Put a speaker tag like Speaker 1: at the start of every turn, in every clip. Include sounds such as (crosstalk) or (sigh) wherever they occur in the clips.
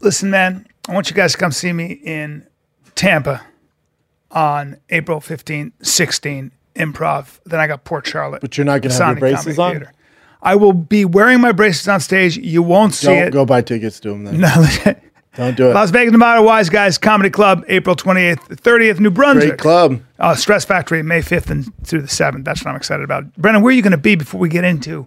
Speaker 1: Listen, man, I want you guys to come see me in Tampa on April 15, 16, improv. Then I got Port Charlotte.
Speaker 2: But you're not going to have your
Speaker 1: Sonic
Speaker 2: braces
Speaker 1: Comedy
Speaker 2: on.
Speaker 1: Theater. I will be wearing my braces on stage. You won't see
Speaker 2: Don't
Speaker 1: it. (laughs)
Speaker 2: go buy tickets to them then.
Speaker 1: No,
Speaker 2: Don't do it.
Speaker 1: Las Vegas, Nevada, Wise Guys Comedy Club, April 28th, 30th, New Brunswick.
Speaker 2: Great club.
Speaker 1: Uh, Stress Factory, May 5th and through the 7th. That's what I'm excited about. Brennan, where are you going to be before we get into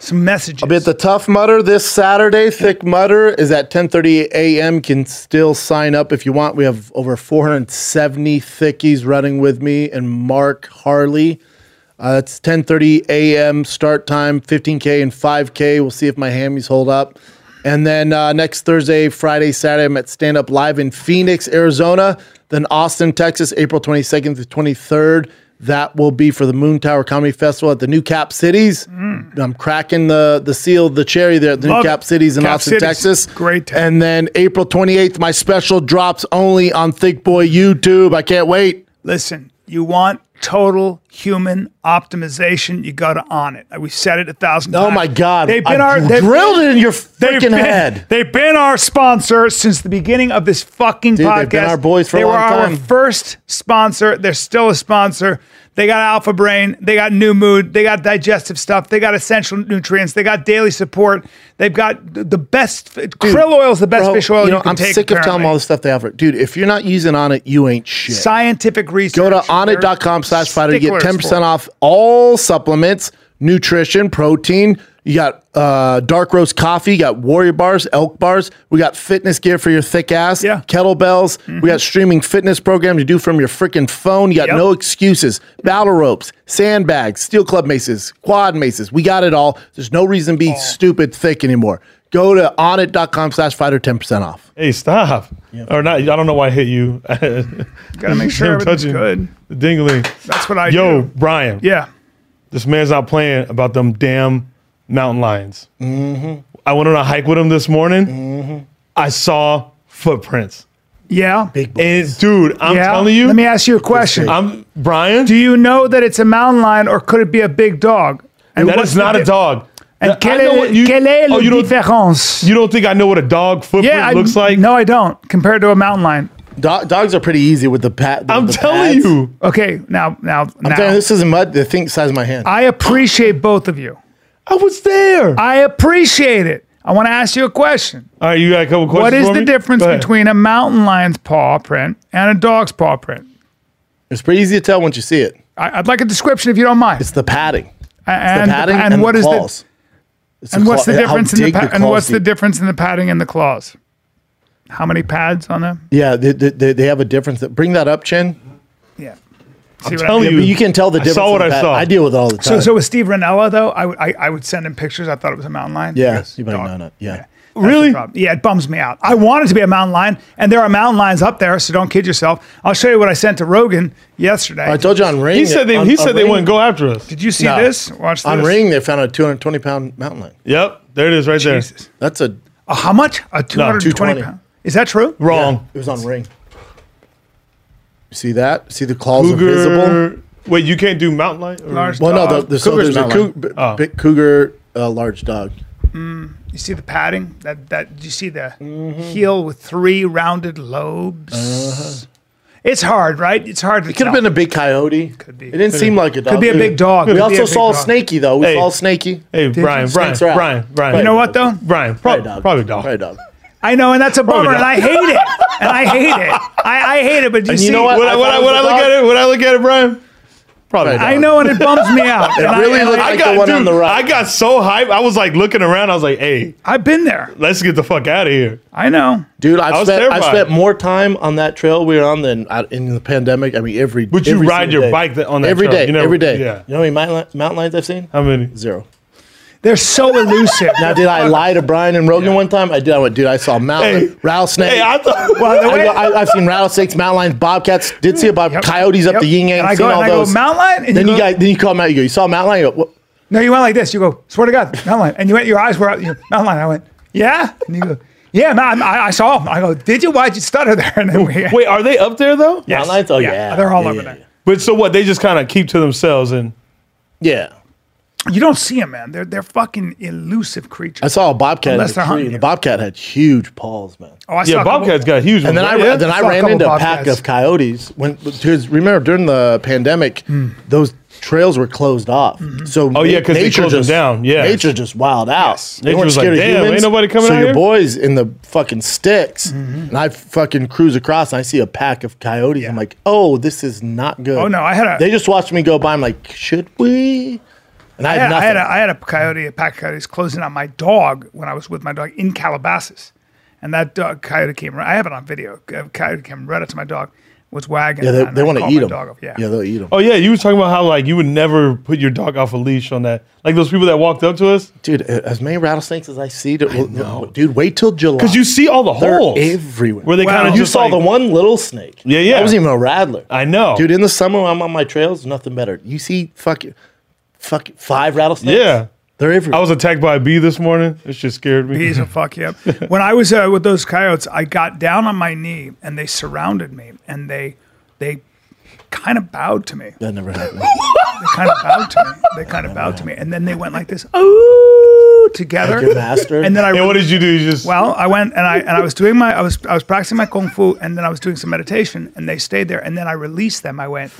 Speaker 1: some messages?
Speaker 2: I'll be at the Tough Mudder this Saturday. Thick Mudder is at 10:30 a.m. Can still sign up if you want. We have over 470 thickies running with me and Mark Harley. Uh, it's 10:30 a.m. start time, 15k and 5k. We'll see if my hammies hold up. And then uh, next Thursday, Friday, Saturday, I'm at Stand Up Live in Phoenix, Arizona. Then Austin, Texas, April 22nd through 23rd. That will be for the Moon Tower Comedy Festival at the New Cap Cities. I'm cracking the the seal, the cherry there at the
Speaker 1: Mm. Love
Speaker 2: New Cap
Speaker 1: it.
Speaker 2: Cities in
Speaker 1: Cap
Speaker 2: Austin,
Speaker 1: Cities.
Speaker 2: Texas.
Speaker 1: Great town.
Speaker 2: And then April 28th, my special drops only on Thick Boy YouTube. I can't wait.
Speaker 1: Listen, you want total human optimization, you go to On It. We've said it a thousand
Speaker 2: Oh
Speaker 1: times.
Speaker 2: my God.
Speaker 1: They've been
Speaker 2: I
Speaker 1: our. They've,
Speaker 2: drilled it in your
Speaker 1: They've
Speaker 2: freaking
Speaker 1: been,
Speaker 2: head.
Speaker 1: they've been our sponsor since the beginning of this fucking podcast.
Speaker 2: they've been our boys for a
Speaker 1: They were
Speaker 2: long
Speaker 1: our
Speaker 2: time.
Speaker 1: first sponsor. They're still a sponsor. They got Alpha Brain. They got New Mood. They got digestive stuff. They got essential nutrients. They got daily support. They've got th- the best krill oil is the best
Speaker 2: Bro,
Speaker 1: fish oil you, can
Speaker 2: I'm
Speaker 1: take.
Speaker 2: sick of
Speaker 1: apparently.
Speaker 2: telling them all the stuff they offer. Dude, if you're not using on it, you ain't shit.
Speaker 1: scientific research.
Speaker 2: Go to
Speaker 1: They're
Speaker 2: onit.com slash fighter to get
Speaker 1: sticklers
Speaker 2: 10%
Speaker 1: for it.
Speaker 2: off all supplements, nutrition, protein. You got uh, dark roast coffee, you got warrior bars, elk bars. We got fitness gear for your thick ass,
Speaker 1: Yeah. Mm-hmm.
Speaker 2: kettlebells. We got streaming fitness programs you do from your freaking phone. You got
Speaker 1: Yep.
Speaker 2: no excuses. Battle ropes, sandbags, steel club maces, quad maces. We got it all. There's no reason to be stupid thick anymore. Go to onit.com slash fighter 10% off.
Speaker 3: Hey, stop. Or not. I don't know why I hit you. Gotta
Speaker 1: Gotta make
Speaker 3: (laughs)
Speaker 1: sure everything's good.
Speaker 3: The dingling.
Speaker 1: That's what I
Speaker 3: Yo,
Speaker 1: do.
Speaker 3: Brian.
Speaker 1: Yeah.
Speaker 3: This man's not playing about them damn mountain lions.
Speaker 1: Mm-hmm.
Speaker 3: I went on a hike with him this morning. I saw footprints.
Speaker 1: Yeah. Big
Speaker 3: And dude, I'm
Speaker 1: yeah.
Speaker 3: telling you,
Speaker 1: Let me ask you a question.
Speaker 3: I'm Brian.
Speaker 1: Do you know that it's a mountain lion or could it be a big dog? And
Speaker 3: that
Speaker 1: what's
Speaker 3: is not
Speaker 1: the
Speaker 3: a
Speaker 1: di-
Speaker 3: dog.
Speaker 1: And
Speaker 3: That- I
Speaker 1: quelle
Speaker 3: know
Speaker 1: est,
Speaker 3: what you-
Speaker 1: quelle est
Speaker 3: oh,
Speaker 1: le
Speaker 3: you don't-
Speaker 1: différence?
Speaker 3: You don't think I know what a dog footprint
Speaker 1: yeah, I-
Speaker 3: looks like?
Speaker 1: No, I don't. Compared to a mountain lion.
Speaker 2: Do- dogs are pretty easy with the pat.
Speaker 3: I'm
Speaker 2: the
Speaker 3: telling
Speaker 2: pads.
Speaker 3: you.
Speaker 1: Okay, now, now, now.
Speaker 2: I'm telling you, this isn't mud. The thing size of my hand.
Speaker 1: I appreciate both of you.
Speaker 3: I was there.
Speaker 1: I appreciate it. I want to ask you a question.
Speaker 3: All right, you got a couple questions.
Speaker 1: What is
Speaker 3: for
Speaker 1: the
Speaker 3: me?
Speaker 1: difference
Speaker 3: Go ahead.
Speaker 1: between a mountain lion's paw print and a dog's paw print?
Speaker 2: it's pretty easy to tell once you see it.
Speaker 1: I, I'd like a description if you don't mind.
Speaker 2: It's the padding. The
Speaker 1: and
Speaker 2: padding
Speaker 1: and,
Speaker 2: and,
Speaker 1: what
Speaker 2: the
Speaker 1: is
Speaker 2: claws. It's
Speaker 1: the and what's
Speaker 2: claw-
Speaker 1: the
Speaker 2: how
Speaker 1: difference in the,
Speaker 2: big
Speaker 1: pa- and
Speaker 2: claws
Speaker 1: what's the
Speaker 2: do-
Speaker 1: difference in the padding and the claws? How many pads on them?
Speaker 2: Yeah, they, they- they, they have a difference. That, bring that up, Chen.
Speaker 1: Yeah. See what I
Speaker 3: telling
Speaker 1: mean?
Speaker 2: Yeah, but you can tell the
Speaker 3: I
Speaker 2: difference.
Speaker 3: saw
Speaker 2: in
Speaker 3: what
Speaker 2: the
Speaker 3: I
Speaker 2: pat-
Speaker 3: saw.
Speaker 2: I deal with it all the
Speaker 1: So,
Speaker 2: time.
Speaker 1: so with Steve Ranella though, I would I, I would send him pictures. I thought it was a mountain lion.
Speaker 2: yeah,
Speaker 1: Yes,
Speaker 2: you better
Speaker 1: dog.
Speaker 2: know that. Yeah.
Speaker 1: That's the
Speaker 3: Really?
Speaker 1: problem. Yeah, it bums me out. I want it to be a mountain lion, and there are mountain lions up there, so don't kid yourself. I'll show you what I sent to Rogan yesterday.
Speaker 2: I told you on ring.
Speaker 3: He said they.
Speaker 2: on- on
Speaker 3: he said they
Speaker 2: Ring-
Speaker 3: wouldn't go after us.
Speaker 1: Did you see
Speaker 2: No.
Speaker 1: this? Watch this.
Speaker 2: On ring, they found a 220 pound mountain lion.
Speaker 3: Yep, there it is, right there.
Speaker 1: Jesus.
Speaker 2: That's a
Speaker 1: Uh, how much? A 220
Speaker 2: 220.
Speaker 1: pound. Is that true?
Speaker 3: Wrong.
Speaker 2: It was on ring. You see that? See the claws invisible.
Speaker 3: Cougar. Wait, you can't do mountain lion. or-
Speaker 1: Large
Speaker 2: Well, no,
Speaker 1: dog.
Speaker 2: the, the, so
Speaker 3: Cougar's
Speaker 2: there's a
Speaker 3: mountain lion.
Speaker 2: cou- b-
Speaker 3: Oh.
Speaker 2: big cougar, uh, large dog.
Speaker 1: You see the padding? That that do you see the
Speaker 2: Mm-hmm.
Speaker 1: heel with three rounded lobes? It's hard, right? It's hard to
Speaker 2: Could have Uh-huh. been a big coyote. Could
Speaker 1: be.
Speaker 2: It didn't seem like a dog.
Speaker 1: Could be a big dog.
Speaker 2: We
Speaker 1: Could be
Speaker 2: also
Speaker 1: a big
Speaker 2: saw a
Speaker 1: dog.
Speaker 2: snaky though. We
Speaker 3: Hey.
Speaker 2: saw a snaky.
Speaker 3: Hey,
Speaker 1: you?
Speaker 3: Brian, Brian,
Speaker 2: Snakes are out.
Speaker 3: Brian, Brian.
Speaker 2: You
Speaker 1: You know what
Speaker 2: (laughs)
Speaker 1: though?
Speaker 3: Brian, prob- probably dog.
Speaker 2: Probably dog.
Speaker 1: I know, and that's a bummer,
Speaker 3: not.
Speaker 1: and I hate it, and I hate it. I, I hate it, but you,
Speaker 2: And
Speaker 1: see,
Speaker 2: you know what?
Speaker 3: Would I,
Speaker 2: I
Speaker 3: would
Speaker 2: thought
Speaker 3: I,
Speaker 2: it was a
Speaker 3: would I look
Speaker 2: dog.
Speaker 3: at it? Would I look at it, Brian?
Speaker 2: Probably
Speaker 3: Probably. not.
Speaker 1: I know, and it bums me out. it
Speaker 2: really
Speaker 1: I,
Speaker 2: looked
Speaker 1: I,
Speaker 2: like the one
Speaker 3: dude,
Speaker 2: on the right.
Speaker 3: I got so hyped. I was like looking around. I was like, hey,
Speaker 1: I've been there.
Speaker 3: let's get the fuck out of here.
Speaker 1: I know.
Speaker 2: Dude, I've
Speaker 3: was
Speaker 2: spent, I
Speaker 3: terrified.
Speaker 2: spent more time on that trail we were on than I, in the pandemic. I mean, every
Speaker 3: Would you
Speaker 2: every
Speaker 3: ride
Speaker 2: single
Speaker 3: your
Speaker 2: day.
Speaker 3: bike that- on that
Speaker 2: Every
Speaker 3: trail?
Speaker 2: day,
Speaker 3: You never-
Speaker 2: every day.
Speaker 3: yeah.
Speaker 2: You know how many mountain, li- mountain lions I've seen?
Speaker 3: How many?
Speaker 2: Zero.
Speaker 1: They're so elusive.
Speaker 2: Now, did I lie to Brian and Rogan one time? I did. I went, dude, I saw a mountain
Speaker 3: Hey.
Speaker 2: rattlesnake.
Speaker 3: Hey, I thought.
Speaker 2: (laughs)
Speaker 1: Well, the
Speaker 2: I
Speaker 1: way-
Speaker 2: go, I, I've seen rattlesnakes, mountain lions, bobcats. Did see about
Speaker 1: Yep.
Speaker 2: coyotes up
Speaker 1: Yep.
Speaker 2: the yin yang.
Speaker 1: And I
Speaker 2: seen
Speaker 1: go,
Speaker 2: all
Speaker 1: and I go
Speaker 2: those.
Speaker 1: mountain lion, and
Speaker 2: then you,
Speaker 1: go-
Speaker 2: guys, then you call him out. You go, you saw a mountain lion. You go, what?
Speaker 1: No, you went like this. You go, swear to God, mountain lion. And you went, your eyes were out. You go, mountain lion. I went, yeah. And you go, yeah, man, I, I saw him. I go, did you? Why'd you stutter there? And then (laughs) we,
Speaker 3: Wait, are they up there though?
Speaker 1: Yes.
Speaker 2: Mountain lions? Oh, yeah.
Speaker 1: They're all
Speaker 2: Yeah,
Speaker 1: over
Speaker 2: yeah,
Speaker 1: there.
Speaker 3: But so what? They just kind of keep to themselves and
Speaker 2: Yeah.
Speaker 1: You don't see them, man. They're they're fucking elusive creatures.
Speaker 2: I saw a bobcat. in
Speaker 1: Unless
Speaker 2: the
Speaker 1: they're
Speaker 2: tree,
Speaker 1: hunting
Speaker 2: and The
Speaker 1: you.
Speaker 2: bobcat had huge paws, man.
Speaker 1: oh, I saw
Speaker 3: Yeah,
Speaker 1: a couple-
Speaker 3: Bobcat's got huge.
Speaker 2: And then
Speaker 3: ones,
Speaker 2: I
Speaker 3: right?
Speaker 2: ran- then I
Speaker 1: Saw a
Speaker 2: ran
Speaker 1: couple
Speaker 2: into a pack
Speaker 1: bobcats.
Speaker 2: of coyotes when because remember during the pandemic
Speaker 1: Hmm.
Speaker 2: those trails were closed off.
Speaker 1: Mm-hmm.
Speaker 2: So
Speaker 3: Oh, yeah, 'cause they closed them
Speaker 2: just
Speaker 3: down, yeah.
Speaker 2: nature just wild out. They
Speaker 3: Nature
Speaker 2: weren't
Speaker 3: was like,
Speaker 2: scared of
Speaker 3: "Damn, ain't
Speaker 2: humans.
Speaker 3: nobody coming
Speaker 2: So
Speaker 3: out
Speaker 2: your
Speaker 3: here?"
Speaker 2: boys in the fucking sticks,
Speaker 1: Mm-hmm.
Speaker 2: and I fucking cruise across and I see a pack of coyotes. I'm like, oh, this is not good.
Speaker 1: Oh, no, I had a-
Speaker 2: They just watched me go by. I'm like, should we? And
Speaker 1: I
Speaker 2: I had
Speaker 1: had, I,
Speaker 2: nothing.
Speaker 1: had a, I had a coyote, a pack of coyotes closing on my dog when I was with my dog in Calabasas. And that dog, coyote came, right- I have it on video. A Coyote came right up to my dog, was wagging.
Speaker 2: yeah, they,
Speaker 1: and
Speaker 2: they
Speaker 1: I
Speaker 2: want to
Speaker 1: called
Speaker 2: eat
Speaker 1: my
Speaker 2: them.
Speaker 1: Dog. up. Yeah.
Speaker 2: they'll eat them.
Speaker 3: Oh yeah, you were talking about how like you would never put your dog off a leash on that. Like those people that walked up to us
Speaker 2: Dude, as many rattlesnakes as I see, dude, dude wait till July.
Speaker 3: because you see all the
Speaker 2: They're
Speaker 3: holes
Speaker 2: everywhere.
Speaker 3: where they
Speaker 1: Wow.
Speaker 3: kind of
Speaker 2: You
Speaker 3: just
Speaker 2: saw
Speaker 3: like-
Speaker 2: the one little snake.
Speaker 3: Yeah, yeah.
Speaker 2: That wasn't even a rattler.
Speaker 3: I know,
Speaker 2: Dude, in the summer when I'm on my trails, nothing better. You see fucking fucking five rattlesnakes?
Speaker 3: Yeah.
Speaker 2: They're
Speaker 3: I
Speaker 2: everywhere.
Speaker 3: was attacked by a bee this morning. It just scared me.
Speaker 1: Bees will fuck you up. When I was uh, with those coyotes, I got down on my knee and they surrounded me and they, they kind of bowed to me.
Speaker 2: that never happened.
Speaker 1: They kind of bowed to me. They kind of bowed to me. And then they went like this, oh, together.
Speaker 2: Like your master?
Speaker 1: (laughs) And then I
Speaker 3: And what did you do? You just
Speaker 1: Well, I went and I and I was doing my I was I was practicing my kung fu and then I was doing some meditation and they stayed there and then I released them. I went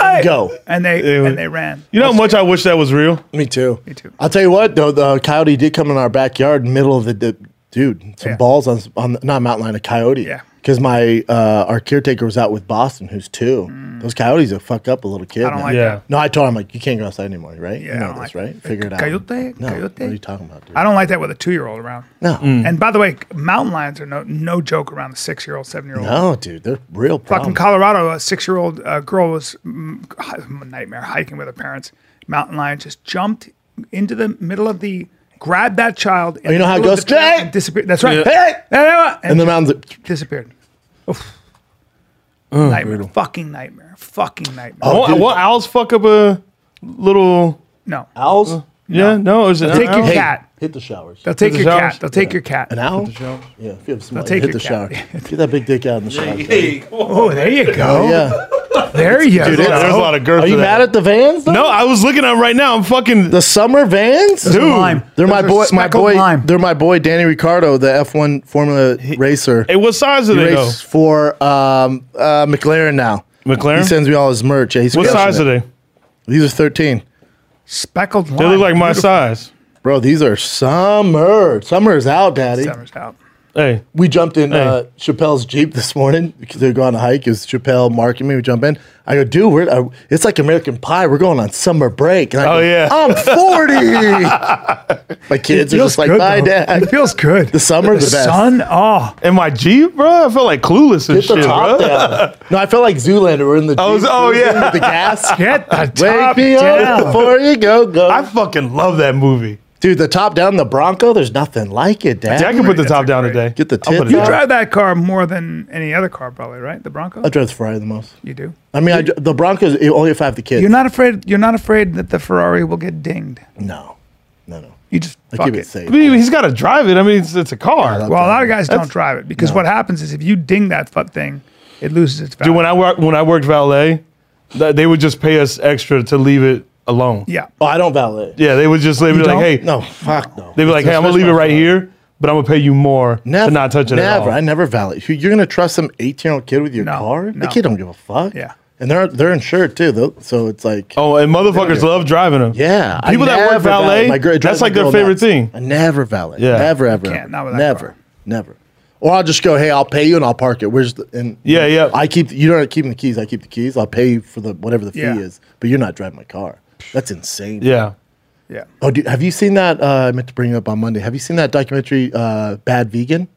Speaker 1: "Hey!"
Speaker 2: Go.
Speaker 1: and they
Speaker 3: was-
Speaker 1: and they ran.
Speaker 3: you know how much I wish that was real.
Speaker 2: Me too.
Speaker 1: Me too.
Speaker 2: I'll tell you what, though, the coyote did come in our backyard, middle of the, the dude, some
Speaker 1: Yeah.
Speaker 2: balls on, on not mountain lion, a coyote.
Speaker 1: Yeah.
Speaker 2: Because my uh, our caretaker was out with Boston, who's two. Those coyotes will fuck up a little kid.
Speaker 1: I don't
Speaker 2: man.
Speaker 1: like
Speaker 3: Yeah.
Speaker 1: that.
Speaker 2: no, I told him like you can't go outside anymore, right?
Speaker 1: Yeah,
Speaker 2: you
Speaker 1: I
Speaker 2: know
Speaker 1: don't like-
Speaker 2: this, right? Figure it out.
Speaker 1: Coyote?
Speaker 2: No,
Speaker 1: Coyote?
Speaker 2: What are you talking about, dude?
Speaker 1: I don't like that with a two year old around.
Speaker 2: no,
Speaker 1: And by the way, mountain lions are no no joke around the six year old, seven year old.
Speaker 2: no, dude, they're real
Speaker 1: Fucking
Speaker 2: problems.
Speaker 1: Colorado, a six year old uh, girl was mm, hi- nightmare hiking with her parents. Mountain lion just jumped into the middle of the grabbed that child. in
Speaker 2: Oh, you know
Speaker 1: the
Speaker 2: how it
Speaker 1: middle of
Speaker 2: goes,
Speaker 1: the trail
Speaker 2: "Jay!"
Speaker 1: and disappeared. That's right.
Speaker 2: Hey!
Speaker 1: And
Speaker 2: And the mountains, like,
Speaker 1: disappeared. Oof.
Speaker 3: Oh,
Speaker 1: nightmare. Fucking nightmare. Fucking nightmare.
Speaker 3: Won't-
Speaker 2: Oh, dude.
Speaker 3: won't owls fuck up a little?
Speaker 1: No.
Speaker 2: owls.
Speaker 3: Yeah, no. Is it
Speaker 1: Take your
Speaker 3: owl?
Speaker 1: Hey. cat.
Speaker 2: Hit the showers.
Speaker 1: They'll take
Speaker 3: the
Speaker 1: your
Speaker 3: showers.
Speaker 1: cat. They'll take your cat.
Speaker 2: An owl? Yeah, if you have some,
Speaker 1: take
Speaker 2: hit the
Speaker 1: your
Speaker 2: shower.
Speaker 1: cat.
Speaker 2: Get that big dick out in the shower. baby.
Speaker 1: Oh, there you go.
Speaker 2: Yeah.
Speaker 1: There you
Speaker 3: Dude,
Speaker 1: go.
Speaker 3: there's a lot of girth.
Speaker 2: Are
Speaker 3: to
Speaker 2: you
Speaker 3: that.
Speaker 2: mad at the vans? Though?
Speaker 3: No, I was looking at it right now. I'm fucking.
Speaker 2: The summer vans, dude.
Speaker 1: lime.
Speaker 2: They're my
Speaker 1: Those are
Speaker 2: boy. My
Speaker 1: speckled
Speaker 2: boy.
Speaker 1: lime.
Speaker 2: They're my boy, Danny Ricardo, the F1 Formula racer.
Speaker 3: hey, what size are
Speaker 2: He
Speaker 3: they though?
Speaker 2: races for um, uh, McLaren now.
Speaker 3: McLaren?
Speaker 2: He sends me all his merch. Yeah, he's
Speaker 3: What
Speaker 2: crushing
Speaker 3: size
Speaker 2: it.
Speaker 3: are they?
Speaker 2: These are 13.
Speaker 1: Speckled lime.
Speaker 3: They look like my size.
Speaker 2: Bro, these are summer. Summer's out, daddy.
Speaker 1: Summer's out.
Speaker 3: Hey,
Speaker 2: We jumped in uh, Chappelle's Jeep this morning because they were going on a hike. It was Chappelle marking me. We jump in. I go, dude, we're, uh, it's like American Pie. We're going on summer break. And I
Speaker 3: Oh,
Speaker 2: go,
Speaker 3: yeah.
Speaker 2: I'm
Speaker 3: (laughs)
Speaker 2: 40. My kids are just like,
Speaker 1: good,
Speaker 2: bye,
Speaker 1: though. It
Speaker 2: dad.
Speaker 1: feels good.
Speaker 2: The summer's the, best.
Speaker 1: sun. Oh,
Speaker 3: and my Jeep, bro. I felt like clueless and
Speaker 2: Get the
Speaker 3: shit,
Speaker 2: top
Speaker 3: bro.
Speaker 2: down. No, I felt like Zoolander. We're in the Jeep.
Speaker 3: was- oh,
Speaker 2: cruising
Speaker 3: yeah.
Speaker 2: With the
Speaker 3: (laughs)
Speaker 2: gas.
Speaker 1: get the top
Speaker 2: Wake me up
Speaker 1: down.
Speaker 2: before you go, go.
Speaker 3: I fucking love that movie.
Speaker 2: dude, the top down, the Bronco, there's nothing like it, dad.
Speaker 3: Yeah, I can put the
Speaker 1: That's
Speaker 3: top
Speaker 1: a
Speaker 3: down
Speaker 1: great-
Speaker 3: today.
Speaker 2: Get the
Speaker 3: I'll put
Speaker 2: tits
Speaker 3: it
Speaker 2: out.
Speaker 3: down.
Speaker 1: Drive that car more than any other car, probably, right? The Bronco.
Speaker 2: I drive the Ferrari the most.
Speaker 1: You do.
Speaker 2: I mean, I, dr- the Bronco is only if I have the kids.
Speaker 1: You're not afraid. You're not afraid that the Ferrari will get dinged.
Speaker 2: no, no, no.
Speaker 1: You just
Speaker 2: I
Speaker 1: fuck
Speaker 2: keep it,
Speaker 1: it.
Speaker 2: safe.
Speaker 3: I mean, he's got to drive it. I mean, it's, it's a car.
Speaker 1: Well, a lot of guys don't drive it because what happens is if you ding that fu- thing, it loses its value.
Speaker 3: Dude, when I work, when I worked valet, th- they would just pay us extra to leave it alone.
Speaker 1: yeah.
Speaker 2: Oh, I don't valet.
Speaker 3: Yeah, they would just leave it like,
Speaker 1: don't?
Speaker 3: hey,
Speaker 2: No, fuck no.
Speaker 3: they'd be like, hey, I'm gonna leave it right here, but I'm gonna pay you more
Speaker 2: Never,
Speaker 3: to not touch it
Speaker 2: Never. I
Speaker 3: at all.
Speaker 2: never valet. You- You're gonna trust some 18 year old kid with your
Speaker 1: No,
Speaker 2: car? The
Speaker 1: no.
Speaker 2: kid don't give a fuck.
Speaker 1: Yeah.
Speaker 2: And they're they're insured too, though. So it's like,
Speaker 3: Oh, and motherfuckers love driving them.
Speaker 2: yeah. I
Speaker 3: people that work
Speaker 2: never
Speaker 3: valet,
Speaker 2: My gir- it drives
Speaker 3: that's
Speaker 2: my
Speaker 3: like their
Speaker 2: girl
Speaker 3: favorite
Speaker 2: nuts.
Speaker 3: thing.
Speaker 2: I never valet.
Speaker 3: Yeah.
Speaker 2: Never ever.
Speaker 1: Can't,
Speaker 2: ever.
Speaker 1: not with that
Speaker 2: never.
Speaker 1: car.
Speaker 2: Never. Or I'll just go, hey, I'll pay you and I'll park it. Where's the and
Speaker 3: Yeah, yeah.
Speaker 2: I keep you don't keep the keys. I keep the keys. I'll pay you for the whatever the fee
Speaker 1: Yeah.
Speaker 2: is, but you're not driving my car. That's insane.
Speaker 3: Yeah.
Speaker 1: Yeah.
Speaker 2: Oh, dude, have you seen that? Uh, I meant to bring it up on Monday. Have you seen that documentary, uh, Bad Vegan?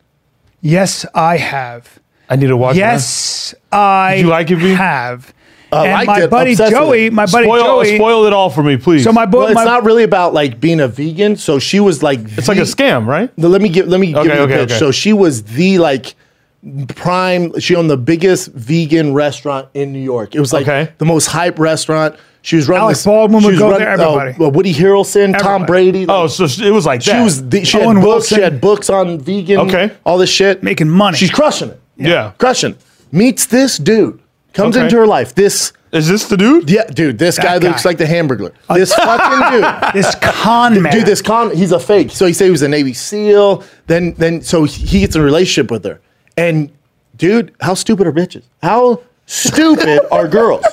Speaker 1: Yes, I have.
Speaker 3: I need to watch. that.
Speaker 1: Yes, I
Speaker 3: Did you like it, V?
Speaker 1: have. and
Speaker 2: liked
Speaker 1: my
Speaker 2: it.
Speaker 1: buddy
Speaker 2: Obsessed with
Speaker 1: Joey,
Speaker 2: it.
Speaker 1: my buddy
Speaker 3: Spoil,
Speaker 1: Joey.
Speaker 3: spoil it all for me, please.
Speaker 1: So my boy,
Speaker 2: Well, it's
Speaker 1: my,
Speaker 2: not really about like being a vegan. So she was like,
Speaker 3: it's like a scam, right?
Speaker 2: Let me give let me
Speaker 3: Okay,
Speaker 2: give you the
Speaker 3: okay,
Speaker 2: pitch.
Speaker 3: okay.
Speaker 2: So she was the like prime. She owned the biggest vegan restaurant in New York. It was like
Speaker 3: Okay.
Speaker 2: the most hype restaurant. She was running.
Speaker 1: Alec
Speaker 2: this-
Speaker 1: Baldwin
Speaker 2: she
Speaker 1: would
Speaker 2: was
Speaker 1: go there,
Speaker 2: oh,
Speaker 1: everybody.
Speaker 2: well, Woody Harrelson, Tom
Speaker 1: Everybody.
Speaker 2: Brady. like,
Speaker 3: Oh, so sh- it was like
Speaker 2: she
Speaker 3: that.
Speaker 2: was the, she had
Speaker 1: Owen
Speaker 2: books. She
Speaker 1: Wilson.
Speaker 2: had books on vegan.
Speaker 3: Okay.
Speaker 2: all this shit,
Speaker 1: Making money.
Speaker 2: She's crushing it
Speaker 3: yeah.
Speaker 2: crushing. Meets this dude, comes
Speaker 3: Okay.
Speaker 2: into her life. This
Speaker 3: Is this the dude?
Speaker 2: Yeah, dude, this guy,
Speaker 1: guy.
Speaker 2: looks like the Hamburglar.
Speaker 1: (laughs)
Speaker 2: This fucking dude. (laughs)
Speaker 1: This con man.
Speaker 2: Dude, this con, he's a fake. So he said he was a Navy SEAL. Then, then, so he gets in a relationship with her. And, dude, how stupid are bitches? How stupid (laughs) are girls?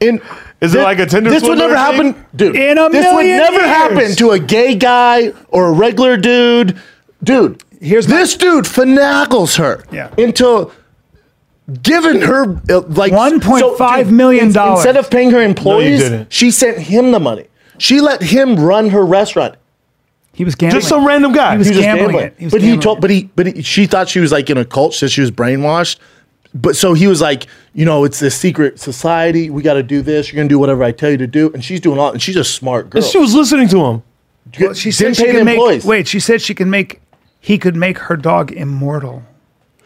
Speaker 2: In,
Speaker 3: Is it like a Tinder
Speaker 2: This would
Speaker 3: swindler
Speaker 2: never
Speaker 3: thing?
Speaker 2: happen, dude.
Speaker 1: In a
Speaker 2: this would
Speaker 1: million
Speaker 2: never
Speaker 1: years.
Speaker 2: happen to a gay guy or a regular dude. Dude,
Speaker 1: Here's my-
Speaker 2: this dude finagles her
Speaker 1: Yeah.
Speaker 2: into giving her uh, like
Speaker 1: One point
Speaker 2: so,
Speaker 1: five
Speaker 2: dude,
Speaker 1: million
Speaker 2: in-
Speaker 1: dollars.
Speaker 2: instead of paying her employees.
Speaker 3: didn't.
Speaker 2: she sent him the money. She let him run her restaurant.
Speaker 1: he was gambling.
Speaker 3: Just some random guy.
Speaker 1: He was
Speaker 2: He was just
Speaker 1: gambling
Speaker 2: gambling.
Speaker 1: it. He was
Speaker 2: but he
Speaker 1: gambling
Speaker 2: told, but he, but he, she thought she was like in a cult, so she was brainwashed. But so he was like, you know, it's this secret society. We got to do this. You're gonna do whatever I tell you to do. And she's doing all. And she's a smart girl.
Speaker 3: she was listening to him.
Speaker 1: Well, she said
Speaker 2: didn't
Speaker 1: she
Speaker 2: pay the
Speaker 1: could make.
Speaker 2: employees.
Speaker 1: Wait, she said she can make. He could make her dog immortal.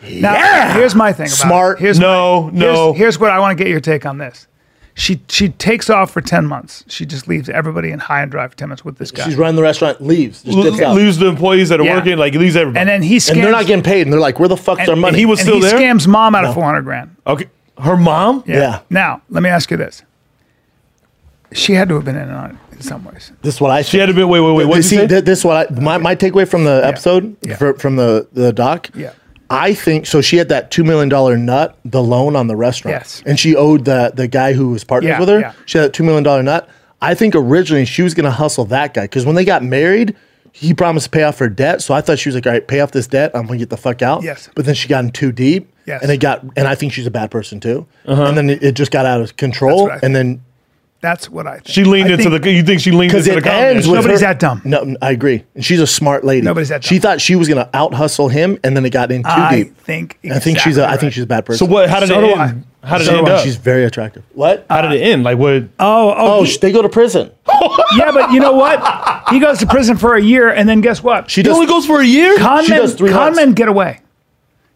Speaker 1: Now, here's my thing. About it.
Speaker 2: Smart.
Speaker 1: Here's
Speaker 3: No,
Speaker 1: Here's-
Speaker 3: no.
Speaker 1: Here's, what I want to get your take on this. She she takes off for ten months. She just leaves everybody in high and dry for ten months with this guy,
Speaker 2: She's running the restaurant, leaves, just dips
Speaker 3: L-
Speaker 2: out.
Speaker 3: leaves the employees that are
Speaker 1: Yeah.
Speaker 3: working, like leaves everybody.
Speaker 1: and then he scams.
Speaker 2: and they're not getting paid, and they're like, "Where the fuck's
Speaker 1: and-
Speaker 2: our money?"
Speaker 1: and
Speaker 3: he was still
Speaker 1: he
Speaker 3: there?
Speaker 1: scams mom out of four hundred grand.
Speaker 3: okay, her mom.
Speaker 2: yeah.
Speaker 1: Now let me ask you this. She had to have been in on it in some ways.
Speaker 2: This is what I.
Speaker 3: She had to be. Wait, wait, wait. What
Speaker 2: You
Speaker 3: did
Speaker 2: see,
Speaker 3: you say?
Speaker 2: th- this is what I, my my takeaway from the episode
Speaker 1: Yeah.
Speaker 2: fr- from the the doc.
Speaker 1: Yeah.
Speaker 2: I think so. She had that two million dollar nut, the loan on the restaurant,
Speaker 1: Yes.
Speaker 2: and she owed the the guy who was partners
Speaker 1: Yeah,
Speaker 2: with her.
Speaker 1: yeah.
Speaker 2: She had that two million dollar nut. I think originally she was going to hustle that guy because when they got married, he promised to pay off her debt. So I thought she was like, "All right, pay off this debt. I'm going to get the fuck out."
Speaker 1: Yes.
Speaker 2: But then she got in too deep.
Speaker 1: Yes.
Speaker 2: And it got, and I think she's a bad person too. And then it, it just got out of control.
Speaker 1: That's what I
Speaker 2: And then
Speaker 1: That's what I think.
Speaker 3: She leaned
Speaker 1: I
Speaker 3: into
Speaker 1: think
Speaker 3: the. You think she leaned
Speaker 2: because
Speaker 3: into the
Speaker 2: it ends
Speaker 3: comedy?
Speaker 2: with
Speaker 1: Nobody's
Speaker 2: her-
Speaker 1: that dumb.
Speaker 2: No, I agree. And she's a smart lady.
Speaker 1: Nobody's that
Speaker 2: She
Speaker 1: dumb.
Speaker 2: thought she was gonna out hustle him, and then it got in too
Speaker 1: I
Speaker 2: deep.
Speaker 1: think.
Speaker 2: I think she's a.
Speaker 1: exactly
Speaker 2: I think
Speaker 1: right.
Speaker 2: she's a bad
Speaker 3: So
Speaker 2: person.
Speaker 3: what? How did
Speaker 1: So
Speaker 3: it
Speaker 1: do
Speaker 3: end?
Speaker 1: I.
Speaker 3: How did
Speaker 2: So
Speaker 3: it end
Speaker 2: do I.
Speaker 3: up?
Speaker 2: She's very attractive. What?
Speaker 3: How did it end? Like what?
Speaker 1: Oh, oh,
Speaker 2: oh,
Speaker 1: he-
Speaker 2: sh- they go to prison.
Speaker 1: yeah, but you know what? He goes to prison for a year, and then guess what?
Speaker 2: She
Speaker 3: It
Speaker 2: does.
Speaker 3: only goes for a year
Speaker 1: con
Speaker 2: she
Speaker 1: men,
Speaker 2: does three
Speaker 1: con
Speaker 2: months.
Speaker 1: men get away.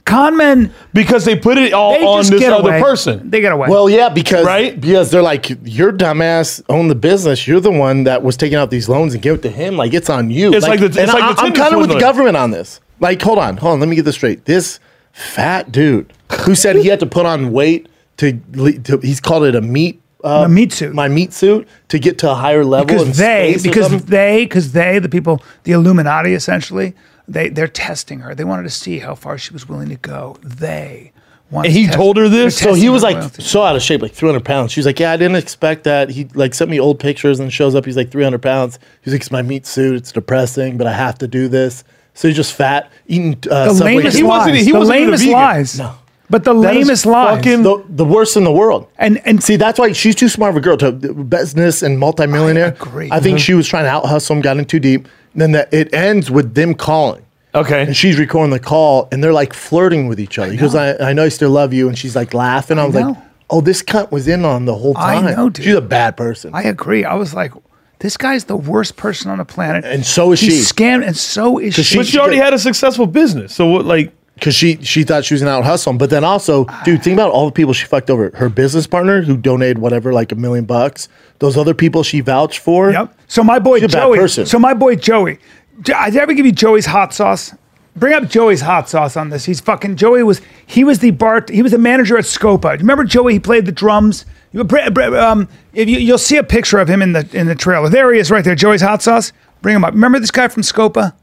Speaker 1: Con men,
Speaker 3: because they put it all
Speaker 1: they
Speaker 3: on
Speaker 1: just
Speaker 3: this
Speaker 1: get
Speaker 3: other
Speaker 1: away.
Speaker 3: person.
Speaker 1: They get away.
Speaker 2: well, yeah, because
Speaker 3: Right?
Speaker 2: because they're like, you're dumbass, own the business. You're the one that was taking out these loans and give it to him. Like it's on you.
Speaker 3: It's like the- it's
Speaker 2: and
Speaker 3: like
Speaker 2: I,
Speaker 3: the
Speaker 2: I'm
Speaker 3: Tinder
Speaker 2: kind of with the
Speaker 3: swindler.
Speaker 2: government on this. Like, hold on, hold on. Let me get this straight. This fat dude who said he had to put on weight to, le- to he's called it a meat. Uh,
Speaker 1: A meat suit.
Speaker 2: my meat suit to get to a higher level in
Speaker 1: because they,
Speaker 2: space or
Speaker 1: because
Speaker 3: um,
Speaker 2: something?
Speaker 1: they, because they, the people, the Illuminati, essentially, they they're testing her. They wanted to see how far she was willing to go. They. want
Speaker 3: And he
Speaker 1: to test-
Speaker 3: told her this?
Speaker 1: they're
Speaker 2: so he
Speaker 1: testing
Speaker 2: was
Speaker 1: her
Speaker 2: like
Speaker 1: loyalty.
Speaker 2: so out of shape like 300 pounds she was like yeah i didn't expect that he like sent me old pictures and shows up he's like 300 pounds he's like it's my meat suit it's depressing but i have to do this so he's just fat eating uh,
Speaker 1: the
Speaker 2: Subway
Speaker 1: lamest
Speaker 3: He
Speaker 1: lies.
Speaker 3: wasn't- he
Speaker 1: the
Speaker 3: wasn't even a
Speaker 1: lamest
Speaker 3: vegan.
Speaker 1: lies.
Speaker 2: No.
Speaker 1: But the
Speaker 2: That is
Speaker 1: lamest lies.
Speaker 3: fucking-
Speaker 2: the, the worst in the world
Speaker 1: and and
Speaker 2: see that's why she's too smart of a girl to business and multimillionaire i,
Speaker 1: agree. Mm-hmm.
Speaker 2: think she was trying to out hustle him got in too deep then that it ends with them calling
Speaker 3: (laughs) Okay.
Speaker 2: and she's recording the call and they're like flirting with each other because I, I, know I still love you and she's like laughing. I was like,
Speaker 1: know.
Speaker 2: oh, this cunt was in on the whole
Speaker 1: I
Speaker 2: time.
Speaker 1: know, dude.
Speaker 2: She's a bad person.
Speaker 1: I agree. I was like, this guy's the worst person on the planet.
Speaker 2: And so is
Speaker 1: He
Speaker 2: she.
Speaker 1: Scammed, and so is she.
Speaker 3: But she already had a successful business. So what? Like
Speaker 2: Because she she thought she was an out hustling, but then also, dude, think about all the people she fucked over. Her business partner who donated whatever, like a million bucks. Those other people she vouched for.
Speaker 1: Yep. So my boy
Speaker 2: She's a bad
Speaker 1: Joey.
Speaker 2: person.
Speaker 1: So my boy Joey. Jo- I did I ever give you Joey's hot sauce? Bring up Joey's hot sauce on this. He's fucking Joey was he was the Bart he was the manager at Scopa. You remember Joey? He played the drums. You- br- br- Um, if you, you'll see a picture of him in the in the trailer. There he is, right there. Joey's hot sauce. Bring him up. Remember this guy from Scopa?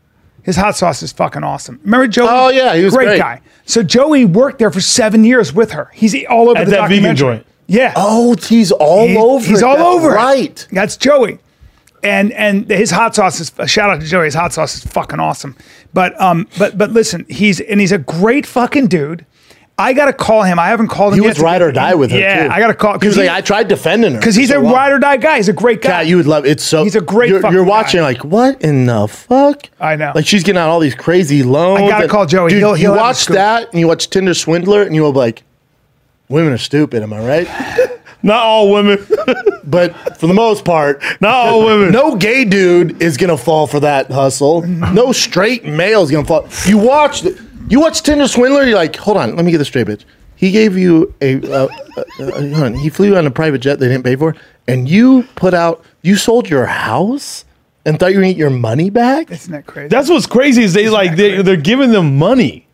Speaker 1: His hot sauce is fucking awesome. Remember Joey?
Speaker 2: Oh, yeah, he was great.
Speaker 1: guy. So Joey worked there for seven years with her. He's all over
Speaker 3: At
Speaker 1: the
Speaker 3: that vegan
Speaker 1: documentary.
Speaker 3: joint.
Speaker 1: Yeah.
Speaker 2: Oh, he's all
Speaker 1: He's-
Speaker 2: over.
Speaker 1: He's
Speaker 2: it.
Speaker 1: all
Speaker 2: That's
Speaker 1: over. it.
Speaker 2: Right.
Speaker 1: That's Joey. And and his hot sauce is shout out to Joey. His hot sauce is fucking awesome. But um but but listen, he's and he's a great fucking dude. I gotta call him. I haven't called him.
Speaker 2: He
Speaker 1: yet
Speaker 2: was
Speaker 1: to
Speaker 2: ride
Speaker 1: get-
Speaker 2: or die with her.
Speaker 1: Yeah,
Speaker 2: too.
Speaker 1: I gotta call
Speaker 2: He was
Speaker 1: he-
Speaker 2: like, I tried defending her
Speaker 1: because he's
Speaker 2: for
Speaker 1: a
Speaker 2: so long.
Speaker 1: ride or die guy. He's a great guy.
Speaker 2: God, you would love it's so.
Speaker 1: He's a great
Speaker 2: You're,
Speaker 1: fucking
Speaker 2: you're watching
Speaker 1: guy.
Speaker 2: like what in the fuck?
Speaker 1: I know.
Speaker 2: Like she's getting out all these crazy loans.
Speaker 1: I gotta
Speaker 2: and-
Speaker 1: call Joey.
Speaker 2: Dude,
Speaker 1: He'll- he'll
Speaker 2: you
Speaker 1: have the
Speaker 2: watch
Speaker 1: scoop.
Speaker 2: that and you watch Tinder Swindler and you'll be like, women are stupid. Am I right?
Speaker 3: not all women.
Speaker 2: But for the most part,
Speaker 1: (laughs)
Speaker 3: Not all women.
Speaker 2: no gay dude is gonna fall for that hustle. No straight male is gonna fall. You watch the, you watch Tinder Swindler. You're like, hold on, let me get this straight, bitch. He gave you a, uh, uh, uh, hun, he flew you on a private jet they didn't pay for, and you put out you sold your house and thought you were gonna get your money back.
Speaker 1: Isn't that crazy?
Speaker 3: That's what's crazy is they like they, they're giving them money.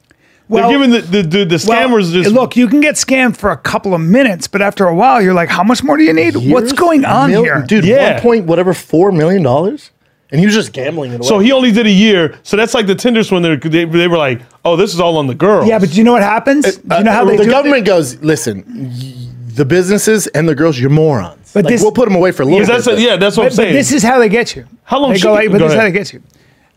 Speaker 1: Well-
Speaker 3: They're giving the the, the, the
Speaker 1: Well,
Speaker 3: scammers just
Speaker 1: look, you can get scammed for a couple of minutes, but after a while, you're like, how much more do you need? What's going on
Speaker 2: Mil-
Speaker 1: here?
Speaker 2: dude?
Speaker 3: Yeah.
Speaker 2: One point whatever four million dollars, and he was just gambling it away.
Speaker 3: So he only did a year. So that's like the Tinder when they're- they they were like, oh, this is all on the girl.
Speaker 1: yeah, but do you know what happens? Do you know how
Speaker 2: Uh,
Speaker 1: they
Speaker 2: the
Speaker 1: do it?
Speaker 2: government goes, listen, y- the businesses and the girls, you're morons.
Speaker 1: But
Speaker 2: But
Speaker 1: this-
Speaker 2: we'll put them away for a little
Speaker 3: Because that's
Speaker 2: bit.
Speaker 3: a, yeah, that's what I'm
Speaker 1: But
Speaker 3: saying.
Speaker 1: this is how they get you.
Speaker 3: How long
Speaker 1: They
Speaker 3: should
Speaker 1: go,
Speaker 3: you-
Speaker 1: like, but
Speaker 3: go
Speaker 1: this is how they
Speaker 3: ahead.
Speaker 1: get you.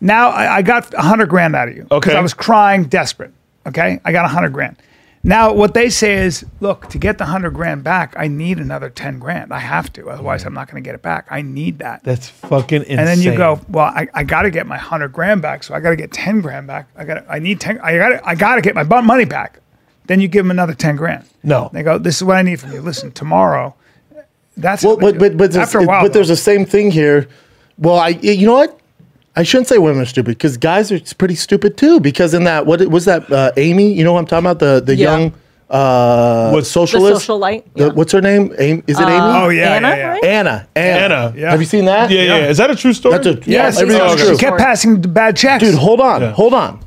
Speaker 1: Now I, I got a hundred grand out of you. 'cause
Speaker 3: Okay.
Speaker 1: I was crying, desperate. Okay, I got a hundred grand. Now what they say is, look, to get the hundred grand back, I need another ten grand. I have to, otherwise I'm not going to get it back. I need that.
Speaker 3: that's fucking insane.
Speaker 1: and then you go, well, I, I got to get my hundred grand back, so I got to get ten grand back. I got, I need ten. I got, I got to get my bu- money back. Then you give them another ten grand.
Speaker 3: No.
Speaker 1: they go, this is what I need from you. Listen, tomorrow. That's
Speaker 2: Well,
Speaker 1: how they
Speaker 2: but
Speaker 1: do it.
Speaker 2: but
Speaker 1: after
Speaker 2: but, after
Speaker 1: a while,
Speaker 2: but
Speaker 1: though.
Speaker 2: there's the same thing here. Well, I you know what? I shouldn't say women are stupid because guys are pretty stupid too. Because in that what was that uh, Amy? You know what I'm talking about? The the
Speaker 4: Yeah.
Speaker 2: young uh,
Speaker 3: What- The
Speaker 2: socialist,
Speaker 4: socialite,
Speaker 2: The-
Speaker 4: yeah.
Speaker 2: what's her name? Amy, is it
Speaker 1: Oh
Speaker 2: Amy?
Speaker 1: yeah,
Speaker 4: Anna,
Speaker 1: yeah, yeah.
Speaker 4: right?
Speaker 2: Anna. Anna.
Speaker 3: Uh, Anna, yeah.
Speaker 2: Have you seen that?
Speaker 3: Yeah, yeah, yeah. Is that a true story?
Speaker 2: That's a
Speaker 1: Yes,
Speaker 2: yeah, everything's
Speaker 1: she-
Speaker 3: Oh,
Speaker 1: she
Speaker 3: okay.
Speaker 1: kept passing the bad checks.
Speaker 2: dude hold on
Speaker 3: Yeah.
Speaker 2: hold on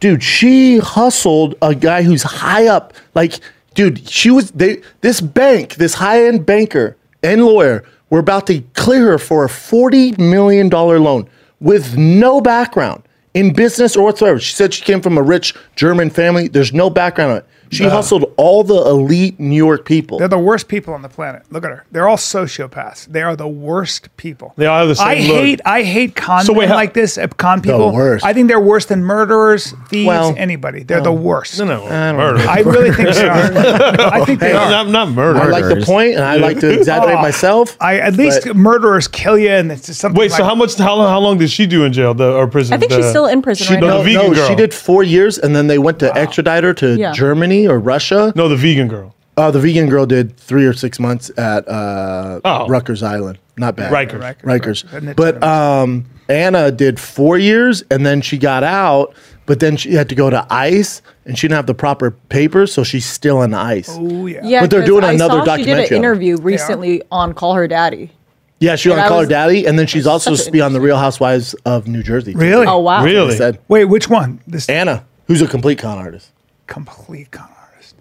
Speaker 2: dude she hustled a guy who's high up like dude she was they this bank this high-end banker and lawyer were about to clear her for a 40 million dollar loan with no background in business or whatsoever she said she came from a rich german family there's no background on it she hustled all the elite new york people
Speaker 1: They're the worst people on the planet. Look at her. They're all sociopaths. They are the worst people. They
Speaker 3: all have the same
Speaker 1: I
Speaker 3: look.
Speaker 1: hate. I hate con
Speaker 3: So wait,
Speaker 1: men
Speaker 3: how-
Speaker 1: like this. uh, Con people.
Speaker 2: worst.
Speaker 1: I think they're worse than murderers, thieves,
Speaker 2: Well,
Speaker 1: anybody. They're the worst.
Speaker 3: no, no, murder.
Speaker 1: I really think they are.
Speaker 3: (laughs)
Speaker 1: I think they are.
Speaker 3: not, not murder.
Speaker 2: i like the point and i
Speaker 1: (laughs)
Speaker 2: like to exaggerate myself
Speaker 1: Ah, I at least
Speaker 2: But-
Speaker 1: murderers kill you, and it's just something.
Speaker 3: Wait,
Speaker 1: like,
Speaker 3: so how much? How, long- how long did she do in jail? The or prison?
Speaker 4: I think
Speaker 3: the-
Speaker 4: she's still in prison
Speaker 2: She,
Speaker 4: right
Speaker 3: No,
Speaker 4: now.
Speaker 3: the vegan
Speaker 2: no,
Speaker 3: girl.
Speaker 2: she did four years, and then they went to extradite her to
Speaker 4: Yeah.
Speaker 2: Germany or Russia.
Speaker 3: No, the vegan girl.
Speaker 2: Uh, the vegan girl did three or six months at uh,
Speaker 3: Oh.
Speaker 2: Rutgers Island. Not bad.
Speaker 3: Rikers.
Speaker 1: Rikers. Isn't
Speaker 2: Rikers.
Speaker 1: it
Speaker 2: But um, Anna did four years, and then she got out. But then she had to go to ICE, and she didn't have the proper papers, so she's still in ICE.
Speaker 1: Oh yeah.
Speaker 4: Yeah,
Speaker 2: But they're
Speaker 4: 'cause
Speaker 2: doing
Speaker 4: I
Speaker 2: another
Speaker 4: saw She did
Speaker 2: documentary
Speaker 4: an
Speaker 2: on it.
Speaker 4: interview recently on Call Her Daddy.
Speaker 2: Yeah, she
Speaker 4: And
Speaker 2: want
Speaker 4: I
Speaker 2: to call
Speaker 4: was-
Speaker 2: her daddy, and then she's
Speaker 4: (laughs)
Speaker 2: also
Speaker 4: such
Speaker 2: supposed to
Speaker 4: an
Speaker 2: be on the Real Housewives of New Jersey. too.
Speaker 1: Really?
Speaker 4: Oh wow!
Speaker 3: Really?
Speaker 2: They Said
Speaker 1: Wait, which one?
Speaker 3: Eh.
Speaker 1: This
Speaker 2: Anna, who's a complete con artist.
Speaker 1: complete con artist.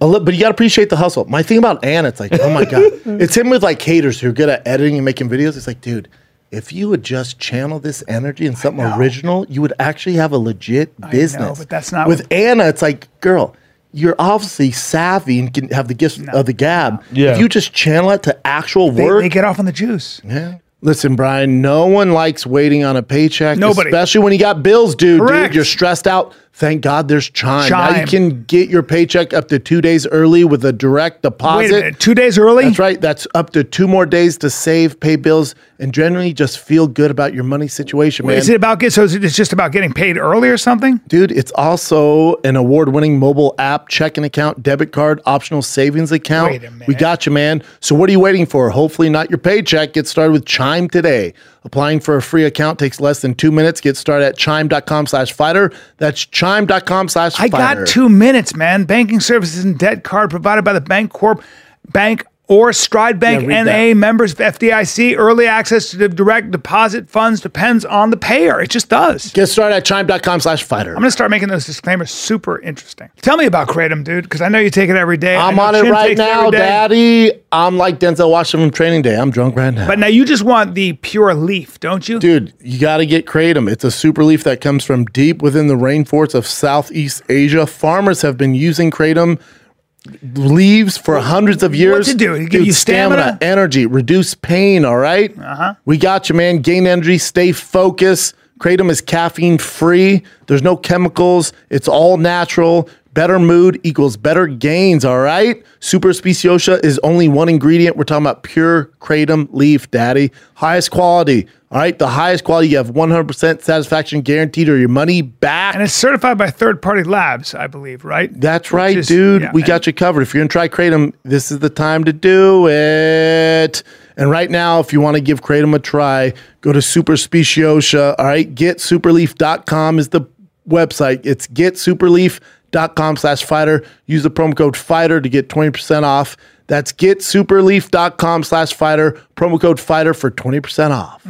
Speaker 2: A li- but you gotta appreciate the hustle. My thing about Anna, it's like, oh
Speaker 1: (laughs)
Speaker 2: my god, it's him with like haters who are good at editing and making videos. It's like, dude, if you would just channel this energy in something original, you would actually have a legit business.
Speaker 1: but that's not
Speaker 2: with
Speaker 1: what-
Speaker 2: Anna. It's like, girl, you're obviously savvy and can have the gifts of the gab.
Speaker 3: Yeah.
Speaker 2: If you just channel it to actual
Speaker 1: They,
Speaker 2: work,
Speaker 1: they get off on the juice.
Speaker 2: yeah. Listen, Brian, no one likes waiting on a paycheck.
Speaker 1: Nobody.
Speaker 2: Especially when you got bills, dude.
Speaker 1: Correct.
Speaker 2: Dude, you're stressed out. Thank God there's Chime. Now
Speaker 1: Chime.
Speaker 2: you can get your paycheck up to two days early with a direct deposit.
Speaker 1: Wait a minute. Two days early.
Speaker 2: That's right. That's up to two more days to save, pay bills, and generally just feel good about your money situation, man.
Speaker 1: Is it about get? So is it- it's just about getting paid early or something?
Speaker 2: Dude, it's also an award winning mobile app, checking account, debit card, optional savings account.
Speaker 1: Wait a minute.
Speaker 2: We got you, man. So, what are you waiting for? Hopefully, not your paycheck. Get started with Chime today. Applying for a free account takes less than two minutes. Get started at chime.com slash fighter. That's chime.com slash
Speaker 1: I
Speaker 2: fighter.
Speaker 1: got two minutes, man. Banking services and debt card provided by the Bank Corp Bank or Stride Bank
Speaker 2: read
Speaker 1: NA members of FDIC. Early access to the direct deposit funds depends on the payer. It just does.
Speaker 2: Get started at chime.com slash fighter.
Speaker 1: I'm gonna start making those disclaimers super interesting. Tell me about Kratom, dude, because I know you take it every day. I
Speaker 2: I'm
Speaker 1: know
Speaker 2: on it
Speaker 1: Jim
Speaker 2: right
Speaker 1: takes
Speaker 2: now,
Speaker 1: every day.
Speaker 2: daddy. I'm like Denzel Washington from training day. I'm drunk right now.
Speaker 1: But now you just want the pure leaf, don't you?
Speaker 2: Dude, you got to get kratom. It's a super leaf that comes from deep within the rainforests of Southeast Asia. Farmers have been using kratom leaves for hundreds of years.
Speaker 1: it do? It give you stamina?
Speaker 2: energy, reduce pain, all right? Uh-huh. We got you, man. Gain energy, stay focused. Kratom is caffeine free. There's no chemicals. It's all natural. Better mood equals better gains, all right? Super Speciosa is only one ingredient. We're talking about pure kratom leaf, daddy. Highest quality, all right? The highest quality. You have 100% satisfaction guaranteed or your money back.
Speaker 1: And it's certified by third party labs, I believe, right?
Speaker 2: That's right,
Speaker 1: is-
Speaker 2: dude.
Speaker 1: yeah,
Speaker 2: we
Speaker 1: and-
Speaker 2: got you covered. If you're gonna try kratom, this is the time to do it. And right now, if you want to give kratom a try, go to Super Speciosa. All right, getsuperleaf.com is the website. It's getsuperleaf.com slash fighter. Use the promo code fighter to get 20% off. That's getsuperleaf.com slash fighter, promo code fighter for 20% off.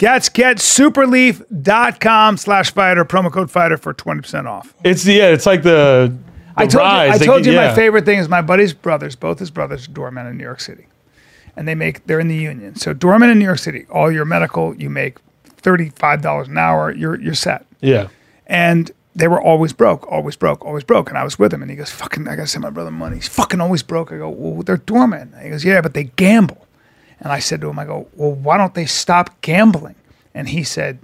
Speaker 1: That's getsuperleaf.com slash fighter, promo code fighter for 20% off.
Speaker 3: It's the yeah. It's like the.
Speaker 1: I told you, I
Speaker 3: They
Speaker 1: told
Speaker 3: get-
Speaker 1: you
Speaker 3: yeah.
Speaker 1: my favorite thing is my buddy's brothers, both his brothers are doormen in New York City. And they make, they're in the union. So doormen in New York City, all your medical, you make $35 an hour, you're, you're set.
Speaker 3: Yeah.
Speaker 1: And they were always broke, always broke, always broke. And I was with him and he goes, fucking, I gotta send my brother money. He's fucking always broke. I go, well, they're dormant. And he goes, yeah, but they gamble. And I said to him, I go, well, why don't they stop gambling? And he said,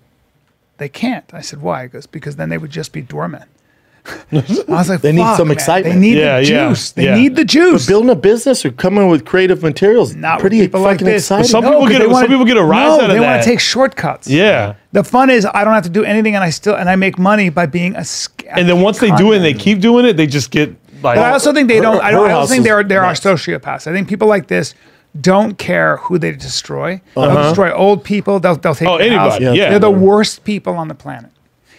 Speaker 1: they can't. I said, why? He goes, because then they would just be
Speaker 2: (laughs)
Speaker 1: dormant. I was like,
Speaker 2: They need
Speaker 1: "Fuck,
Speaker 2: some
Speaker 1: man.
Speaker 2: excitement."
Speaker 1: They need
Speaker 3: Yeah,
Speaker 1: the
Speaker 3: yeah,
Speaker 1: juice. They
Speaker 3: yeah.
Speaker 1: need the juice.
Speaker 2: Building a business or coming with creative materials,
Speaker 1: Not
Speaker 2: pretty
Speaker 1: with people
Speaker 2: fucking
Speaker 1: like this.
Speaker 2: exciting.
Speaker 3: Some people
Speaker 1: 'cause
Speaker 3: get
Speaker 1: they
Speaker 3: a- some
Speaker 1: wanna-
Speaker 3: people get a rise
Speaker 1: no,
Speaker 3: out of
Speaker 1: They want
Speaker 3: that.
Speaker 1: to take shortcuts.
Speaker 3: Yeah.
Speaker 1: The fun is I don't have to do anything and I still and I make money by being a sc-
Speaker 3: And then once they do it and they keep doing it, they just get like.
Speaker 1: But I also think they don't. I, don't, I
Speaker 2: her house
Speaker 1: also think
Speaker 2: is
Speaker 1: there are there are sociopaths. I think people like this don't care who they destroy.
Speaker 2: Uh-huh.
Speaker 1: They'll destroy old people. They'll they'll take
Speaker 3: Oh,
Speaker 1: their
Speaker 3: anybody,
Speaker 1: house.
Speaker 3: yeah. Yeah.
Speaker 1: they're the worst people on the planet.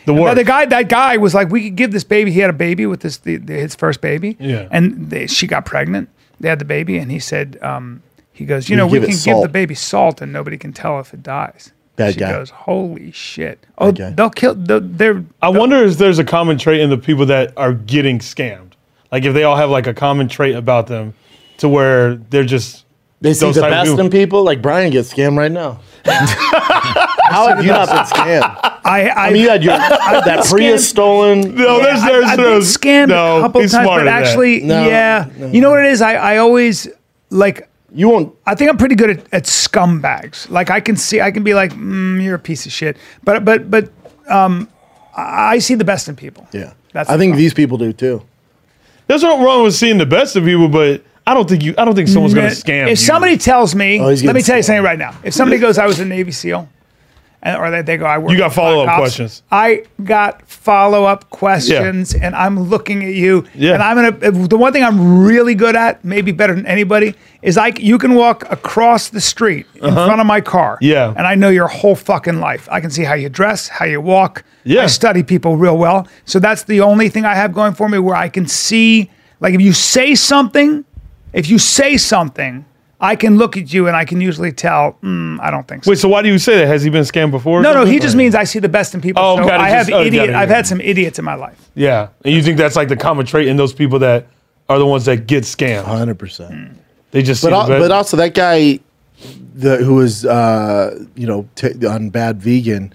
Speaker 3: the
Speaker 1: Now,
Speaker 3: work.
Speaker 1: the guy, that guy was like, we could give this baby. He had a baby with this the, the- his first baby.
Speaker 3: Yeah.
Speaker 1: and they, she got pregnant. They had the baby, and he said, um, he goes, you know, we
Speaker 2: give it
Speaker 1: can give
Speaker 2: salt."
Speaker 1: the baby salt, and nobody can tell if it dies.
Speaker 2: Bad
Speaker 1: she
Speaker 2: guy.
Speaker 1: goes, holy shit! Oh,
Speaker 2: guy.
Speaker 1: they'll kill. They're, they're
Speaker 3: I wonder if there's a common trait in the people that are getting scammed. Like if they all have like a common trait about them, to where they're just
Speaker 2: They see
Speaker 3: those
Speaker 2: the
Speaker 3: type of
Speaker 2: best
Speaker 3: people.
Speaker 2: in people. Like Brian gets scammed
Speaker 1: (laughs)
Speaker 2: right now. How have you not been scammed?
Speaker 1: I I,
Speaker 2: I mean, you
Speaker 1: (laughs)
Speaker 2: had your that Prius stolen.
Speaker 3: No,
Speaker 1: Yeah,
Speaker 3: there's there's
Speaker 1: I've,
Speaker 3: there's
Speaker 1: I've been scammed
Speaker 3: no,
Speaker 1: a couple
Speaker 3: he's
Speaker 1: times,
Speaker 3: smarter
Speaker 1: but
Speaker 3: than that.
Speaker 1: actually,
Speaker 2: No,
Speaker 1: yeah, you know what it is. I, I always like.
Speaker 2: You won't.
Speaker 1: I think I'm pretty good at, at scumbags. Like I can see, I can be like, mm, you're a piece of shit. But but but um, I I see the best in people.
Speaker 2: Yeah,
Speaker 1: That's
Speaker 2: I
Speaker 1: the
Speaker 2: think
Speaker 1: problem.
Speaker 2: these people do too.
Speaker 3: there's nothing wrong with seeing the best of people, but I don't think you I don't think someone's gonna scam. you.
Speaker 1: If somebody tells me,
Speaker 2: Oh, he's
Speaker 1: let me
Speaker 2: getting
Speaker 1: tell you
Speaker 2: scammed.
Speaker 1: something right now. If somebody goes, I was a Navy SEAL, and or they, they go, I work.
Speaker 3: You got
Speaker 1: with black
Speaker 3: follow-up
Speaker 1: ops,"
Speaker 3: questions.
Speaker 1: I got follow up questions, and I'm looking at you.
Speaker 3: Yeah.
Speaker 1: And I'm gonna. The one thing I'm really good at, maybe better than anybody, is like you can walk across the street in front of my car.
Speaker 3: Uh-huh. Yeah.
Speaker 1: And I know your whole fucking life. I can see how you dress, how you walk.
Speaker 3: Yeah.
Speaker 1: I study people real well. So that's the only thing I have going for me where I can see, like, if you say something, if you say something, I can look at you and I can usually tell, mm, I don't think so.
Speaker 3: Wait, so why do you say that? Has he been scammed before? or
Speaker 1: no, no,
Speaker 3: something?
Speaker 1: he just means I see the best in people.
Speaker 3: Oh,
Speaker 1: so
Speaker 3: got it,
Speaker 1: I have
Speaker 3: just- oh,
Speaker 1: idiot.
Speaker 3: got it,
Speaker 1: I've
Speaker 3: yeah.
Speaker 1: had some idiots in my life.
Speaker 3: Yeah. And you think that's like the common trait in those people that are the ones that get scammed.
Speaker 2: Hundred percent.
Speaker 3: They just
Speaker 2: Mm. But
Speaker 3: see
Speaker 2: al-
Speaker 3: the best-
Speaker 2: but also that guy, the who was uh, you know t- on Bad Vegan,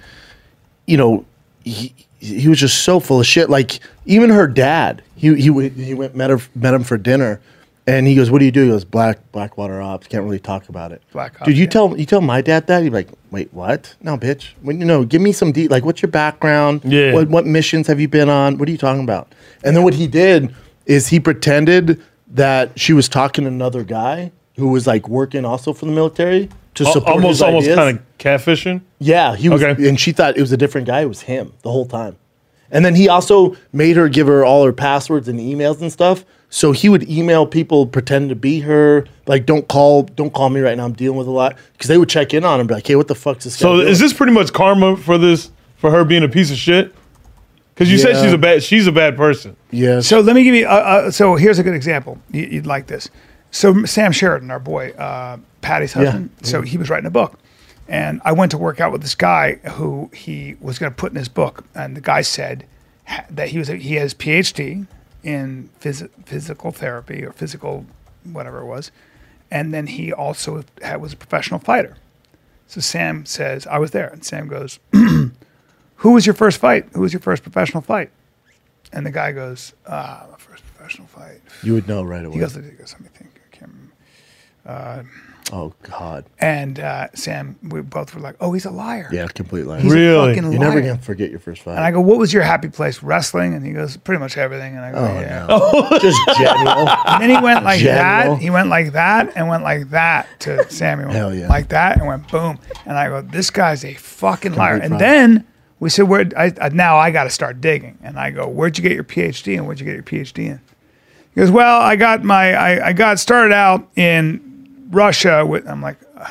Speaker 2: you know he he was just so full of shit. Like even her dad, he he w- he went met her met him for dinner, and he goes, "What do you do?" He goes, "Black Blackwater Ops." Can't really talk about it.
Speaker 1: Black Ops,
Speaker 2: Dude, you
Speaker 1: yeah.
Speaker 2: tell you tell my dad that you're like, wait, what? No, bitch. When you know, give me some deep. Like, what's your background?
Speaker 3: Yeah.
Speaker 2: What what missions have you been on? What are you talking about? And then what he did is he pretended that she was talking to another guy who was like working also for the military to
Speaker 3: Al-
Speaker 2: support
Speaker 3: almost
Speaker 2: his
Speaker 3: almost
Speaker 2: ideas.
Speaker 3: kind of catfishing.
Speaker 2: Yeah, he was,
Speaker 3: Okay.
Speaker 2: and she thought it was a different guy. It was him the whole time. And then he also made her give her all her passwords and emails and stuff. So he would email people, pretend to be her, like "Don't call, don't call me right now. I'm dealing with a lot." Because they would check in on him, be like, "Hey, what the fuck's this?"
Speaker 3: So
Speaker 2: guy
Speaker 3: is
Speaker 2: doing?"
Speaker 3: this pretty much karma for this for her being a piece of shit? Because you
Speaker 2: Yeah.
Speaker 3: said she's a bad she's a bad person.
Speaker 2: yes,
Speaker 1: So let me give you. Uh, uh, so here's a good example. You, you'd like this. So Sam Sheridan, our boy, uh, Patty's husband. So he was writing a book, and I went to work out with this guy who he was going to put in his book, and the guy said ha- that he was a, he has PhD in phys- physical therapy or physical whatever it was, and then he also had, was a professional fighter. So Sam says, "I was there," and Sam goes, (clears throat) "Who was your first fight? Who was your first professional fight?" And the guy goes, ah, my first professional fight.
Speaker 2: you would know right away.
Speaker 1: He goes, he goes, let me think. I can't remember.
Speaker 2: oh God,
Speaker 1: And uh, Sam, we both were like, oh, he's a liar.
Speaker 2: yeah, complete liar.
Speaker 1: He's
Speaker 2: You're
Speaker 3: Really?
Speaker 1: a fucking liar.
Speaker 2: never gonna forget your first
Speaker 1: and I
Speaker 2: fight.
Speaker 1: go, what was your happy place? Wrestling? And he goes, pretty much everything. And I go, yeah.
Speaker 2: (laughs)
Speaker 1: (laughs)
Speaker 2: Just general.
Speaker 1: And then he went like
Speaker 2: General.
Speaker 1: that. He went like that and went like that to Samuel.
Speaker 2: Hell yeah.
Speaker 1: Like that and went boom. And I go, this guy's a fucking liar. And
Speaker 2: fraud.
Speaker 1: then we said, where? I, I, now I got to start digging. And I go, where'd you get your PhD and where'd you get your PhD in? He goes, well, I got my, I, I got started out in Russia with. I'm like, "Uh,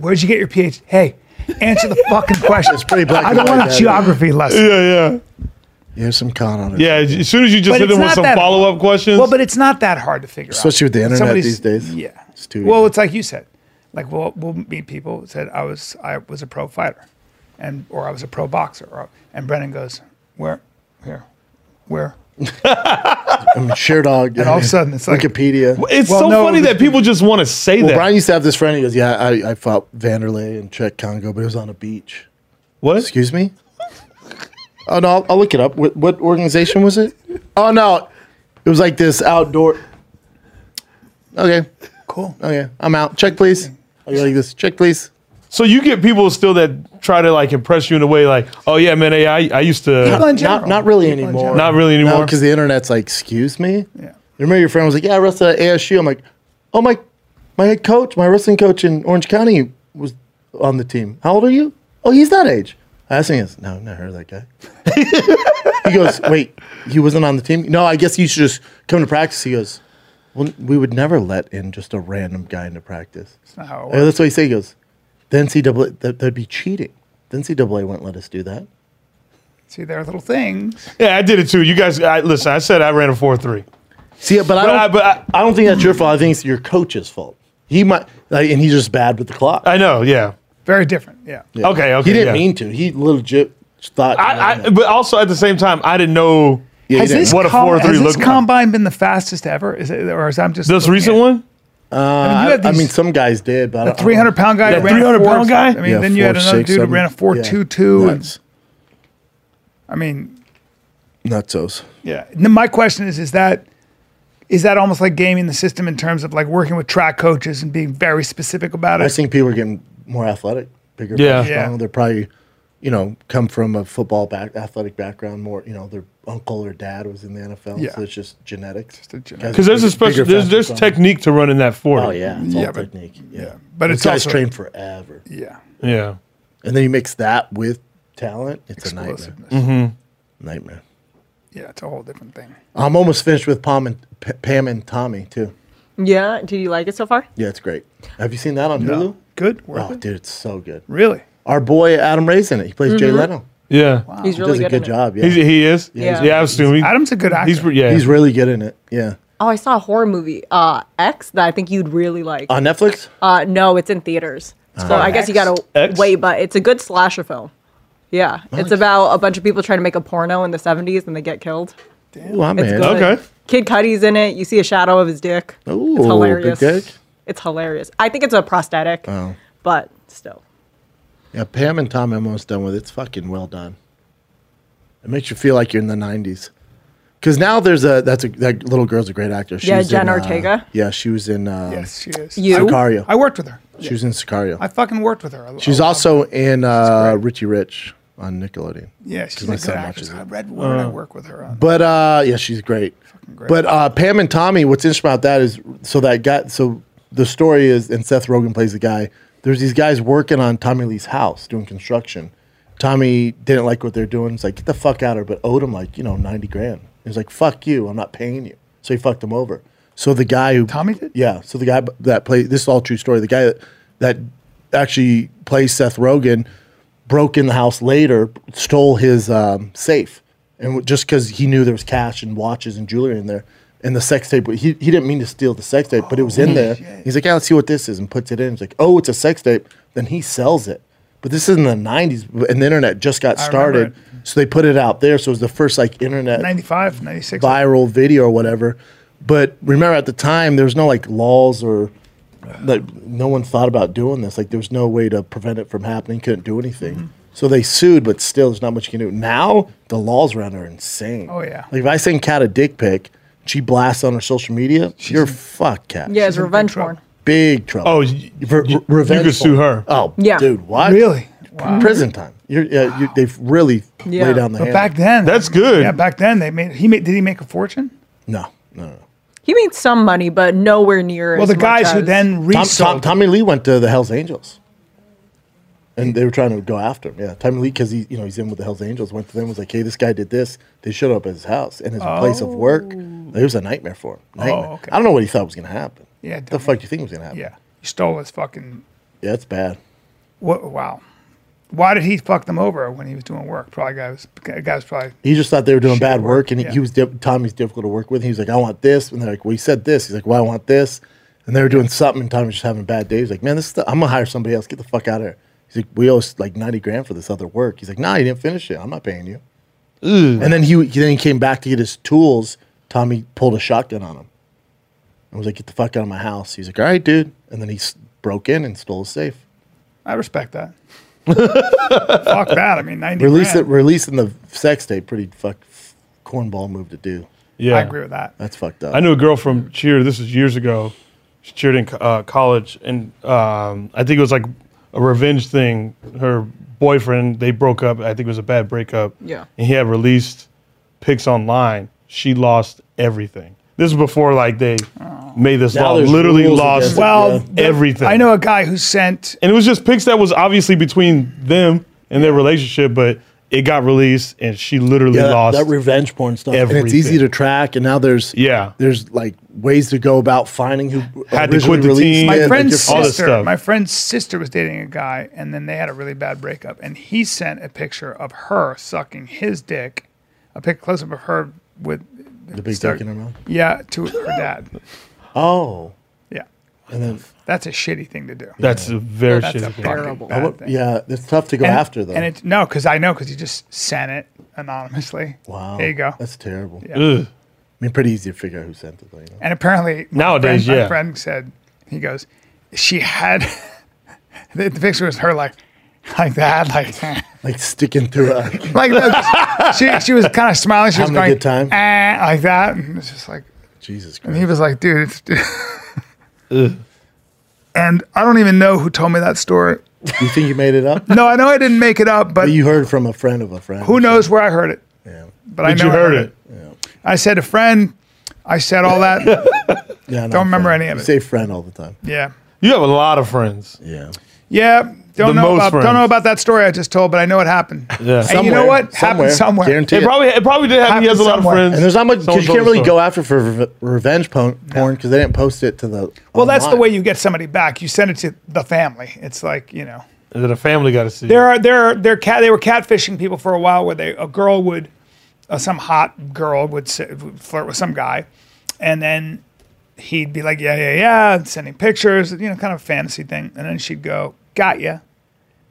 Speaker 1: where'd you get your PhD? Hey, answer
Speaker 2: (laughs)
Speaker 1: the fucking question.
Speaker 2: pretty black
Speaker 1: I
Speaker 2: and
Speaker 1: don't
Speaker 2: white,
Speaker 1: want a
Speaker 2: that
Speaker 1: geography lesson.
Speaker 3: Yeah, yeah,
Speaker 2: Here's some con on it.
Speaker 3: yeah. As soon as you just
Speaker 1: But
Speaker 3: hit
Speaker 1: it's
Speaker 3: them with
Speaker 1: not
Speaker 3: some
Speaker 1: that-
Speaker 3: follow up questions,
Speaker 1: Well, but it's not that hard to figure out.
Speaker 2: Especially with the internet
Speaker 1: Somebody's-
Speaker 2: these days.
Speaker 1: Yeah.
Speaker 2: It's too
Speaker 1: well,
Speaker 2: easy.
Speaker 1: it's like you said. like we'll, we'll meet people who said I was I was a pro fighter, and or I was a pro boxer, or, and Brennan goes where, here, where,
Speaker 2: I'm sure dog. And
Speaker 1: all of a sudden, it's like-
Speaker 2: Wikipedia.
Speaker 3: It's
Speaker 1: Well,
Speaker 3: so
Speaker 1: no,
Speaker 3: funny
Speaker 1: it was-
Speaker 3: that people just want to say
Speaker 2: Well,
Speaker 3: that.
Speaker 2: Brian used to have this friend. He goes, "Yeah, I, I fought Vanderlei and Czech Congo, but it was on a beach."
Speaker 3: what?
Speaker 2: Excuse me? (laughs) Oh no, I'll, I'll look it up. What, what organization was it? Oh no, it was like this outdoor. Okay,
Speaker 1: cool.
Speaker 2: okay, I'm out. Check please. Are you like this? Check please.
Speaker 3: So you get people still that try to like impress you in a way like, oh yeah, man, hey, I, I used to.
Speaker 1: People in
Speaker 2: Not,
Speaker 1: general.
Speaker 2: not really
Speaker 1: People in
Speaker 2: anymore.
Speaker 1: general.
Speaker 3: Not really anymore.
Speaker 2: because the internet's like, excuse me.
Speaker 1: Yeah.
Speaker 2: You remember your friend was like, yeah, I wrestled at ASU. I'm like, oh my, my head coach, my wrestling coach in Orange County was on the team. How old are you? Oh, he's that age. I asked him, he goes, no, I've never heard of that guy. (laughs) he goes, wait, he wasn't on the team? No, I guess you should just come to practice. He goes, well, we would never let in just a random guy into practice.
Speaker 1: That's not how it
Speaker 2: Uh,
Speaker 1: works.
Speaker 2: that's what he said. He goes, the NCAA, that, that'd be cheating. The NCAA wouldn't let us do that.
Speaker 1: See, there are little things.
Speaker 3: Yeah, I did it too. You guys, I, listen, I said I ran a four three.
Speaker 2: See, but I
Speaker 3: But
Speaker 2: don't,
Speaker 3: I- but I-
Speaker 2: I don't think that's your fault. I think it's your coach's fault. He might, like, and he's just bad with the clock.
Speaker 3: I know. Yeah.
Speaker 1: Very different. Yeah.
Speaker 2: Yeah.
Speaker 3: Okay, okay,
Speaker 2: He didn't
Speaker 3: yeah.
Speaker 2: mean to. He legit thought.
Speaker 3: I, I but also at the same time, I didn't know.
Speaker 2: Yeah, he
Speaker 1: Has
Speaker 2: didn't.
Speaker 1: this,
Speaker 3: What a
Speaker 1: com-
Speaker 3: 4-3
Speaker 1: has this
Speaker 3: look like.
Speaker 1: combine been the fastest ever? Is it, or is I'm just
Speaker 3: This
Speaker 1: looking
Speaker 3: recent
Speaker 1: at-
Speaker 3: one.
Speaker 1: I mean, you had
Speaker 2: I
Speaker 1: these-
Speaker 2: mean, some guys did, but I
Speaker 1: The
Speaker 2: don't-
Speaker 1: 300 pound guy,
Speaker 3: Yeah,
Speaker 1: who ran a
Speaker 3: 300
Speaker 1: four-
Speaker 3: pound guy?
Speaker 1: I mean,
Speaker 2: Yeah,
Speaker 1: then you had
Speaker 2: four,
Speaker 1: another
Speaker 2: six,
Speaker 1: dude who
Speaker 2: seven.
Speaker 1: ran a four
Speaker 2: Yeah.
Speaker 1: two two.
Speaker 2: Nuts.
Speaker 1: I mean,
Speaker 2: Nutsos.
Speaker 1: yeah. And then my question is, is that is that almost like gaming the system in terms of like working with track coaches and being very specific about
Speaker 2: I
Speaker 1: it?
Speaker 2: think people are getting more athletic, bigger.
Speaker 3: Yeah.
Speaker 2: more strong.
Speaker 1: Yeah.
Speaker 2: They're probably, you know, come from a football back, athletic background. More, you know, their uncle or dad was in the NFL,
Speaker 1: Yeah.
Speaker 2: so it's just genetics.
Speaker 1: a genetic-
Speaker 2: Guys
Speaker 3: Because there's
Speaker 2: bigger-
Speaker 3: a special
Speaker 2: bigger,
Speaker 3: there's
Speaker 2: faster,
Speaker 3: there's
Speaker 2: stronger.
Speaker 3: technique to running that four.
Speaker 2: Oh yeah, it's all
Speaker 1: Yeah, but-
Speaker 2: technique. Yeah,
Speaker 1: but
Speaker 2: Those
Speaker 1: it's
Speaker 2: guys
Speaker 1: also-
Speaker 2: train forever,
Speaker 1: Yeah,
Speaker 3: Yeah.
Speaker 2: and then you mix that with talent. It's a nightmare. Mm-hmm.
Speaker 1: explosiveness.
Speaker 2: Nightmare.
Speaker 1: Yeah, it's a whole different thing.
Speaker 2: I'm almost finished with Pam and P- Pam and Tommy too.
Speaker 4: Yeah. Do you like it so far?
Speaker 2: Yeah, it's great. Have you seen that on Hulu?
Speaker 1: Good, worth
Speaker 2: Oh,
Speaker 1: it.
Speaker 2: dude, it's so good.
Speaker 1: Really?
Speaker 2: Our boy Adam Ray's in it. He plays Jay Leno.
Speaker 3: Yeah.
Speaker 4: He's
Speaker 2: He
Speaker 4: Mm-hmm. really
Speaker 2: does a
Speaker 4: good.
Speaker 2: good
Speaker 4: in it.
Speaker 2: job. Yeah,
Speaker 3: He's, he is.
Speaker 4: Yeah.
Speaker 3: Yeah. I've seen. him.
Speaker 1: Adam's a good actor.
Speaker 3: He's pre- yeah.
Speaker 2: he's really good in it. Yeah,
Speaker 4: Oh, I saw a horror movie, uh, X, that I think you'd really like.
Speaker 2: on Netflix.
Speaker 4: Uh, no, it's in theaters.
Speaker 2: Oh.
Speaker 4: So I guess you gotta
Speaker 3: X?
Speaker 4: wait, but it's a good slasher film. Yeah, it's about a bunch of people trying to make a porno in the '70s and they get killed.
Speaker 2: Ooh, I'm
Speaker 4: It's
Speaker 2: in.
Speaker 4: good.
Speaker 3: Okay.
Speaker 4: Kid Cudi's in it. You see a shadow of his dick.
Speaker 2: Ooh,
Speaker 4: it's hilarious.
Speaker 2: big dick. Oh.
Speaker 4: It's hilarious. I think it's a prosthetic, but still.
Speaker 2: Yeah, Pam and Tommy. I'm almost done with it. It's fucking well done. It makes you feel like you're in the '90s. Because now there's a that's a that little girl's a great actor. She
Speaker 4: Yeah,
Speaker 2: was
Speaker 4: Jen
Speaker 2: in, uh,
Speaker 4: Ortega.
Speaker 2: yeah, she was in uh,
Speaker 1: Yes, she is.
Speaker 4: You-
Speaker 2: Sicario.
Speaker 1: I worked with her.
Speaker 2: she was in Sicario.
Speaker 1: I fucking worked with her. I-
Speaker 2: She's
Speaker 1: I-
Speaker 2: also in uh, Richie Rich on Nickelodeon.
Speaker 1: yeah, she's a
Speaker 2: my
Speaker 1: good
Speaker 2: son
Speaker 1: actress.
Speaker 2: watches
Speaker 1: I
Speaker 2: it.
Speaker 1: read where I work with her on.
Speaker 2: But uh, yeah, she's great.
Speaker 1: great.
Speaker 2: But uh, Pam and Tommy, what's interesting about that is so that guy. So the story is, and Seth Rogen plays the guy. There's these guys working on Tommy Lee's house doing construction. Tommy didn't like what they're doing. He's like, get the fuck out of here. But owed him like you know ninety grand. He was like, fuck you, I'm not paying you. So he fucked him over. So the guy who
Speaker 1: Tommy did?
Speaker 2: yeah. So the guy b- that played this is all true story. The guy that, that actually plays Seth Rogen broke in the house later, stole his um, safe, and w- just because he knew there was cash and watches and jewelry in there, and the sex tape. He he didn't mean to steal the sex tape, but it was in there. He's like, yeah, let's see what this is, and puts it in. He's like, oh, it's a sex tape. Then he sells it. But this is in the '90s, w- and the internet just got
Speaker 1: remember
Speaker 2: started, so they put it out there. So it was the first like internet
Speaker 1: 95, 96.
Speaker 2: viral video or whatever. But remember, at the time, there was no like laws or like no one thought about doing this. Like there was no way to prevent it from happening. Couldn't do anything.
Speaker 3: Mm-hmm.
Speaker 2: So they sued, but still, there's not much you can do. Now the laws around are insane.
Speaker 1: Oh, yeah.
Speaker 2: Like if I send Kat a dick pic, she blasts on her social media. you're fucked, Kat.
Speaker 4: Yeah,
Speaker 2: She's
Speaker 4: it's
Speaker 2: in
Speaker 4: revenge
Speaker 1: trouble.
Speaker 4: porn.
Speaker 2: big trouble.
Speaker 3: Oh, you,
Speaker 2: Re- re-
Speaker 3: you, you
Speaker 2: revengeful.
Speaker 3: could sue her.
Speaker 2: Oh,
Speaker 4: Yeah.
Speaker 2: dude, what?
Speaker 1: Really?
Speaker 2: Prison time. You're, yeah, you, they've really
Speaker 4: Yeah.
Speaker 2: laid down the
Speaker 1: But
Speaker 2: hand.
Speaker 1: back then,
Speaker 3: That's good.
Speaker 1: Yeah, back then they made he made. Did he make a fortune?
Speaker 2: no, no, no.
Speaker 4: He made some money, but nowhere near.
Speaker 1: Well,
Speaker 4: as
Speaker 1: the
Speaker 4: much
Speaker 1: guys who
Speaker 4: as-
Speaker 1: then
Speaker 2: Tom,
Speaker 1: resold.
Speaker 2: Tom, Tommy Lee went to the Hell's Angels, and they were trying to go after him. Yeah, Tommy Lee because he, you know, he's in with the Hell's Angels. Went to them was like, "Hey, this guy did this." They showed up at his house and his place of work. It was a nightmare for him. Nightmare.
Speaker 1: Oh. okay.
Speaker 2: I don't know what he thought was going to happen.
Speaker 1: Yeah,
Speaker 2: the fuck do you think was going to happen?
Speaker 1: yeah, he stole his fucking.
Speaker 2: yeah, it's bad.
Speaker 1: What, wow, why did he fuck them over when he was doing work? Probably guy was guy was probably
Speaker 2: He just thought they were doing bad work,
Speaker 1: work,
Speaker 2: and he,
Speaker 1: yeah.
Speaker 2: he was diff- Tommy's difficult to work with. He was like, "I want this," and they're like, "Well, he said this." He's like, "Well, I want this," And they were doing something, and Tommy was just having a bad day. He's like, "Man, this is the, I'm gonna hire somebody else. Get the fuck out of here." He's like, "We owe us like ninety grand for this other work." He's like, "Nah, you didn't finish it. I'm not paying you." And then he, he then he came back to get his tools. Tommy pulled a shotgun on him. I was like, "Get the fuck out of my house." He's like, "All right, dude." And then he s- broke in and stole his safe.
Speaker 1: I respect that. Fuck that. I mean, 90
Speaker 2: Release it,
Speaker 1: grand.
Speaker 2: releasing the sex tape. Pretty fuck cornball move to do.
Speaker 3: Yeah.
Speaker 1: I agree with that.
Speaker 2: That's fucked up.
Speaker 3: I knew a girl from cheer. This was years ago. She cheered in co- uh, college, and um, I think it was like a revenge thing. Her boyfriend they broke up. I think it was a bad breakup.
Speaker 4: Yeah.
Speaker 3: and he had released pics online. She lost everything. This was before like they made this
Speaker 2: Now
Speaker 3: law.
Speaker 2: there's
Speaker 3: Literally
Speaker 2: rules
Speaker 3: lost,
Speaker 2: against it,
Speaker 1: Well,
Speaker 2: Yeah.
Speaker 1: the-
Speaker 3: Everything.
Speaker 1: I know a guy who sent
Speaker 3: and it was just pics that was obviously between them and their relationship, but it got released, and she literally
Speaker 2: Yeah, that-
Speaker 3: lost.
Speaker 2: that revenge porn stuff. And it's
Speaker 3: everything.
Speaker 2: easy to track. And now there's
Speaker 3: Yeah.
Speaker 2: there's like ways to go about finding who
Speaker 3: Had to
Speaker 2: originally
Speaker 3: quit the
Speaker 2: released
Speaker 3: team.
Speaker 2: it,
Speaker 1: my
Speaker 3: Yeah,
Speaker 2: like
Speaker 1: friend's
Speaker 2: your-
Speaker 3: all this
Speaker 1: sister.
Speaker 3: stuff.
Speaker 1: My friend's sister was dating a guy, and then they had a really bad breakup. And he sent a picture of her sucking his dick, a pic close up of her with
Speaker 2: the big
Speaker 1: Start-
Speaker 2: dick in her mouth.
Speaker 1: yeah to her dad.
Speaker 2: Oh,
Speaker 1: Yeah,
Speaker 2: and then
Speaker 1: that's a shitty thing to do.
Speaker 3: That's a very
Speaker 4: That's
Speaker 3: shitty.
Speaker 4: a
Speaker 3: thing.
Speaker 4: terrible.
Speaker 1: Bad
Speaker 2: what-
Speaker 1: thing.
Speaker 2: yeah, it's tough to go
Speaker 1: And-
Speaker 2: after though.
Speaker 1: And it no, because I know because he just sent it anonymously.
Speaker 2: wow,
Speaker 1: There you go.
Speaker 2: That's terrible. I
Speaker 3: Ugh.
Speaker 2: mean, pretty easy to figure out who sent it. Though, you know?
Speaker 1: And apparently, my
Speaker 3: Nowadays,
Speaker 1: friend, my
Speaker 3: yeah.
Speaker 1: friend said he goes, she had (laughs) the, the picture was her like like that like (laughs)
Speaker 2: Like sticking through a
Speaker 1: like that. she she was kind of smiling. She was
Speaker 2: Having a
Speaker 1: going
Speaker 2: good time?
Speaker 1: "Eh," like that, and it's just like
Speaker 2: Jesus
Speaker 1: and he
Speaker 2: Christ.
Speaker 1: was like, dude, it's. And I don't even know who told me that story.
Speaker 2: you think you made it up?
Speaker 1: No, I know I didn't make it up, but
Speaker 2: You heard from a friend of a friend.
Speaker 1: Who knows where I heard it?
Speaker 2: Yeah.
Speaker 1: But, I
Speaker 3: But
Speaker 1: know
Speaker 3: you
Speaker 1: I
Speaker 3: heard it.
Speaker 1: I said a friend. I said all
Speaker 3: (laughs)
Speaker 1: that.
Speaker 2: Yeah, no,
Speaker 1: Don't remember
Speaker 2: friend.
Speaker 1: any of
Speaker 2: You
Speaker 1: it.
Speaker 2: say friend all the time.
Speaker 1: yeah,
Speaker 3: You have a lot of friends.
Speaker 2: Yeah.
Speaker 1: yeah. Don't
Speaker 3: The
Speaker 1: know
Speaker 3: most
Speaker 1: about don't
Speaker 3: friends.
Speaker 1: know about that story I just told, but I know it happened.
Speaker 3: Yeah.
Speaker 1: And you know what? Happened somewhere.
Speaker 2: Guarantee
Speaker 3: It
Speaker 2: it.
Speaker 3: probably it probably did happen. He has a lot of
Speaker 1: Somewhere.
Speaker 3: friends.
Speaker 2: And there's not much 'cause
Speaker 3: Someone
Speaker 2: you
Speaker 3: told
Speaker 2: can't really
Speaker 3: us
Speaker 2: go
Speaker 3: so.
Speaker 2: after for re- revenge po- porn because they didn't post it to the.
Speaker 1: Well, that's the way you get somebody back. You send it to the family. It's like you know.
Speaker 3: That a family got to see.
Speaker 1: There are there are there cat they were catfishing people for a while where they a girl would uh, some hot girl would, sit, would flirt with some guy, and then he'd be like yeah yeah yeah and sending pictures you know kind of a fantasy thing, and then she'd go got ya,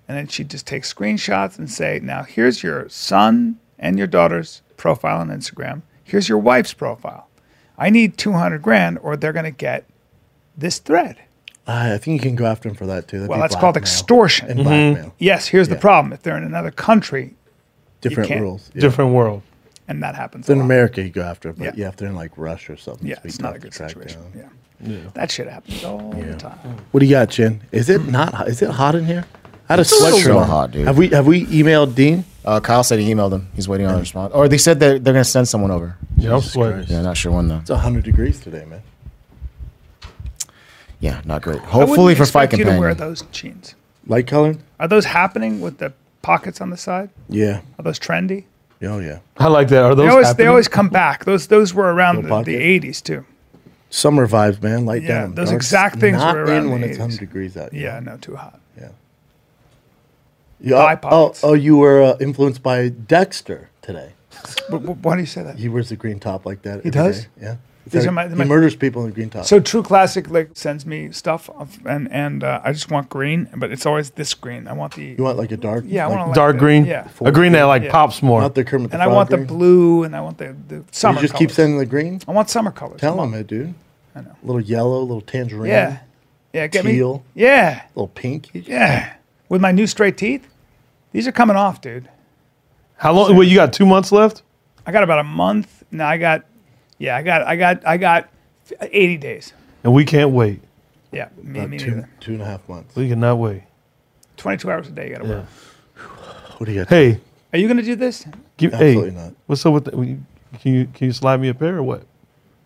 Speaker 1: and then she'd just take screenshots and say now here's your son and your daughter's profile on Instagram here's your wife's profile, I need two hundred grand or they're gonna get this thread.
Speaker 2: I think you can go after them for that too. That'd
Speaker 1: Well,
Speaker 2: be
Speaker 1: that's called
Speaker 2: blackmail
Speaker 1: extortion.
Speaker 5: Mm-hmm.
Speaker 2: And blackmail.
Speaker 1: Yes, here's the
Speaker 2: Yeah.
Speaker 1: problem. If they're in another country,
Speaker 2: Different
Speaker 1: can't-
Speaker 2: rules. Yeah.
Speaker 3: different world.
Speaker 1: and that happens.
Speaker 2: In
Speaker 1: a lot.
Speaker 2: America, you go after it, but
Speaker 1: Yeah.
Speaker 2: yeah. if they're in like Russia or something,
Speaker 1: yeah,
Speaker 2: be
Speaker 1: it's
Speaker 2: tough
Speaker 1: not a
Speaker 2: to
Speaker 1: good
Speaker 2: track
Speaker 1: situation.
Speaker 2: down.
Speaker 1: Yeah. that shit happens all the time.
Speaker 2: What do you got, Jen? Is it not? hot- Is it hot in here? I had a
Speaker 5: little
Speaker 2: sweatshirt on.
Speaker 5: hot, dude.
Speaker 2: Have we have we emailed Dean?
Speaker 5: Uh, Kyle said he emailed them. He's waiting on a response. Or they said that they're going to send someone over.
Speaker 3: Yeah, I'm sweating.
Speaker 5: Yeah, not sure when though.
Speaker 2: It's hundred degrees today, man.
Speaker 5: Yeah, not great.
Speaker 1: I wouldn't
Speaker 5: Hopefully for Fight
Speaker 1: expect you to
Speaker 5: Companion.
Speaker 1: wear those jeans.
Speaker 2: Light colored?
Speaker 1: Are those happening with the pockets on the side?
Speaker 2: Yeah.
Speaker 1: Are those trendy?
Speaker 2: Oh yeah.
Speaker 3: I like that. Are those?
Speaker 1: They always, they
Speaker 3: happening?
Speaker 1: always come back. Those those were around
Speaker 2: Little
Speaker 1: the, the
Speaker 2: pocket.
Speaker 1: 80s too.
Speaker 2: Summer vibes, man. Light
Speaker 1: Yeah,
Speaker 2: down.
Speaker 1: those
Speaker 2: Dark's
Speaker 1: exact things
Speaker 2: Not
Speaker 1: were around
Speaker 2: in when
Speaker 1: the
Speaker 2: it's
Speaker 1: 80s.
Speaker 2: hundred degrees out.
Speaker 1: Yeah, no, too hot.
Speaker 2: You,
Speaker 1: Eye
Speaker 2: oh, oh,
Speaker 1: pockets.
Speaker 2: oh, you were uh, influenced by Dexter today.
Speaker 1: But, but why do you say that?
Speaker 2: He wears the green top like that. He
Speaker 1: does?
Speaker 2: Yeah.
Speaker 1: These are my-
Speaker 2: he
Speaker 1: my-
Speaker 2: murders people in the green top.
Speaker 1: So True Classic like sends me stuff of- and and uh, I just want green, but it's always this green. I want the
Speaker 2: you want like a dark?
Speaker 1: yeah, I
Speaker 2: like,
Speaker 1: want like
Speaker 3: dark
Speaker 1: the-
Speaker 3: green.
Speaker 1: Yeah,
Speaker 3: a green that like
Speaker 1: Yeah.
Speaker 3: pops more.
Speaker 2: not the Kermit the
Speaker 1: and I
Speaker 2: Frog
Speaker 1: want the
Speaker 2: green?
Speaker 1: blue, and I want the the summer.
Speaker 2: You just keep
Speaker 1: colors.
Speaker 2: sending the green.
Speaker 1: I want summer colors.
Speaker 2: Tell him it, dude. I know. little yellow, little tangerine.
Speaker 1: Yeah. Yeah, get me.
Speaker 2: Teal.
Speaker 1: Yeah.
Speaker 2: little pink. Yeah.
Speaker 1: Yeah. With my new straight teeth, these are coming off, dude.
Speaker 3: How long? Well, you got two months left.
Speaker 1: I got about a month. Now I got yeah, I got I got I got 80 days.
Speaker 3: And we can't wait.
Speaker 1: Yeah, me,
Speaker 2: About
Speaker 1: me
Speaker 2: two,
Speaker 1: neither.
Speaker 2: two and a half months.
Speaker 3: We cannot wait.
Speaker 1: 22 hours a day you got to work.
Speaker 2: What do you got?
Speaker 3: Hey,
Speaker 1: Are you going to do this?
Speaker 3: give,
Speaker 2: Absolutely
Speaker 3: hey,
Speaker 2: not.
Speaker 3: what's up with that? Can you can you slide me a pair or what?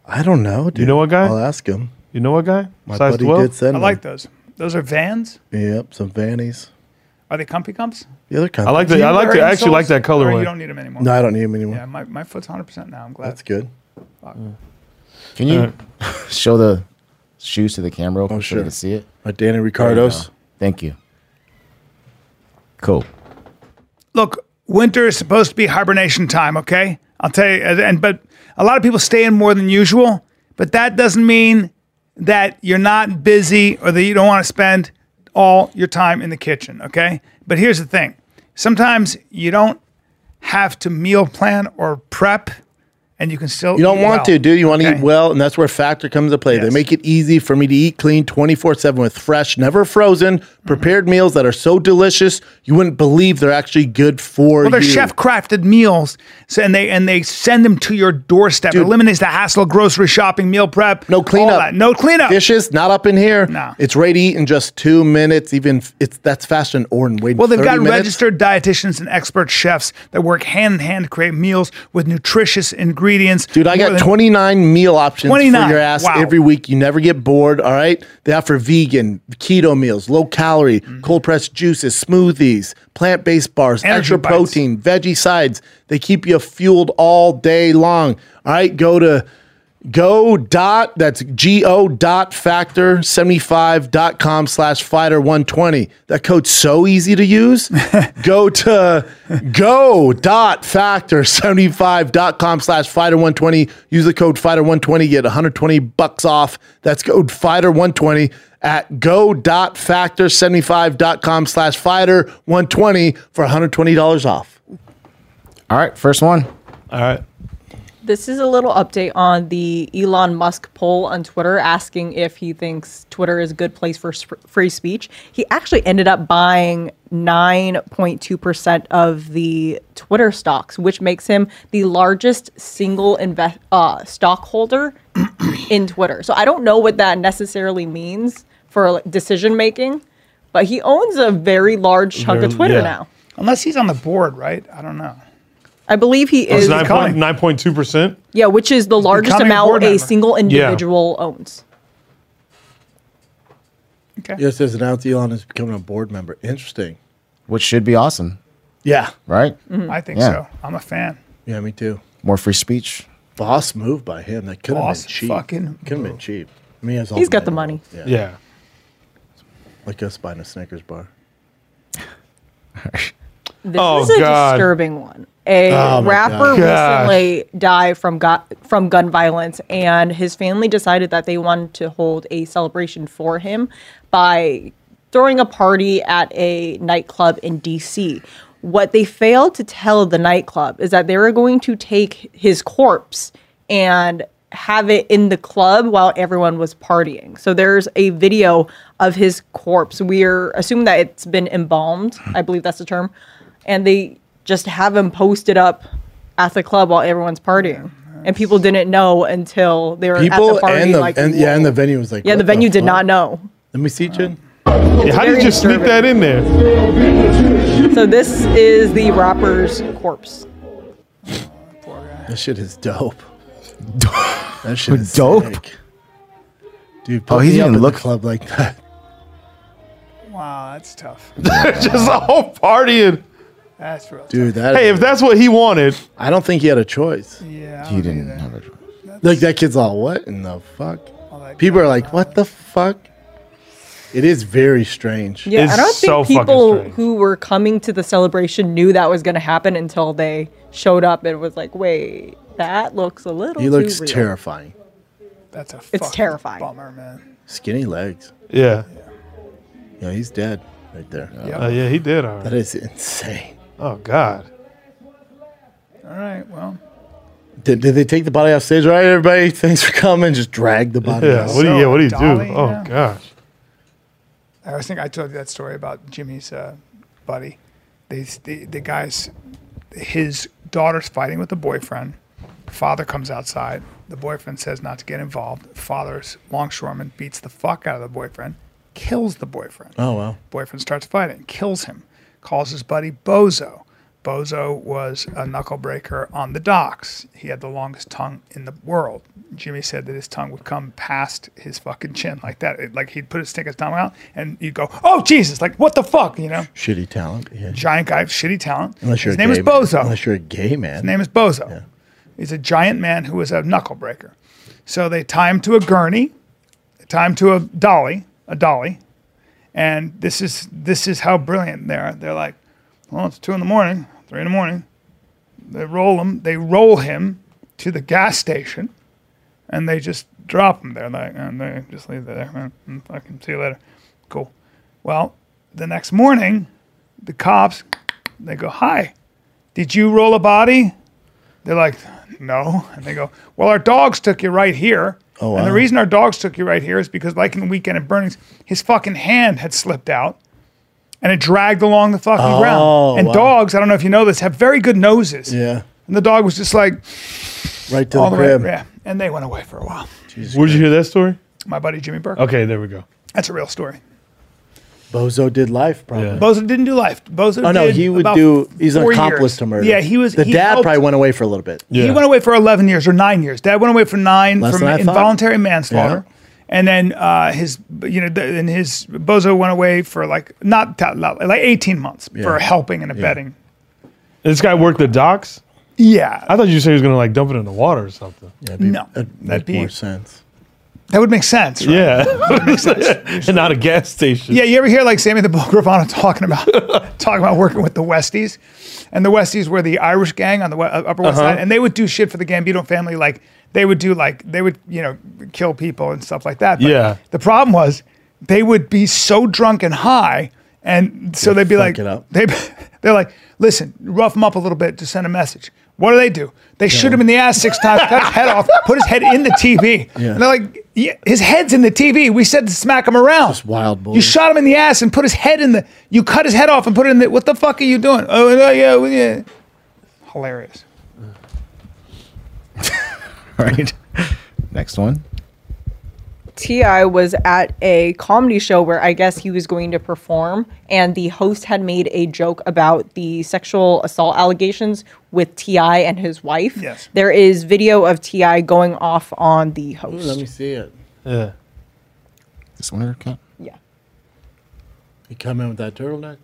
Speaker 2: I don't know, dude.
Speaker 3: know what, guy?
Speaker 2: I'll ask him.
Speaker 3: You know what, guy?
Speaker 2: My
Speaker 3: Size
Speaker 2: buddy
Speaker 3: twelve.
Speaker 2: did send.
Speaker 1: I
Speaker 2: them.
Speaker 1: like those. Those are Vans?
Speaker 2: Yep, some Vannies.
Speaker 1: Are they comfy comps?
Speaker 2: The other kind.
Speaker 3: I like
Speaker 1: Do
Speaker 3: the.
Speaker 1: you
Speaker 3: I like
Speaker 1: wear
Speaker 3: the. I actually
Speaker 1: insoles?
Speaker 3: like that
Speaker 1: Or you
Speaker 3: colorway.
Speaker 1: don't need them anymore.
Speaker 2: No, I don't need them anymore.
Speaker 1: Yeah, my, my foot's 100% now. I'm glad.
Speaker 2: That's good.
Speaker 5: Can you (laughs) show the shoes to the camera real quick so
Speaker 2: Oh, sure.
Speaker 5: they can see it?
Speaker 2: My Danny
Speaker 5: There you go.
Speaker 2: Ricardo's.
Speaker 5: Thank you. Cool.
Speaker 1: look, winter is supposed to be hibernation time, okay? I'll tell you, and but a lot of people stay in more than usual, but that doesn't mean that you're not busy or that you don't want to spend all your time in the kitchen, okay? But here's the thing sometimes you don't have to meal plan or prep and you can still
Speaker 2: You don't
Speaker 1: eat
Speaker 2: want
Speaker 1: well.
Speaker 2: to, dude. You want to
Speaker 1: Okay.
Speaker 2: eat well, and that's where Factor comes to play. They
Speaker 1: Yes.
Speaker 2: make it easy for me to eat clean 24 7 with fresh, never frozen,
Speaker 1: Mm-hmm.
Speaker 2: prepared meals that are so delicious, you wouldn't believe they're actually good for
Speaker 1: Well, they're
Speaker 2: you.
Speaker 1: chef crafted meals, so, and they and they send them to your doorstep. It
Speaker 2: Dude.
Speaker 1: eliminates the hassle of grocery shopping, meal prep,
Speaker 2: No
Speaker 1: all
Speaker 2: cleanup.
Speaker 1: that. no cleanup.
Speaker 2: Dishes, not up in here.
Speaker 1: No.
Speaker 2: It's ready to eat in just two minutes. Even f- it's that's faster than Orton waiting.
Speaker 1: Well, they've
Speaker 2: 30
Speaker 1: got
Speaker 2: minutes.
Speaker 1: registered dietitians and expert chefs that work hand in hand to create meals with nutritious ingredients.
Speaker 2: Dude, I
Speaker 1: More
Speaker 2: got
Speaker 1: than-
Speaker 2: 29 meal options
Speaker 1: 29,
Speaker 2: for your ass
Speaker 1: wow.
Speaker 2: every week. You never get bored, all right? They offer vegan, keto meals, low calorie, cold pressed juices, smoothies, plant based bars,
Speaker 1: Mm-hmm. Energy
Speaker 2: extra
Speaker 1: bites.
Speaker 2: protein, veggie sides. They keep you fueled all day long. All right, go to go dot that's go dot factor 75.com slash fighter 120 that code's so easy to
Speaker 1: (laughs)
Speaker 2: use go to go dot factor 75.com slash fighter 120 use the code fighter 120 get 120 bucks off that's code fighter 120 at go dot factor 75.com slash fighter 120 for 120 dollars off
Speaker 5: All right, first one.
Speaker 3: All right.
Speaker 4: This is a little update on the Elon Musk poll on Twitter asking if he thinks Twitter is a good place for sp- free speech. He actually ended up buying 9.2% of the Twitter stocks, which makes him the largest single invest uh, (clears throat) stockholder in Twitter. So I don't know what that necessarily means for like, decision making, but he owns a very large chunk of
Speaker 3: Very-
Speaker 4: Twitter
Speaker 3: yeah.
Speaker 4: now.
Speaker 1: unless he's on the board, right? I don't know.
Speaker 4: I believe he
Speaker 3: It's
Speaker 4: is
Speaker 1: not- coming.
Speaker 3: 9.2%.
Speaker 4: yeah, which is the largest
Speaker 1: becoming a board
Speaker 4: amount a
Speaker 1: member.
Speaker 4: single individual owns.
Speaker 2: yes there's announced elon is becoming a board member interesting
Speaker 5: which should be awesome,
Speaker 2: yeah Mm-hmm.
Speaker 5: right?
Speaker 1: I think
Speaker 5: Yeah.
Speaker 1: so. I'm a fan.
Speaker 2: yeah me too
Speaker 5: More free speech.
Speaker 2: Boss move by him. That could have been
Speaker 1: Boss
Speaker 2: cheap.
Speaker 1: fucking
Speaker 2: could have been cheap. I mean, has
Speaker 4: He's got the money.
Speaker 2: Yeah.
Speaker 3: Yeah.
Speaker 2: like us buying a Snickers bar.
Speaker 4: This
Speaker 3: Oh,
Speaker 4: is a
Speaker 3: God. Oh,
Speaker 4: disturbing one. A
Speaker 2: my
Speaker 4: rapper
Speaker 3: God. Gosh.
Speaker 4: recently died from go- from gun violence, and his family decided that they wanted to hold a celebration for him by throwing a party at a nightclub in D.C. What they failed to tell the nightclub is that they were going to take his corpse and have it in the club while everyone was partying. So there's a video of his corpse. We're assuming that it's been embalmed. I believe that's the term. And they just have him posted up at the club while everyone's partying. And people didn't know until they were at
Speaker 2: People
Speaker 4: the party.
Speaker 2: and the
Speaker 4: like,
Speaker 2: and, yeah, and the
Speaker 4: whoa.
Speaker 2: venue was like
Speaker 4: yeah, the
Speaker 2: what
Speaker 4: venue did
Speaker 2: fuck?
Speaker 4: not know.
Speaker 2: Let me see, Jen.
Speaker 3: Yeah, How did
Speaker 4: Very
Speaker 3: you sneak
Speaker 4: disturbing.
Speaker 3: that in there?
Speaker 4: So this is the rapper's corpse.
Speaker 2: That shit is (laughs) dope. that shit is
Speaker 5: Dope?
Speaker 2: sick. Dude,
Speaker 5: Oh,
Speaker 2: oh,
Speaker 5: he
Speaker 2: he
Speaker 5: didn't
Speaker 2: didn't
Speaker 5: look-
Speaker 2: look club like (laughs) that.
Speaker 1: Wow, that's tough.
Speaker 3: (laughs) Just a whole partying.
Speaker 1: That's real.
Speaker 2: Dude, that
Speaker 3: Hey, if that's what he wanted,
Speaker 2: I don't think he had a choice.
Speaker 1: tough. Yeah, I
Speaker 5: He
Speaker 1: don't
Speaker 5: didn't
Speaker 1: either.
Speaker 5: have a
Speaker 2: Like that kid's all what in the fuck?
Speaker 1: All that
Speaker 2: People are like, what the fuck? It is very strange.
Speaker 4: Yeah,
Speaker 3: It's
Speaker 4: I don't
Speaker 3: so
Speaker 4: think
Speaker 3: fucking
Speaker 4: people
Speaker 3: strange.
Speaker 4: who were coming to the celebration knew that was going to happen until they showed up and was like, "Wait, that looks a little."
Speaker 2: He looks
Speaker 4: too real."
Speaker 2: terrifying.
Speaker 1: That's a.
Speaker 4: It's
Speaker 1: fucking
Speaker 4: terrifying.
Speaker 1: Bummer, man.
Speaker 2: Skinny legs.
Speaker 3: yeah.
Speaker 2: Yeah, he's dead right there.
Speaker 1: Yeah.
Speaker 3: Uh, yeah, he did. All
Speaker 2: That
Speaker 3: right.
Speaker 2: is insane.
Speaker 3: Oh, God.
Speaker 1: All right. Well,
Speaker 2: Did, did they take the body off stage? All right, everybody, thanks for coming. Just drag the (laughs) body.
Speaker 3: Yeah.
Speaker 2: off.
Speaker 3: What do you, yeah, what do you
Speaker 1: Dolly,
Speaker 3: do? Oh,
Speaker 1: yeah.
Speaker 3: gosh.
Speaker 1: I was thinking I told you that story about Jimmy's uh, buddy. They, the the guys, his daughter's fighting with the boyfriend. Father comes outside. The boyfriend says not to get involved. Father's longshoreman beats the fuck out of the boyfriend, kills the boyfriend.
Speaker 2: Oh wow.
Speaker 1: Boyfriend starts fighting, kills him, calls his buddy Bozo. Bozo was a knuckle breaker on the docks. He had the longest tongue in the world. Jimmy said that his tongue would come past his fucking chin like that. It- like he'd put his stick his tongue out and you'd go, oh Jesus, like what the fuck, you know?
Speaker 2: Shitty talent. Yeah.
Speaker 1: Giant guy, shitty talent.
Speaker 2: Unless you're
Speaker 1: his
Speaker 2: a
Speaker 1: name
Speaker 2: gay
Speaker 1: is
Speaker 2: man.
Speaker 1: Bozo.
Speaker 2: Unless you're a gay man.
Speaker 1: His name is Bozo. He's a giant man who was a knuckle breaker. So they tie him to a gurney, they tie him to a dolly, a dolly, and this is this is how brilliant they are. They're like, well, it's two in the morning, three in the morning. They roll him. They roll him to the gas station, and they just drop them there, like, and they just leave it there. man, mm, Fucking see you later. Cool. Well, the next morning, the cops, they go, "Hi, did you roll a body?" They're like, "No," and they go, "Well, our dogs took you right here." Oh, And the
Speaker 2: wow.
Speaker 1: reason our dogs took you right here is because, like in the weekend at Burnings, his fucking hand had slipped out and it dragged along the fucking ground. And
Speaker 2: Oh, wow.
Speaker 1: dogs, I don't know if you know this, have very good noses.
Speaker 2: Yeah.
Speaker 1: And the dog was just like
Speaker 2: Right to
Speaker 1: all
Speaker 2: the
Speaker 1: the way.
Speaker 2: crib.
Speaker 1: Yeah. And they went away for a while.
Speaker 3: Where'd you hear that story?
Speaker 1: My buddy Jimmy Burke.
Speaker 3: Okay, there we go.
Speaker 1: That's a real story.
Speaker 2: Bozo did life, probably.
Speaker 3: Yeah.
Speaker 1: Bozo didn't do life. Bozo.
Speaker 2: Oh no,
Speaker 1: did
Speaker 2: he would
Speaker 1: about
Speaker 2: do. He's an
Speaker 1: four
Speaker 2: accomplice
Speaker 1: years.
Speaker 2: to murder.
Speaker 1: Yeah, he was.
Speaker 2: The
Speaker 1: he
Speaker 2: dad
Speaker 1: helped-
Speaker 2: probably went away for a little bit.
Speaker 1: He
Speaker 3: Yeah.
Speaker 1: went away for 11 years or nine years. Dad went away for nine
Speaker 2: Less
Speaker 1: for
Speaker 2: than I thought.
Speaker 1: involuntary manslaughter. And then uh, his, you know, th- and his bozo went away for like not that lo- like eighteen months for helping and abetting.
Speaker 3: This guy worked the docks.
Speaker 1: Yeah,
Speaker 3: I thought you said he was gonna like dump it in the water or something.
Speaker 2: That'd be-
Speaker 1: No,
Speaker 2: that'd
Speaker 1: that'd
Speaker 2: make
Speaker 1: be-
Speaker 2: more sense.
Speaker 1: that would make sense. Right?
Speaker 3: Yeah, (laughs) and not a gas station.
Speaker 1: Yeah, you ever hear like Sammy the Bull (laughs) Gravano talking about
Speaker 2: (laughs)
Speaker 1: talking about working with the Westies, and the Westies were the Irish gang on the we- uh, Upper West
Speaker 2: Uh-huh.
Speaker 1: Side, and they would do shit for the Gambino family. Like they would do like they would you know kill people and stuff like that. But
Speaker 3: Yeah.
Speaker 1: The problem was they would be so drunk and high, and so they'd be
Speaker 2: fuck
Speaker 1: like
Speaker 2: it up.
Speaker 1: they (laughs) they're like listen rough him up a little bit to send a message. What do they do? They shoot him in the ass six times, cut his head off, put his head in the TV.
Speaker 2: Yeah.
Speaker 1: And they're like, yeah, his head's in the TV. We said to smack him around.
Speaker 2: wild
Speaker 1: You
Speaker 2: bullshit.
Speaker 1: shot him in the ass and put his head in the. You cut his head off and put it in the. What the fuck are you doing? Oh no, yeah, we- yeah. Hilarious.
Speaker 5: right? Next one.
Speaker 4: Ti was at a comedy show where I guess he was going to perform, and the host had made a joke about the sexual assault allegations with Ti and his wife.
Speaker 1: Yes.
Speaker 4: there is video of Ti going off on the host.
Speaker 2: Let me see it.
Speaker 3: Yeah.
Speaker 5: This one or cut?
Speaker 2: Oh,
Speaker 4: yeah,
Speaker 2: He come in with that turtleneck.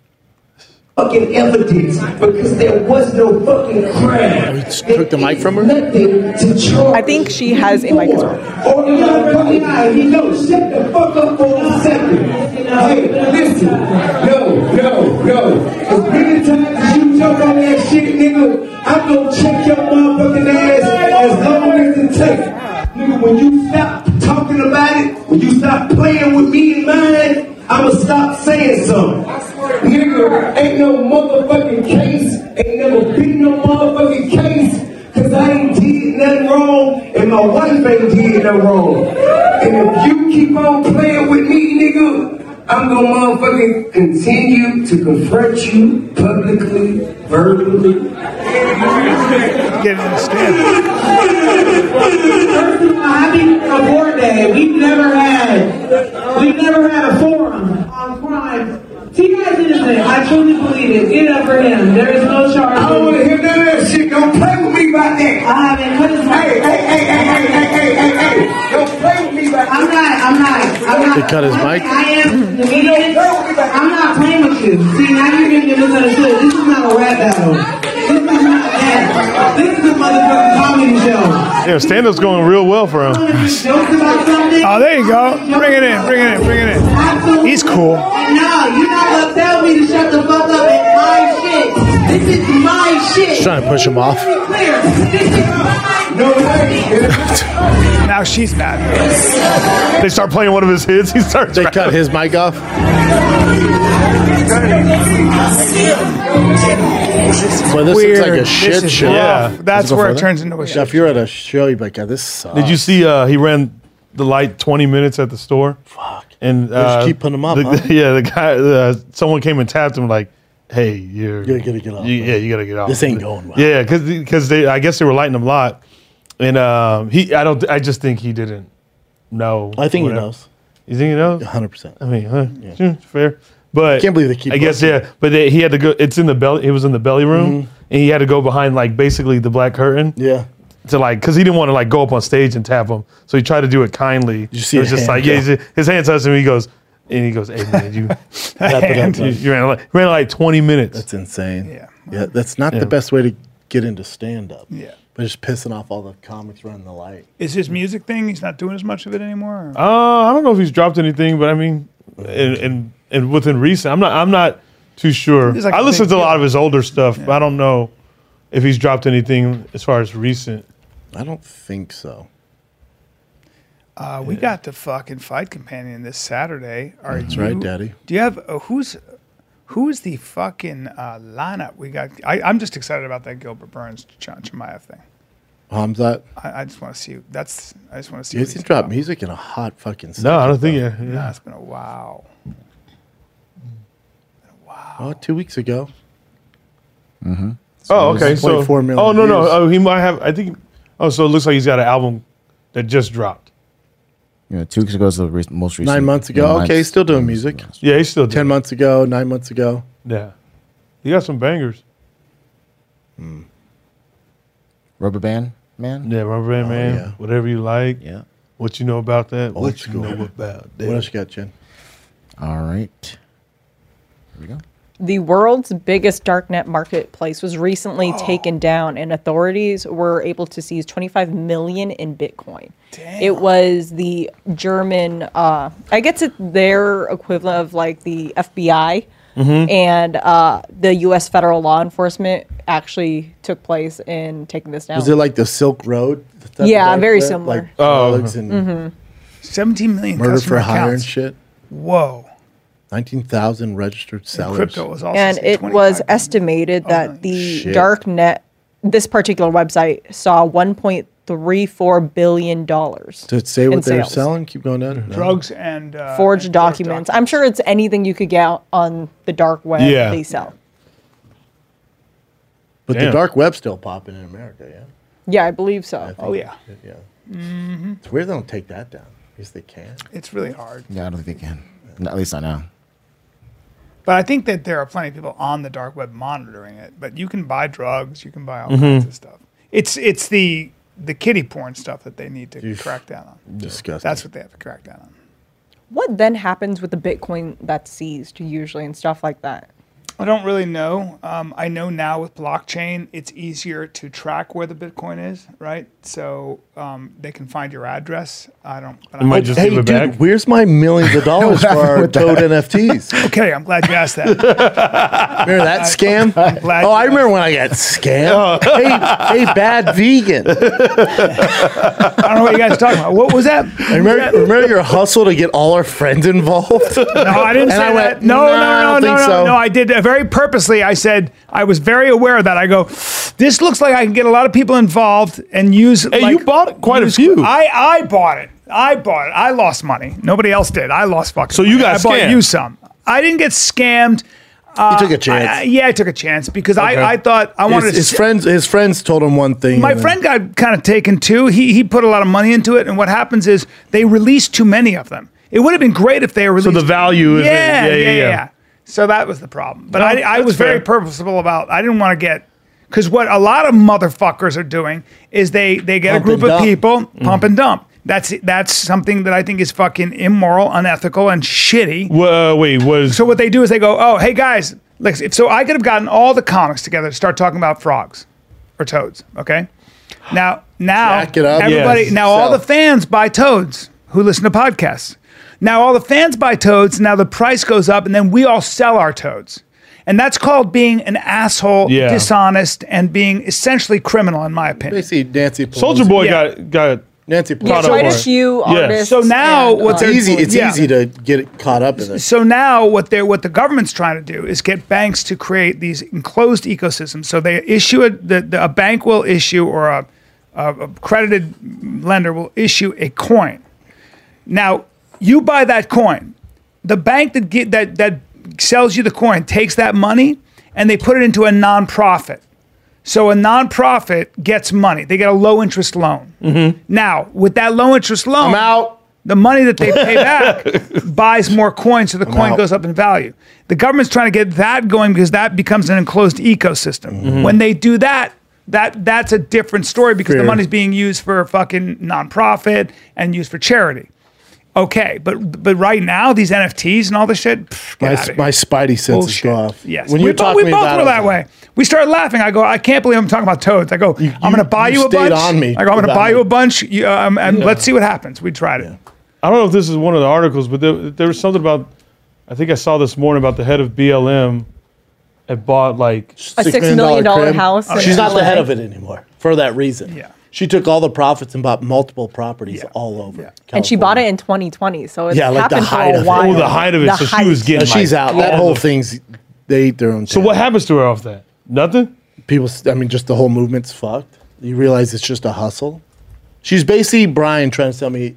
Speaker 6: fucking evidence because there was no fucking crime.
Speaker 2: He just took the mic from her.
Speaker 6: Nothing to charge.
Speaker 4: I think she has a mic as well.
Speaker 6: Oh, no, fucking lie. You know, shut the fuck up for a second. Hey, listen. No, no, no. As many times as you jump on that shit, nigga, I'm gonna check your motherfucking ass as long as it takes. Nigga, when you stop talking about it, when you stop playing with me and mine, I'ma stop saying something. Nigga, ain't no motherfucking case. Ain't never been no motherfucking case. Cause I ain't did nothing wrong, and my wife ain't did nothing wrong. And if you keep on playing with me, nigga, I'm gonna motherfucking continue to confront you publicly, verbally.
Speaker 1: Get it in the stand.
Speaker 6: First of all, I think a board day, we've never had, we've never had a forum on crime. T.I. did his thing, I truly believe it, get up for him, there is no charge. I don't wanna hear none of that shit, don't play with me about that. I haven't, what is my? Hey, hey, hey, hey, hey, hey, hey, hey, hey, don't play with me about that. I'm not, I'm not, I'm not.
Speaker 2: They cut his mic.
Speaker 6: I am, you know, I'm not playing with you. See, now you're gonna get misunderstood. This is not a rap battle. This is not that. This is a motherfucking comedy show.
Speaker 3: Yeah, stand up's going real well for him.
Speaker 6: Jokes about something.
Speaker 1: Oh, there you go. Bring it in. Bring it in. Bring it in.
Speaker 6: Absolutely.
Speaker 1: He's cool.
Speaker 6: No, you're not gonna tell me to shut the fuck up. It's my shit. This is my shit.
Speaker 2: Trying to push him off.
Speaker 6: Let me be clear. This is my No way.
Speaker 1: Now she's mad.
Speaker 3: They start playing one of his hits. He starts.
Speaker 2: They cut his mic off. Well, this looks like a
Speaker 1: This
Speaker 2: shit
Speaker 1: is
Speaker 2: show.
Speaker 1: rough.
Speaker 3: Yeah.
Speaker 1: That's
Speaker 2: Let's go
Speaker 1: where it
Speaker 2: further.
Speaker 1: turns into a
Speaker 2: Yeah,
Speaker 1: shit.
Speaker 2: if you're at a show, you'd be like, "God, this sucks."
Speaker 3: Did you see? Uh, he ran the light 20 minutes at the store. Fuck. And
Speaker 2: just
Speaker 3: uh,
Speaker 2: keep putting 'em up,
Speaker 3: the-
Speaker 2: huh?
Speaker 3: (laughs) Yeah, the guy. Uh, someone came and tapped him like, "Hey, you're,
Speaker 2: You gotta get off,
Speaker 3: you-
Speaker 2: man.
Speaker 3: yeah, you gotta get off.
Speaker 2: This ain't going well.
Speaker 3: Yeah, because they, I guess they were lighting him a lot, and um, he, I don't, I just think he didn't know.
Speaker 2: I think
Speaker 3: whatever.
Speaker 2: he knows.
Speaker 3: You think he knows?
Speaker 1: (laughs)
Speaker 2: 100. percent
Speaker 3: I mean, huh? Yeah, fair. But
Speaker 2: Can't believe they keep
Speaker 3: I guess
Speaker 2: looking.
Speaker 3: yeah, but they, he had to go. It's in the belly. It was in the belly room, and he had to go behind like basically the black curtain
Speaker 2: Mm-hmm. Yeah.
Speaker 3: to like because he didn't want to like go up on stage and tap him, so he tried to do it kindly.
Speaker 2: you see
Speaker 3: it was
Speaker 2: his
Speaker 3: just
Speaker 2: hand
Speaker 3: like yeah,
Speaker 2: go?
Speaker 3: he's his hand touched him. He goes and he goes, "Hey
Speaker 2: (laughs)
Speaker 3: man, (laughs) you
Speaker 2: Wrap it up,
Speaker 3: you,
Speaker 2: man.
Speaker 3: you ran like ran like twenty minutes."
Speaker 2: That's insane.
Speaker 1: Yeah.
Speaker 2: Yeah. That's not
Speaker 3: Yeah.
Speaker 2: the best way to get into stand up.
Speaker 1: Yeah.
Speaker 2: But just pissing off all the comics running the light.
Speaker 1: Is his music thing? He's not doing as much of it anymore. or-
Speaker 3: uh, I don't know if he's dropped anything, but I mean, and and, and within recent, I'm not I'm not too sure.
Speaker 1: He's like
Speaker 3: I
Speaker 1: a
Speaker 3: listened
Speaker 1: big
Speaker 3: to a lot
Speaker 1: deal.
Speaker 3: of his older stuff, but I don't know if he's dropped anything as far as recent.
Speaker 2: I don't think so.
Speaker 1: Uh, we got the fucking fight companion this Saturday. Are That's
Speaker 2: right, Daddy.
Speaker 1: Do you have uh, who's who's the fucking uh, lineup we got? I, I'm just excited about that Gilbert Burns John Chamaya thing.
Speaker 2: Hamzat.
Speaker 1: I, I just want to see. That's I just want to see. what
Speaker 2: He's
Speaker 1: he's
Speaker 2: dropped
Speaker 1: about.
Speaker 2: music in a hot fucking
Speaker 3: No,
Speaker 2: second.
Speaker 3: I don't think. Yeah,
Speaker 1: Nah,
Speaker 3: yeah.
Speaker 1: it's been a while.
Speaker 2: Oh, two weeks ago.
Speaker 3: Oh, okay.
Speaker 2: it's
Speaker 3: So
Speaker 2: 0.4 million
Speaker 3: Oh no, no.
Speaker 2: views.
Speaker 3: Oh, he might have. I think. Oh, so it looks like he's got an album that just dropped.
Speaker 5: You know, two weeks ago is the re- most recent.
Speaker 2: Nine months ago.
Speaker 5: Yeah,
Speaker 2: okay,
Speaker 5: mine's-
Speaker 2: he's still doing music.
Speaker 3: Yeah, he's still
Speaker 2: Ten
Speaker 3: doing.
Speaker 2: months ago, nine months ago.
Speaker 3: Yeah, he got some bangers.
Speaker 5: Rubber Band Man.
Speaker 3: Oh, Yeah, Rubber Band Man.
Speaker 2: yeah.
Speaker 3: Whatever you like.
Speaker 5: Yeah.
Speaker 3: What you know about that?
Speaker 2: Old
Speaker 3: what
Speaker 2: school.
Speaker 3: you know about
Speaker 2: What else
Speaker 3: that?
Speaker 2: you got, Jen?
Speaker 5: All right. Here we go.
Speaker 4: The world's biggest darknet marketplace was recently
Speaker 2: Oh.
Speaker 4: taken down, and authorities were able to seize 25 million in Bitcoin. It was the German, uh, I guess it's their equivalent of like the FBI,
Speaker 2: Mm-hmm.
Speaker 4: and uh, the U.S. federal law enforcement actually took place in taking this down.
Speaker 2: Was it like the Silk Road? The type of
Speaker 4: Yeah,
Speaker 2: like
Speaker 4: very
Speaker 2: that?
Speaker 4: similar. Mm-hmm.
Speaker 2: Like drugs and
Speaker 1: 17 million
Speaker 2: murder
Speaker 1: customer
Speaker 2: for hire and
Speaker 1: accounts.
Speaker 2: shit.
Speaker 1: Whoa.
Speaker 2: 19,000 registered sellers.
Speaker 1: Crypto was also
Speaker 4: and
Speaker 1: saying
Speaker 4: it was
Speaker 1: 25
Speaker 4: estimated that the
Speaker 2: Oh, Shit.
Speaker 4: dark net, this particular website, saw 1.34 billion dollars.
Speaker 2: To say what
Speaker 4: in
Speaker 2: they were
Speaker 4: sales.
Speaker 2: selling, keep going down. No.
Speaker 1: drugs and uh,
Speaker 4: forged
Speaker 1: and
Speaker 4: documents. I'm sure it's anything you could get out on the dark web
Speaker 3: Yeah.
Speaker 4: they sell.
Speaker 2: But the
Speaker 3: Damn.
Speaker 2: dark web's still popping in America, yeah?
Speaker 4: Yeah, I believe so.
Speaker 1: Oh yeah,
Speaker 2: Yeah.
Speaker 1: Mm-hmm.
Speaker 2: It's weird they don't take that down. At least they can.
Speaker 1: it's really hard.
Speaker 5: Yeah, I don't think they can. No, at least not now.
Speaker 1: But I think that there are plenty of people on the dark web monitoring it. But you can buy drugs, you can buy all kinds of stuff. It's it's the the kitty porn stuff that they need to crack down on.
Speaker 2: Disgusting.
Speaker 1: That's what they have to crack down on.
Speaker 4: What then happens with the Bitcoin that's seized usually and stuff like that?
Speaker 1: I don't really know. Um, I know now with blockchain, it's easier to track where the Bitcoin is, right? So um, they can find your address. I don't. But I
Speaker 3: might just
Speaker 2: hey,
Speaker 3: give it
Speaker 2: dude,
Speaker 3: back.
Speaker 2: where's my
Speaker 1: (laughs)
Speaker 2: millions of dollars for our Toad NFTs?
Speaker 1: okay, I'm glad you asked that.
Speaker 2: Remember that scam?
Speaker 1: glad
Speaker 2: oh, I
Speaker 1: you- Oh.
Speaker 2: remember when I got scammed. (laughs) hey, hey,
Speaker 1: (laughs)
Speaker 2: bad vegan.
Speaker 1: I don't know what you guys are talking about. What was that?
Speaker 2: I remember, remember your hustle to get all our
Speaker 1: (laughs)
Speaker 2: friends involved?
Speaker 1: No, Oh, I didn't
Speaker 2: And
Speaker 1: say that.
Speaker 2: I went,
Speaker 1: no,
Speaker 2: "Nah, I
Speaker 1: no, no,
Speaker 2: don't
Speaker 1: no,
Speaker 2: think
Speaker 1: no,
Speaker 2: so."
Speaker 1: no. I did uh, very purposely. I said I was very aware of that. I go, this looks like I can get a lot of people involved and use.
Speaker 3: Hey, you bought quite a few.
Speaker 1: I I bought it. I bought it. I lost money. Nobody else did. I lost fucking.
Speaker 3: So you
Speaker 1: money.
Speaker 3: got
Speaker 1: I
Speaker 3: scammed.
Speaker 1: bought you some. I didn't get scammed.
Speaker 2: you took a chance.
Speaker 1: I, I- yeah, I took a chance because
Speaker 3: Okay.
Speaker 1: I, I thought I wanted
Speaker 2: his,
Speaker 1: to.
Speaker 2: his
Speaker 1: s-
Speaker 2: friends his friends told him one thing.
Speaker 1: my
Speaker 2: and then-
Speaker 1: friend got kind of taken too. He he put a lot of money into it, and what happens is they release too many of them. It would have been great if they were
Speaker 3: So the value is
Speaker 1: yeah, yeah, yeah, So that was the problem. But I, I
Speaker 3: that's
Speaker 1: was very
Speaker 3: fair.
Speaker 1: purposeful about. I didn't want to get because what a lot of motherfuckers are doing is they they get
Speaker 2: Pump
Speaker 1: a group
Speaker 2: and
Speaker 1: of
Speaker 2: dump.
Speaker 1: people
Speaker 3: Mm.
Speaker 1: pump and dump. That's that's something that I think is fucking immoral, unethical, and shitty.
Speaker 3: Well, uh, wait, was
Speaker 1: So what they do is they go, oh, hey guys, like if so, I could have gotten all the comics together to start talking about frogs or toads. Okay, now now
Speaker 2: Jack it up.
Speaker 1: everybody
Speaker 3: Yes.
Speaker 1: now all
Speaker 2: So-
Speaker 1: the fans buy toads who listen to podcasts. Now all the fans buy toads. Now the price goes up, and then we all sell our toads. And that's called being an asshole,
Speaker 3: Yeah.
Speaker 1: dishonest, and being essentially criminal, in my opinion.
Speaker 2: basically Nancy Pelosi.
Speaker 3: Soldier Boy
Speaker 1: Yeah.
Speaker 3: got got
Speaker 2: Nancy
Speaker 4: Yeah,
Speaker 2: Pelosi.
Speaker 3: Caught up
Speaker 4: quite
Speaker 3: on
Speaker 4: a
Speaker 3: it.
Speaker 4: few
Speaker 3: Yeah.
Speaker 4: artists.
Speaker 1: So now
Speaker 4: and,
Speaker 1: what's
Speaker 4: uh,
Speaker 1: it-
Speaker 2: It's easy. It's
Speaker 1: Yeah.
Speaker 2: easy to get it caught up in it.
Speaker 1: So now what they are what the government's trying to do is get banks to create these enclosed ecosystems. So they issue a the, the, a bank will issue or a, a, a credited lender will issue a coin. Now you buy that coin. The bank that get, that that sells you the coin takes that money and they put it into a nonprofit. So a nonprofit gets money. They get a low interest loan. Now with that low interest loan,
Speaker 2: Mm-hmm. I'm out.
Speaker 1: the money that they pay
Speaker 2: (laughs)
Speaker 1: back buys more coins, so the coin
Speaker 2: out.
Speaker 1: goes up in value. The government's trying to get that going because that becomes an enclosed ecosystem.
Speaker 2: Mm-hmm.
Speaker 1: When they do that, that that's a different story because
Speaker 2: Fair.
Speaker 1: the money's being used for a fucking nonprofit and used for charity. Okay, but but right now these NFTs and all this shit. Pff, get
Speaker 2: My,
Speaker 1: outta here.
Speaker 2: my spidey senses
Speaker 1: Bullshit.
Speaker 2: go off.
Speaker 1: Yes.
Speaker 2: When
Speaker 1: we,
Speaker 2: you're
Speaker 1: bo-
Speaker 2: talking
Speaker 1: we both
Speaker 2: about
Speaker 1: were
Speaker 2: it,
Speaker 1: that way. We started laughing. I go, I can't believe I'm talking about toads. I go, I'm going to buy
Speaker 2: you
Speaker 1: you, a
Speaker 2: stayed
Speaker 1: bunch.
Speaker 2: on me
Speaker 1: I go, I'm going to
Speaker 2: without
Speaker 1: buy you a
Speaker 2: me.
Speaker 1: bunch. You, um, and let's see what happens. We tried it.
Speaker 3: I don't know if this is one of the articles, but there, there was something about. I think I saw this morning about the head of BLM had bought like
Speaker 4: A $6 million
Speaker 2: crib.
Speaker 4: house in
Speaker 2: She's not the
Speaker 4: LA.
Speaker 2: head of it anymore for that reason.
Speaker 1: Yeah.
Speaker 2: She took all the profits and bought multiple properties all over.
Speaker 4: and she bought it in 2020, so it's
Speaker 2: Yeah, like the
Speaker 4: happened
Speaker 2: height of
Speaker 4: for
Speaker 2: it.
Speaker 4: a while.
Speaker 3: Oh, the height of it. so she was
Speaker 4: height.
Speaker 3: getting.
Speaker 2: Now she's
Speaker 3: like,
Speaker 2: out.
Speaker 3: all
Speaker 2: That whole
Speaker 3: the-
Speaker 2: things they eat their own.
Speaker 3: So what happens to her off that? Nothing.
Speaker 2: people s- i mean just the whole movement's fucked you realize it's just a hustle she's basically brian trying to sell me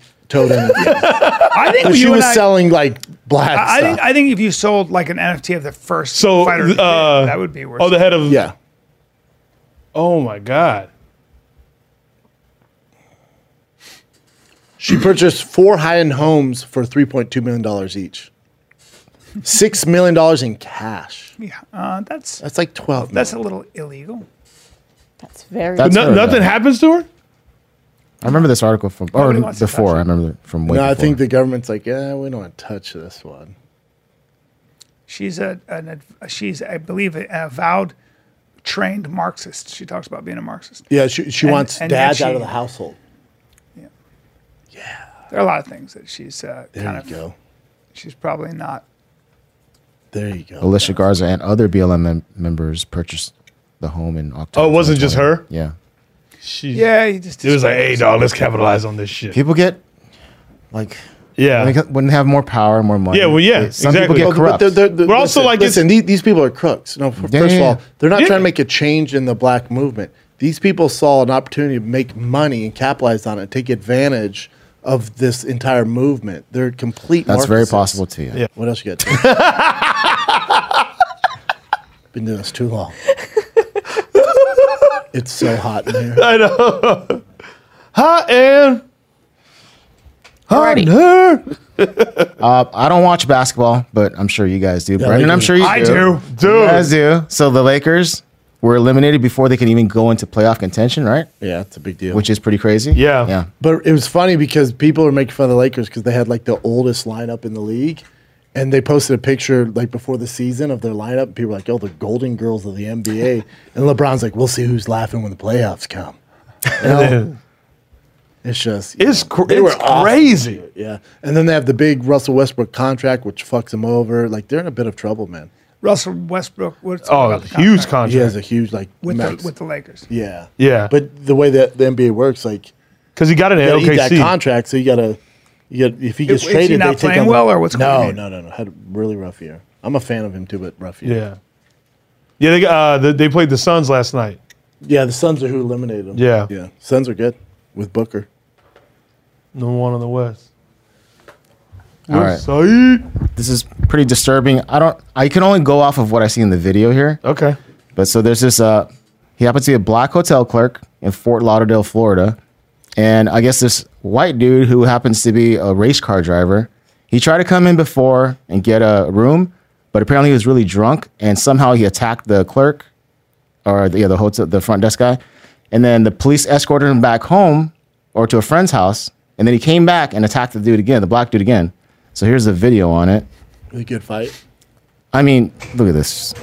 Speaker 1: (laughs)
Speaker 2: toad energy
Speaker 1: I think
Speaker 2: she
Speaker 1: you and
Speaker 2: was
Speaker 1: I-
Speaker 2: selling like black
Speaker 1: I, I
Speaker 2: stuff
Speaker 1: think I think if you sold like an NFT of the first
Speaker 3: So
Speaker 1: fighter,
Speaker 3: uh,
Speaker 1: that would be worth.
Speaker 3: Oh, the head of
Speaker 2: yeah
Speaker 3: Oh my god.
Speaker 2: she purchased four high-end homes for 3.2 million dollars each six million dollars in cash
Speaker 1: yeah, uh, that's
Speaker 2: that's like
Speaker 1: that's
Speaker 2: 12 that's
Speaker 1: a little illegal.
Speaker 4: That's very.
Speaker 5: That's-
Speaker 3: No,
Speaker 5: Sorry,
Speaker 3: nothing
Speaker 5: yeah.
Speaker 3: happens to her.
Speaker 5: I remember this article from or
Speaker 1: Nobody wants to touch
Speaker 5: before.
Speaker 1: it.
Speaker 5: I remember it from way
Speaker 2: no i
Speaker 5: before.
Speaker 2: think the government's like yeah we don't want to touch this one
Speaker 1: She's a an, ad- she's I believe an avowed trained Marxist. She talks about being a Marxist.
Speaker 2: yeah she, she
Speaker 1: And-
Speaker 2: wants
Speaker 1: and
Speaker 2: dads
Speaker 1: she-
Speaker 2: out of the household
Speaker 1: There are a lot of things that she's uh,
Speaker 2: there
Speaker 1: kind
Speaker 2: you
Speaker 1: of.
Speaker 2: go
Speaker 1: She's probably not.
Speaker 2: there you go
Speaker 5: Alicia Garza and other BLM mem- members purchased the home in October.
Speaker 3: Oh, it wasn't just
Speaker 5: 2020.
Speaker 3: her?
Speaker 5: Yeah.
Speaker 3: She.
Speaker 1: Yeah, you just
Speaker 3: It was like, hey, dog, let's capitalize on this shit.
Speaker 5: People get like
Speaker 3: Yeah.
Speaker 5: when they when they have more power, more money.
Speaker 3: Yeah, well, yeah,
Speaker 5: they- some
Speaker 3: exactly.
Speaker 5: people
Speaker 2: Well,
Speaker 5: get corrupt.
Speaker 2: But they're, they're,
Speaker 3: But also,
Speaker 2: listen,
Speaker 3: like, it's-
Speaker 2: listen, these, these people are crooks. No, f-
Speaker 5: Yeah,
Speaker 2: first
Speaker 5: yeah,
Speaker 2: of
Speaker 5: yeah.
Speaker 2: all, they're not
Speaker 3: Yeah.
Speaker 2: trying to make a change in the black movement. These people saw an opportunity to make money and capitalize on it, take advantage of this entire movement. They're complete.
Speaker 5: That's very
Speaker 2: Marxists.
Speaker 5: possible too. Yeah.
Speaker 3: Yeah.
Speaker 2: What else you got? Tim? (laughs) Been doing this too (laughs) long. it's so hot in here.
Speaker 3: I know. Hi, Ann. Hi,
Speaker 5: Alrighty.
Speaker 3: nerd.
Speaker 5: Uh, I don't watch basketball, but I'm sure you guys do. Brendan,
Speaker 2: do.
Speaker 5: I'm sure you
Speaker 1: I
Speaker 5: do.
Speaker 1: do.
Speaker 3: Dude.
Speaker 5: You guys do. So the Lakers were eliminated before they could even go into playoff contention, right?
Speaker 2: Yeah, it's a big deal.
Speaker 5: Which is pretty crazy.
Speaker 3: Yeah.
Speaker 5: Yeah.
Speaker 2: But it was funny because people were making fun of the Lakers because they had like the oldest lineup in the league. And they posted a picture like before the season of their lineup. People were like, oh, the golden girls of the NBA. And LeBron's like, we'll see who's laughing when the playoffs come. You know? it's just. you
Speaker 3: It's,
Speaker 2: know,
Speaker 3: cr-
Speaker 2: they
Speaker 3: it's
Speaker 2: were awful.
Speaker 3: crazy.
Speaker 2: Yeah. And then they have the big Russell Westbrook contract, which fucks them over. Like they're in a bit of trouble, man.
Speaker 1: Russell Westbrook. What's
Speaker 3: Oh,
Speaker 1: about the
Speaker 3: huge
Speaker 1: contract
Speaker 3: contract.
Speaker 2: He has a huge, like,
Speaker 1: with
Speaker 2: max-
Speaker 1: the, with the Lakers.
Speaker 2: yeah.
Speaker 3: Yeah.
Speaker 2: But the way that the NBA works, like,
Speaker 3: Because he got an
Speaker 2: gotta eat that
Speaker 3: OKC.
Speaker 2: contract. So you gotta, you gotta if he gets
Speaker 1: Is he
Speaker 2: traded,
Speaker 1: not
Speaker 2: they take
Speaker 1: playing
Speaker 2: on
Speaker 1: well, or what's going
Speaker 2: no,
Speaker 1: on?
Speaker 2: no, no, no. Had a really rough year. I'm a fan of him too, but rough year.
Speaker 3: Yeah. Yeah, they, uh, they, they played the Suns last night.
Speaker 2: yeah. The Suns are who eliminated him.
Speaker 3: Yeah.
Speaker 2: yeah. Suns are good with Booker.
Speaker 3: Number one on the West.
Speaker 5: All right.
Speaker 3: Saeed.
Speaker 5: This is pretty disturbing. I don't. I can only go off of what I see in the video here.
Speaker 3: Okay.
Speaker 5: But so there's this. Uh, he happens to be a black hotel clerk in Fort Lauderdale, Florida, and I guess this white dude who happens to be a race car driver. He tried to come in before and get a room, but apparently he was really drunk, and somehow he attacked the clerk, or the, yeah, the hotel, the front desk guy, and then the police escorted him back home or to a friend's house, and then he came back and attacked the dude again, the black dude again. So here's the video on it.
Speaker 2: A good fight.
Speaker 5: I mean, look at this.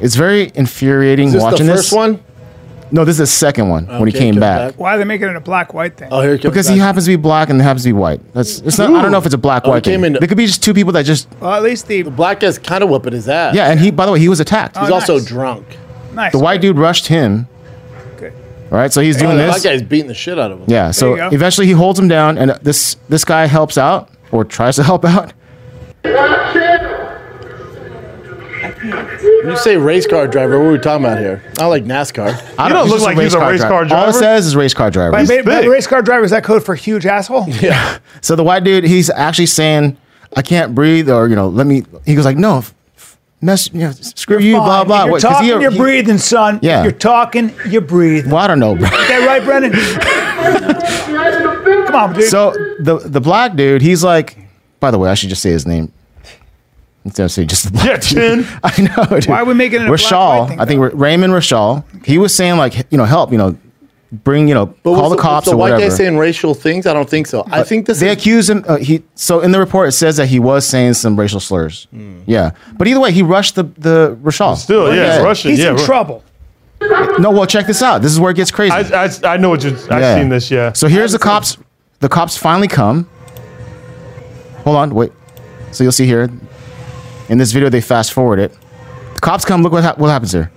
Speaker 5: It's very infuriating
Speaker 2: Is this
Speaker 5: watching
Speaker 2: the
Speaker 5: this.
Speaker 2: first one?
Speaker 5: No, this is the second one when he
Speaker 2: Okay,
Speaker 5: came
Speaker 2: comes
Speaker 5: back.
Speaker 1: Why are they making it a black white thing?
Speaker 2: Oh, here it comes
Speaker 5: Because
Speaker 2: back.
Speaker 5: he happens to be black and happens to be white. That's it's not. I don't know if it's a black
Speaker 2: Oh, he
Speaker 5: white
Speaker 2: came
Speaker 5: thing.
Speaker 2: in-
Speaker 5: There could be just two people that just
Speaker 1: well, at least the
Speaker 2: Black guy's kind of whooping his ass.
Speaker 5: yeah. And he by the way he was attacked.
Speaker 2: he's
Speaker 1: Oh,
Speaker 2: also
Speaker 1: nice.
Speaker 2: drunk.
Speaker 1: nice
Speaker 5: the white dude rushed him.
Speaker 1: Good.
Speaker 5: Right, so he's
Speaker 2: Oh,
Speaker 5: doing
Speaker 2: the black
Speaker 5: this.
Speaker 2: guy's beating the shit out of him.
Speaker 5: Yeah, so
Speaker 1: you go.
Speaker 5: eventually he holds him down, and this this guy helps out or tries to help out.
Speaker 2: When you say race car driver, what are we talking about here? I like NASCAR.
Speaker 5: I
Speaker 3: You don't
Speaker 5: he's
Speaker 3: look
Speaker 5: just
Speaker 3: like he's a race car
Speaker 5: All it
Speaker 3: driver.
Speaker 5: says is race car driver.
Speaker 1: By, by, by
Speaker 3: thick.
Speaker 1: the race car driver is that code for huge asshole?
Speaker 5: So the white dude, he's actually saying, "I can't breathe," or you know, let me. He goes like, "No, f- f- mess, you know, screw you,
Speaker 1: Fine.
Speaker 5: blah
Speaker 1: If
Speaker 5: blah."
Speaker 1: You're
Speaker 5: What- 'cause
Speaker 1: talking,
Speaker 5: he-
Speaker 1: you're
Speaker 5: he-
Speaker 1: breathing, son. If
Speaker 5: Yeah.
Speaker 1: You're talking, you breathe.
Speaker 5: Well, I don't know. bro.
Speaker 1: Is that right, Brendan? Come on, dude.
Speaker 5: so the the black dude, he's like. By the way, I should just say his name. Instead of saying just the black
Speaker 3: Yeah, 10.
Speaker 5: dude. (laughs) I know. Dude.
Speaker 1: Why are we making it a black
Speaker 5: Rashal?
Speaker 1: white thing,
Speaker 5: I think
Speaker 1: though?
Speaker 5: Ra- Raymond Rashal. He was saying like, you know, help, you know, bring, you know, call
Speaker 2: was
Speaker 5: the,
Speaker 2: was
Speaker 5: cops
Speaker 2: the
Speaker 5: or
Speaker 2: white
Speaker 5: whatever.
Speaker 2: guy saying racial things? I don't think so. I think this
Speaker 5: they
Speaker 2: is
Speaker 5: accuse him. Uh, he so in the report it says that he was saying some racial slurs.
Speaker 2: Hmm.
Speaker 5: Yeah, but either way, he rushed the the Rashal.
Speaker 3: Still, yeah,
Speaker 5: Yeah.
Speaker 3: Russian.
Speaker 1: He's
Speaker 3: yeah,
Speaker 1: in
Speaker 3: Ru-
Speaker 1: trouble.
Speaker 5: No, well, check this out. This is where it gets crazy.
Speaker 3: I, I, I know what you. I've
Speaker 5: Yeah.
Speaker 3: seen this. Yeah.
Speaker 5: So here's the cops. The cops finally come. Hold on, wait. So you'll see here, in this video they fast forward it. The cops come. Look what hap what happens here.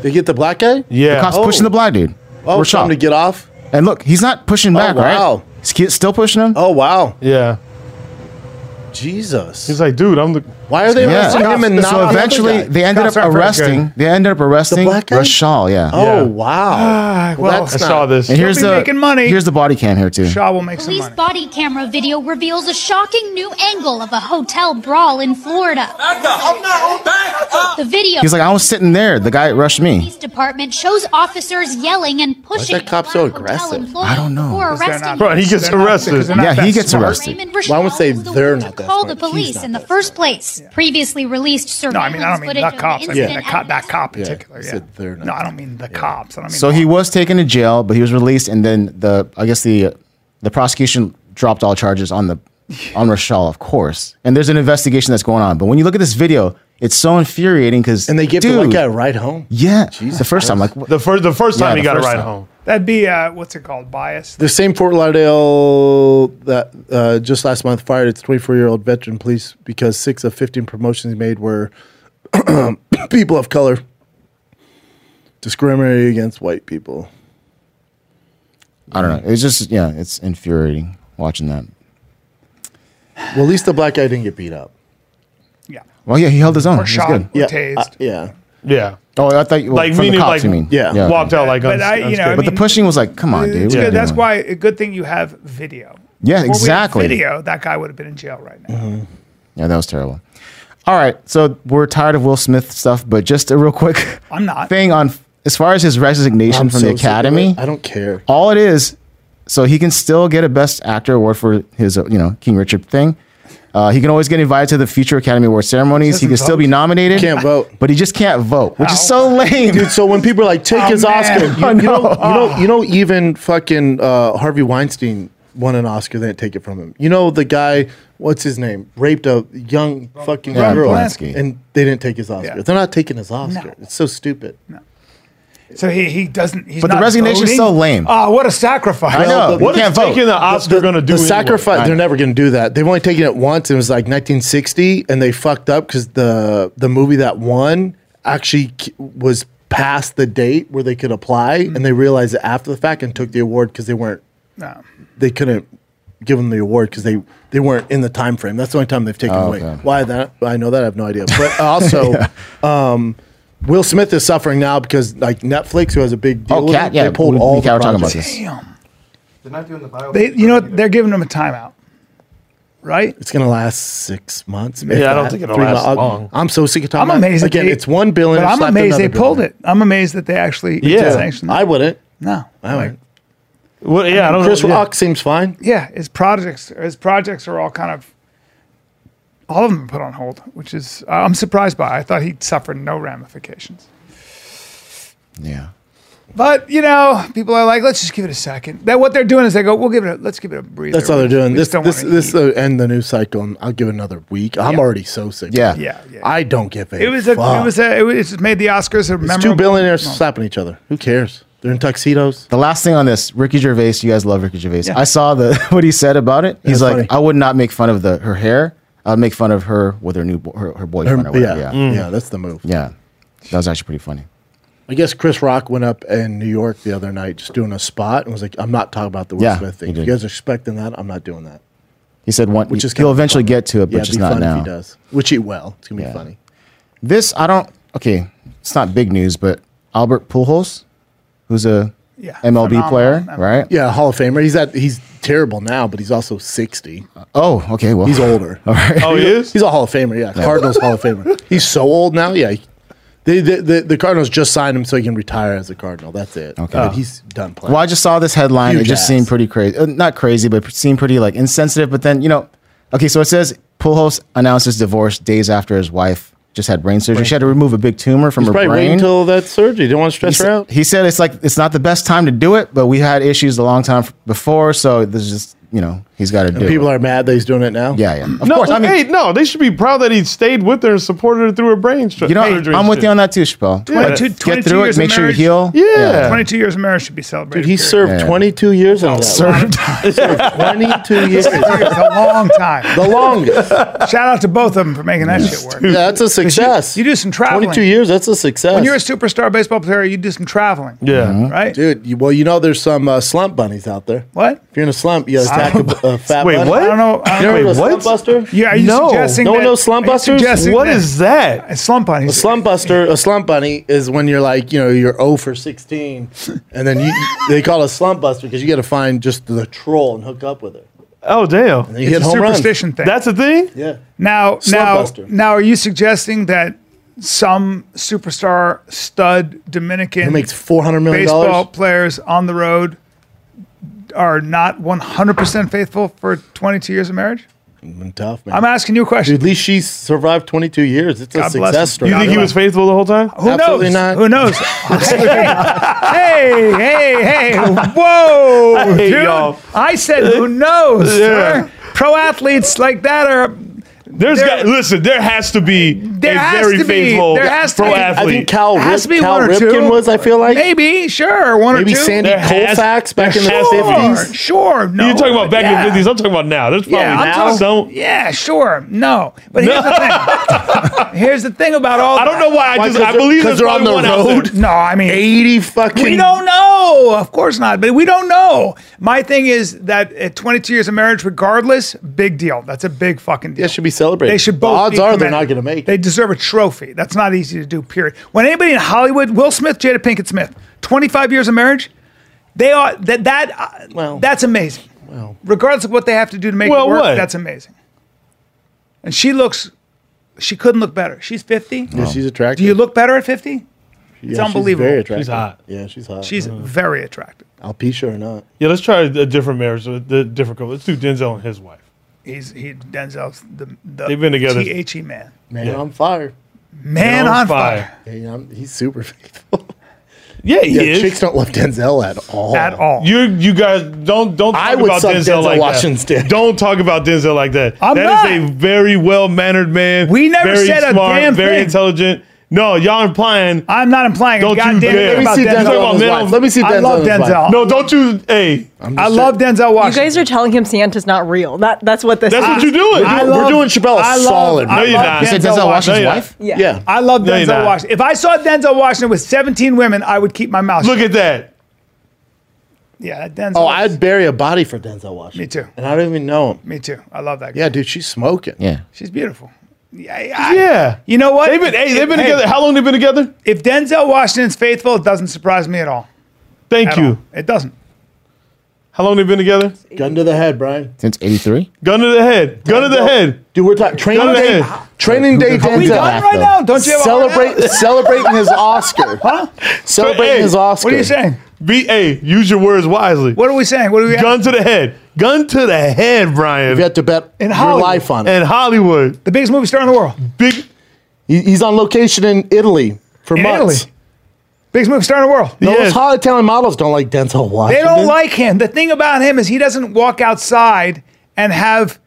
Speaker 2: they get the black guy.
Speaker 3: yeah.
Speaker 5: The cops
Speaker 3: Oh,
Speaker 5: pushing the black dude.
Speaker 2: Oh,
Speaker 5: Rashad.
Speaker 2: trying to get off.
Speaker 5: And look, he's not pushing back,
Speaker 2: wow.
Speaker 5: right? He's ki- still pushing him.
Speaker 2: Oh wow,
Speaker 3: Yeah.
Speaker 2: Jesus!
Speaker 3: He's like, dude, I'm the.
Speaker 2: Why are they arresting him and not the
Speaker 5: so
Speaker 2: other
Speaker 5: eventually
Speaker 2: guy?
Speaker 5: they ended up
Speaker 1: Cops aren't very
Speaker 5: arresting. They ended up arresting
Speaker 2: black guy?
Speaker 5: Rashal. Yeah.
Speaker 2: Oh
Speaker 3: Yeah.
Speaker 2: wow!
Speaker 1: well,
Speaker 3: I saw this.
Speaker 5: and here's
Speaker 1: be
Speaker 5: the
Speaker 1: making money.
Speaker 5: here's the body cam here too.
Speaker 1: Shaw will make some
Speaker 7: Police
Speaker 1: money.
Speaker 7: body camera video reveals a shocking new angle of a hotel brawl in Florida. The video
Speaker 5: He's like, I was sitting there. The guy rushed me.
Speaker 7: police department shows officers yelling and pushing.
Speaker 2: that cop
Speaker 7: a
Speaker 2: so
Speaker 7: black hotel
Speaker 2: aggressive?
Speaker 7: employee
Speaker 5: I don't know.
Speaker 7: before
Speaker 5: Is
Speaker 1: They're
Speaker 7: arresting
Speaker 1: not-
Speaker 3: Bro, he gets
Speaker 1: they're not-
Speaker 3: arrested.
Speaker 1: because they're not
Speaker 5: Yeah, he
Speaker 1: that
Speaker 5: gets
Speaker 1: smart.
Speaker 5: arrested.
Speaker 7: Raymond
Speaker 2: Well, I would
Speaker 7: Rochelle
Speaker 2: say
Speaker 7: was the
Speaker 2: they're
Speaker 7: one
Speaker 2: not
Speaker 7: to
Speaker 2: that
Speaker 7: call
Speaker 2: smart.
Speaker 7: the
Speaker 2: He's
Speaker 7: police
Speaker 2: not
Speaker 7: in the
Speaker 2: that
Speaker 7: first place. Previously released
Speaker 1: No,
Speaker 7: surveillance
Speaker 1: I mean I don't mean
Speaker 7: footage
Speaker 1: the
Speaker 7: of
Speaker 1: cops. I
Speaker 7: the
Speaker 1: mean
Speaker 7: incident
Speaker 1: the cop, that cop in
Speaker 2: Yeah,
Speaker 1: particular.
Speaker 2: I
Speaker 1: Yeah.
Speaker 2: said they're not-
Speaker 1: No, I don't mean the cops. I don't mean.
Speaker 5: So he
Speaker 1: the-
Speaker 5: was taken to jail, but he was released, and then the I guess the the prosecution dropped all charges on the on Rashal, of course. And there's an investigation that's going on. But when you look at this video, it's so infuriating because
Speaker 2: And they give the white guy a ride home.
Speaker 5: yeah the first time like
Speaker 3: The first, the first
Speaker 5: Yeah,
Speaker 3: time
Speaker 5: the
Speaker 3: he got a
Speaker 5: first
Speaker 3: ride
Speaker 5: time.
Speaker 3: home.
Speaker 1: That'd be uh, what's it called? Bias.
Speaker 2: The same Fort Lauderdale that uh, just last month fired its 24 year old veteran police because six of 15 promotions he made were (coughs) people of color discriminating against white people.
Speaker 5: I don't know. It's just yeah, it's infuriating watching that.
Speaker 2: Well, at least the black guy didn't get beat up.
Speaker 1: Yeah.
Speaker 5: Well, yeah, he held his own.
Speaker 1: Or
Speaker 5: He's good.
Speaker 1: shot.
Speaker 2: Yeah.
Speaker 1: Or tased.
Speaker 2: uh, yeah.
Speaker 3: Yeah.
Speaker 5: Oh, I thought you well,
Speaker 3: Like,
Speaker 5: from the
Speaker 3: meaning,
Speaker 5: cops.
Speaker 3: like,
Speaker 5: you mean?
Speaker 2: yeah,
Speaker 5: okay.
Speaker 3: Walked out like
Speaker 1: But
Speaker 3: uns-
Speaker 1: I- you know,
Speaker 3: unscathed.
Speaker 1: I
Speaker 5: But the
Speaker 1: mean-
Speaker 5: pushing was like, come on, dude.
Speaker 1: It's
Speaker 5: what are you
Speaker 1: good. That's
Speaker 5: doing?
Speaker 1: why a good thing you have video.
Speaker 5: Yeah,
Speaker 1: If we had
Speaker 5: exactly. Mm-hmm.
Speaker 1: Video. That guy would have been in jail right now.
Speaker 5: Yeah, that was terrible. All right, so we're tired of Will Smith stuff, but just a real quick
Speaker 1: I'm not.
Speaker 5: thing on as far as his resignation
Speaker 2: I'm
Speaker 5: from
Speaker 2: so
Speaker 5: the
Speaker 2: sick of it.
Speaker 5: Academy.
Speaker 2: I don't care.
Speaker 5: all it is so he can still get a best actor award for his uh, you know king richard thing uh, he can always get invited to the future academy award ceremonies he can still be nominated
Speaker 2: Can't vote.
Speaker 5: but he just can't vote which is so lame
Speaker 2: Dude, so when people are like, take
Speaker 1: Oh,
Speaker 2: his
Speaker 1: man.
Speaker 2: Oscar,
Speaker 1: (laughs)
Speaker 2: you,
Speaker 5: I
Speaker 2: you know.
Speaker 5: know.
Speaker 2: you know, you know, even fucking uh, Harvey Weinstein won an Oscar. They didn't take it from him. You know, the guy, what's his name, raped a young fucking
Speaker 5: Yeah,
Speaker 2: girl,
Speaker 5: Polanski.
Speaker 2: and they didn't take his Oscar.
Speaker 1: Yeah.
Speaker 2: They're not taking his Oscar.
Speaker 1: No.
Speaker 2: It's so stupid.
Speaker 1: So he, he doesn't. He's
Speaker 5: But the
Speaker 1: not
Speaker 5: resignation's
Speaker 1: voting?
Speaker 5: so lame.
Speaker 1: Oh, what a sacrifice.
Speaker 5: (laughs) I know.
Speaker 2: but-
Speaker 5: he
Speaker 3: What is
Speaker 5: can't vote.
Speaker 3: taking the Oscar going to do?
Speaker 2: The
Speaker 3: anyway?
Speaker 2: sacrifice.
Speaker 5: I
Speaker 2: They're
Speaker 5: know.
Speaker 2: never going to do that. They've only taken it once. and It was like 1960, and they fucked up because the the movie that won actually k- was past the date where they could apply, and they realized it after the fact and took the award because they weren't
Speaker 1: No.
Speaker 2: they couldn't give him the award because they they weren't in the time frame. That's the only time they've taken
Speaker 5: Oh,
Speaker 2: away.
Speaker 5: okay.
Speaker 2: Why that? I know that. I have no idea.
Speaker 5: (laughs)
Speaker 2: But also, um, Will Smith is suffering now because like Netflix, who has a big deal,
Speaker 5: oh
Speaker 2: with
Speaker 5: cat
Speaker 2: it,
Speaker 5: yeah
Speaker 2: they pulled
Speaker 5: we,
Speaker 2: all
Speaker 5: we
Speaker 2: the
Speaker 5: were talking about
Speaker 2: projects.
Speaker 5: this
Speaker 1: Damn.
Speaker 8: They're not doing the bio.
Speaker 1: They, you know what? They're giving him a timeout. Right?
Speaker 2: It's gonna last six months. if
Speaker 3: Yeah, I don't
Speaker 2: that,
Speaker 3: think it'll
Speaker 2: three
Speaker 3: last
Speaker 2: months.
Speaker 3: long.
Speaker 2: I'm so sick of
Speaker 1: I'm
Speaker 2: talking. about it.
Speaker 1: amazed. that
Speaker 2: Again,
Speaker 1: they-
Speaker 2: it's one billion.
Speaker 1: But I'm
Speaker 2: slapped
Speaker 1: amazed they
Speaker 2: another
Speaker 1: pulled
Speaker 2: billion.
Speaker 1: it. I'm amazed that they actually
Speaker 3: Yeah.
Speaker 1: sanctioned.
Speaker 2: I Oh
Speaker 1: it.
Speaker 2: wouldn't.
Speaker 1: no.
Speaker 2: I
Speaker 1: Like,
Speaker 2: would.
Speaker 3: What, yeah, I don't
Speaker 2: Chris
Speaker 3: know. yeah.
Speaker 2: Rock seems fine.
Speaker 1: yeah, his projects his projects are all kind of all of them put on hold, which is uh, I'm surprised by. I thought he suffered no ramifications.
Speaker 5: yeah
Speaker 1: But you know, people are like, let's just give it a second. That what they're doing is they go, we'll give it, a, let's give it a breather.
Speaker 2: That's how they're
Speaker 1: We-
Speaker 2: doing.
Speaker 1: we
Speaker 2: This
Speaker 1: just don't
Speaker 2: this
Speaker 1: wanna
Speaker 2: this
Speaker 1: eat.
Speaker 2: uh, end the new cycle, and I'll give it another week. I'm already so sick. of
Speaker 5: Yeah.
Speaker 2: it.
Speaker 1: yeah, yeah.
Speaker 2: I don't give a.
Speaker 1: it was a,
Speaker 2: fuck.
Speaker 1: it was a, it was it just made the Oscars a
Speaker 2: It's
Speaker 1: memorable.
Speaker 2: two billionaires
Speaker 1: moment.
Speaker 2: slapping each other. Who cares? They're in tuxedos.
Speaker 5: the last thing on this ricky gervais you guys love ricky gervais i saw the (laughs) what he said about it
Speaker 2: That's
Speaker 5: he's like
Speaker 2: funny.
Speaker 5: i would not make fun of the her hair i'd make fun of her with her new bo- her, her boyfriend
Speaker 2: yeah,
Speaker 5: or
Speaker 2: Mm.
Speaker 5: whatever
Speaker 2: yeah,
Speaker 5: yeah yeah.
Speaker 2: that's the move.
Speaker 5: that was actually pretty funny
Speaker 2: I guess Chris Rock went up in New York the other night, just doing a spot, and was like, "I'm not talking about the Will
Speaker 5: Yeah,
Speaker 2: Smith thing.
Speaker 5: he
Speaker 2: If you
Speaker 5: did.
Speaker 2: guys are expecting that, I'm not doing that."
Speaker 5: he said one
Speaker 2: Which is
Speaker 5: he'll
Speaker 2: kinda
Speaker 5: eventually
Speaker 2: funny.
Speaker 5: get to it but
Speaker 2: yeah, it'd
Speaker 5: just
Speaker 2: be
Speaker 5: not
Speaker 2: fun
Speaker 5: now
Speaker 2: if he does. Which he will. It's gonna be funny.
Speaker 5: This I don't. Okay, it's not big news, but Albert Pujols, who's a
Speaker 1: Yeah,
Speaker 5: MLB
Speaker 1: phenomenal.
Speaker 5: player,
Speaker 1: I mean,
Speaker 5: right?
Speaker 2: Yeah, Hall of Famer. He's at. He's terrible now, but he's also 60.
Speaker 5: Oh, okay. Well,
Speaker 2: He's older. (laughs) All right.
Speaker 3: Oh, he is.
Speaker 2: He's a Hall of Famer. Yeah, Cardinals Hall of Famer. He's so old now. Yeah. He, they, the, the, the Cardinals just signed him so he can retire as a Cardinal. That's it. Okay. But he's done playing.
Speaker 5: Well, I just saw this headline. It
Speaker 2: Huge
Speaker 5: just
Speaker 2: ass.
Speaker 5: seemed pretty crazy. Uh, not crazy, but it seemed pretty like insensitive. But then you know, okay. So it says Pujols announces divorce days after his wife just had brain surgery. She had to remove a big tumor from
Speaker 2: He's
Speaker 5: her
Speaker 2: probably
Speaker 5: brain.
Speaker 2: waiting until that surgery. Didn't want to
Speaker 5: he,
Speaker 2: stress her
Speaker 5: sa-
Speaker 2: out.
Speaker 5: he said it's like it's not the best time to do it, but we had issues a long time f- before, so there's just you know He's got to do.
Speaker 2: People
Speaker 5: it.
Speaker 2: are mad that he's doing it now.
Speaker 5: yeah, yeah. Of
Speaker 3: No,
Speaker 5: course. I mean,
Speaker 3: hey, no, they should be proud that he stayed with her and supported her through her brain stra-
Speaker 5: you know,
Speaker 3: surgery.
Speaker 5: I'm
Speaker 3: and
Speaker 5: with
Speaker 3: shit.
Speaker 5: you on that too, Chappelle.
Speaker 3: Yeah.
Speaker 1: 22,
Speaker 3: Get
Speaker 1: 22
Speaker 5: Get through
Speaker 1: years
Speaker 5: it.
Speaker 1: of
Speaker 5: Make sure you
Speaker 1: marriage-
Speaker 5: heal.
Speaker 3: Yeah.
Speaker 1: 22 years of marriage should be celebrated.
Speaker 2: Dude, he
Speaker 1: period.
Speaker 2: served
Speaker 5: Yeah.
Speaker 2: 22 years on that. (laughs)
Speaker 1: Served.
Speaker 2: one. served 22 years.
Speaker 1: It's
Speaker 2: (laughs)
Speaker 1: a long time.
Speaker 2: The longest. Yeah,
Speaker 1: Shout out to both of them for making that shit work.
Speaker 2: that's a success.
Speaker 1: you do some traveling.
Speaker 2: 22 years, that's a success.
Speaker 1: When you're a superstar baseball player, you do some traveling,
Speaker 3: Yeah.
Speaker 1: right?
Speaker 2: Dude, you, well, you know there's some uh, slump bunnies out there.
Speaker 1: What?
Speaker 2: If you're in a slump, you attack a,
Speaker 1: (laughs)
Speaker 2: a fat
Speaker 3: Wait,
Speaker 2: bunny.
Speaker 3: what?
Speaker 1: I don't know. I
Speaker 2: You
Speaker 1: don't
Speaker 2: ever
Speaker 1: know.
Speaker 3: Wait,
Speaker 2: heard of
Speaker 3: what?
Speaker 2: Slump Buster?
Speaker 1: Yeah, are you
Speaker 3: No.
Speaker 1: suggesting
Speaker 2: No one
Speaker 1: that-
Speaker 2: knows slump
Speaker 1: are you
Speaker 2: busters?
Speaker 1: suggesting
Speaker 3: What is that?
Speaker 1: a slump on?
Speaker 2: A slump buster, a slump bunny is when you're like, you know, you're 0 for 16, and then you they call it a slump buster because you got to find just the troll and hook up with her.
Speaker 3: Oh, damn.
Speaker 2: And you
Speaker 1: It's
Speaker 2: hit
Speaker 1: a
Speaker 2: home runs.
Speaker 1: superstition thing.
Speaker 3: That's a thing?
Speaker 2: Yeah.
Speaker 1: now,
Speaker 2: Slump
Speaker 1: now,
Speaker 2: buster.
Speaker 1: now, are you suggesting that some superstar stud Dominican
Speaker 2: It makes $400 million.
Speaker 1: baseball players on the road are not 100% faithful for 22 years of marriage?
Speaker 2: Been tough, man.
Speaker 1: I'm asking you a question.
Speaker 2: At least she survived 22 years. It's a
Speaker 1: God bless him.
Speaker 2: success story.
Speaker 3: You think he was faithful the whole time?
Speaker 1: Who
Speaker 2: Absolutely
Speaker 1: knows?
Speaker 2: not.
Speaker 1: Who
Speaker 2: (laughs)
Speaker 1: knows? hey, hey, hey. Whoa,
Speaker 3: Hey,
Speaker 1: dude.
Speaker 3: y'all.
Speaker 1: I said, who knows?
Speaker 3: Yeah.
Speaker 1: sir? Pro athletes like that are.
Speaker 3: There's
Speaker 1: There-
Speaker 3: got, listen, there has to be
Speaker 1: There
Speaker 3: a
Speaker 1: has
Speaker 3: very
Speaker 1: to be-
Speaker 3: faithful
Speaker 1: there has to
Speaker 3: pro
Speaker 1: be- I
Speaker 2: I
Speaker 3: athlete.
Speaker 2: think Cal,
Speaker 1: Has
Speaker 2: Rip,
Speaker 1: to be
Speaker 2: Cal
Speaker 1: one or two.
Speaker 2: Ripken was, I feel like.
Speaker 1: Maybe, sure. One
Speaker 2: Maybe
Speaker 1: or two.
Speaker 2: Sandy
Speaker 3: There has-
Speaker 2: Colfax back in the
Speaker 3: there has to be.
Speaker 2: 50s.
Speaker 1: Sure, sure. No.
Speaker 3: You're talking about back
Speaker 1: Yeah.
Speaker 3: in the 50s. I'm talking about now. There's probably
Speaker 1: Yeah, I'm
Speaker 3: now.
Speaker 1: talking-
Speaker 3: some-
Speaker 1: Yeah, sure. No. But here's
Speaker 3: (laughs)
Speaker 1: the thing. here's the thing about all
Speaker 3: I don't know why. I
Speaker 2: Why,
Speaker 3: just
Speaker 2: 'cause
Speaker 3: I
Speaker 2: they're-
Speaker 3: believe
Speaker 2: 'cause
Speaker 3: there's
Speaker 2: they're on
Speaker 3: probably
Speaker 2: the
Speaker 3: one out there.
Speaker 2: road?
Speaker 1: No, I mean
Speaker 2: 80 fucking.
Speaker 1: We don't know. Of course not. But we don't know. My thing is that at 22 years of marriage, regardless, big deal. That's a big fucking deal.
Speaker 2: That should be celebrated.
Speaker 1: They should
Speaker 2: The
Speaker 1: both.
Speaker 2: odds
Speaker 1: be
Speaker 2: are they're
Speaker 1: commended.
Speaker 2: not going to make
Speaker 1: They
Speaker 2: it.
Speaker 1: deserve a trophy. That's not easy to do. Period. When anybody in Hollywood, Will Smith, Jada Pinkett Smith, 25 years of marriage, they are that that uh,
Speaker 2: Well.
Speaker 1: that's amazing. Regardless of what they have to do to make
Speaker 3: Well,
Speaker 1: it work,
Speaker 3: what?
Speaker 1: that's amazing. And she looks. She couldn't look better. She's 50.
Speaker 2: Yeah, she's attractive.
Speaker 1: Do you look better at 50? It's unbelievable.
Speaker 2: She's very attractive.
Speaker 3: She's hot.
Speaker 2: Yeah, she's hot.
Speaker 1: She's
Speaker 3: Uh-huh.
Speaker 1: very attractive.
Speaker 2: Alpecia or not.
Speaker 3: Yeah, let's try a different marriage, a di- different couple. Let's do Denzel and his wife.
Speaker 1: He's he Denzel's the the
Speaker 3: They've been together.
Speaker 1: T-H-E man.
Speaker 2: Man on fire.
Speaker 1: Man on, fire.
Speaker 2: Yeah, you know, he's super faithful.
Speaker 3: Yeah, he
Speaker 2: Yeah,
Speaker 3: is.
Speaker 2: chicks don't love Denzel at all.
Speaker 1: At all.
Speaker 3: You you guys don't don't talk
Speaker 2: I would
Speaker 3: about
Speaker 2: suck
Speaker 3: Denzel,
Speaker 2: Denzel
Speaker 3: like
Speaker 2: Washington's
Speaker 3: that.
Speaker 2: dick.
Speaker 3: Don't talk about Denzel like that.
Speaker 1: I'm
Speaker 3: That is
Speaker 1: not.
Speaker 3: a very well mannered man.
Speaker 1: We never
Speaker 3: very
Speaker 1: said a
Speaker 3: smart,
Speaker 1: damn
Speaker 3: very
Speaker 1: thing.
Speaker 3: intelligent. No, y'all implying.
Speaker 1: I'm not implying
Speaker 3: Don't
Speaker 1: a
Speaker 3: you
Speaker 1: goddamn
Speaker 3: dare.
Speaker 1: thing
Speaker 2: Let me
Speaker 1: about
Speaker 2: see
Speaker 1: Denzel.
Speaker 3: Denzel
Speaker 2: Denzel.
Speaker 3: on
Speaker 2: on his
Speaker 3: Man
Speaker 2: wife.
Speaker 3: on-
Speaker 2: Let me see Denzel.
Speaker 1: I love
Speaker 2: on his wife.
Speaker 1: Denzel.
Speaker 3: no, don't you. Hey,
Speaker 1: I love Denzel
Speaker 4: You
Speaker 1: Washington.
Speaker 4: guys are telling him Santa's not real. That that's what this
Speaker 3: that's
Speaker 4: is.
Speaker 3: what you're doing.
Speaker 1: I
Speaker 2: we're doing Chappelle a
Speaker 1: I love-
Speaker 2: solid.
Speaker 1: I
Speaker 3: No, you're
Speaker 1: love
Speaker 3: not.
Speaker 5: You said Denzel Washington's
Speaker 3: No, yeah.
Speaker 5: wife.
Speaker 4: Yeah.
Speaker 2: Yeah.
Speaker 1: I love
Speaker 3: No,
Speaker 1: Denzel
Speaker 3: you're not.
Speaker 1: Washington. If I saw Denzel Washington with 17 women, I would keep my mouth.
Speaker 3: Look
Speaker 1: shut.
Speaker 3: at that.
Speaker 1: yeah, that Denzel.
Speaker 2: oh, I'd bury a body for Denzel Washington.
Speaker 1: Me too.
Speaker 2: And I don't even know him.
Speaker 1: me too. I love that. Girl.
Speaker 2: Yeah, dude, she's smoking.
Speaker 5: Yeah.
Speaker 1: she's beautiful. Yeah, I-
Speaker 3: Yeah.
Speaker 1: You know what?
Speaker 3: They've been. Hey, they've been
Speaker 1: Hey,
Speaker 3: together. How long they been together?
Speaker 1: If Denzel Washington's faithful, it doesn't surprise me at all.
Speaker 3: Thank
Speaker 1: At
Speaker 3: you.
Speaker 1: all. It doesn't.
Speaker 3: How long they been together?
Speaker 2: Gun to the head, Brian.
Speaker 5: Since '83.
Speaker 3: Gun to the head. Gun to the head.
Speaker 2: Dude, we're talking training
Speaker 3: Gun to the
Speaker 2: day.
Speaker 3: head.
Speaker 2: Training day,
Speaker 5: Are
Speaker 1: Are we
Speaker 5: Denzel
Speaker 1: done
Speaker 5: laughed,
Speaker 2: Denzel.
Speaker 1: right
Speaker 5: though.
Speaker 1: now? Don't you have a hard
Speaker 2: Celebrate,
Speaker 1: out?
Speaker 2: celebrating his Oscar.
Speaker 1: Huh?
Speaker 2: Celebrating
Speaker 3: Hey,
Speaker 2: his Oscar.
Speaker 1: What are you saying?
Speaker 3: Be hey. Use your words wisely.
Speaker 1: What are we saying? What are we?
Speaker 3: (laughs) Gun to the head. Gun to the head, Brian.
Speaker 2: If you had to bet
Speaker 1: In
Speaker 2: your
Speaker 1: Hollywood.
Speaker 2: life on it.
Speaker 3: and Hollywood.
Speaker 1: The biggest movie star in the world.
Speaker 3: Big.
Speaker 2: He- He's on location in Italy for
Speaker 1: In
Speaker 2: months.
Speaker 1: Italy. Biggest movie star in the world.
Speaker 2: Those
Speaker 3: Yes.
Speaker 2: Hollywood talent models don't like Denzel
Speaker 1: They
Speaker 2: Washington.
Speaker 1: don't like him. The thing about him is he doesn't walk outside and have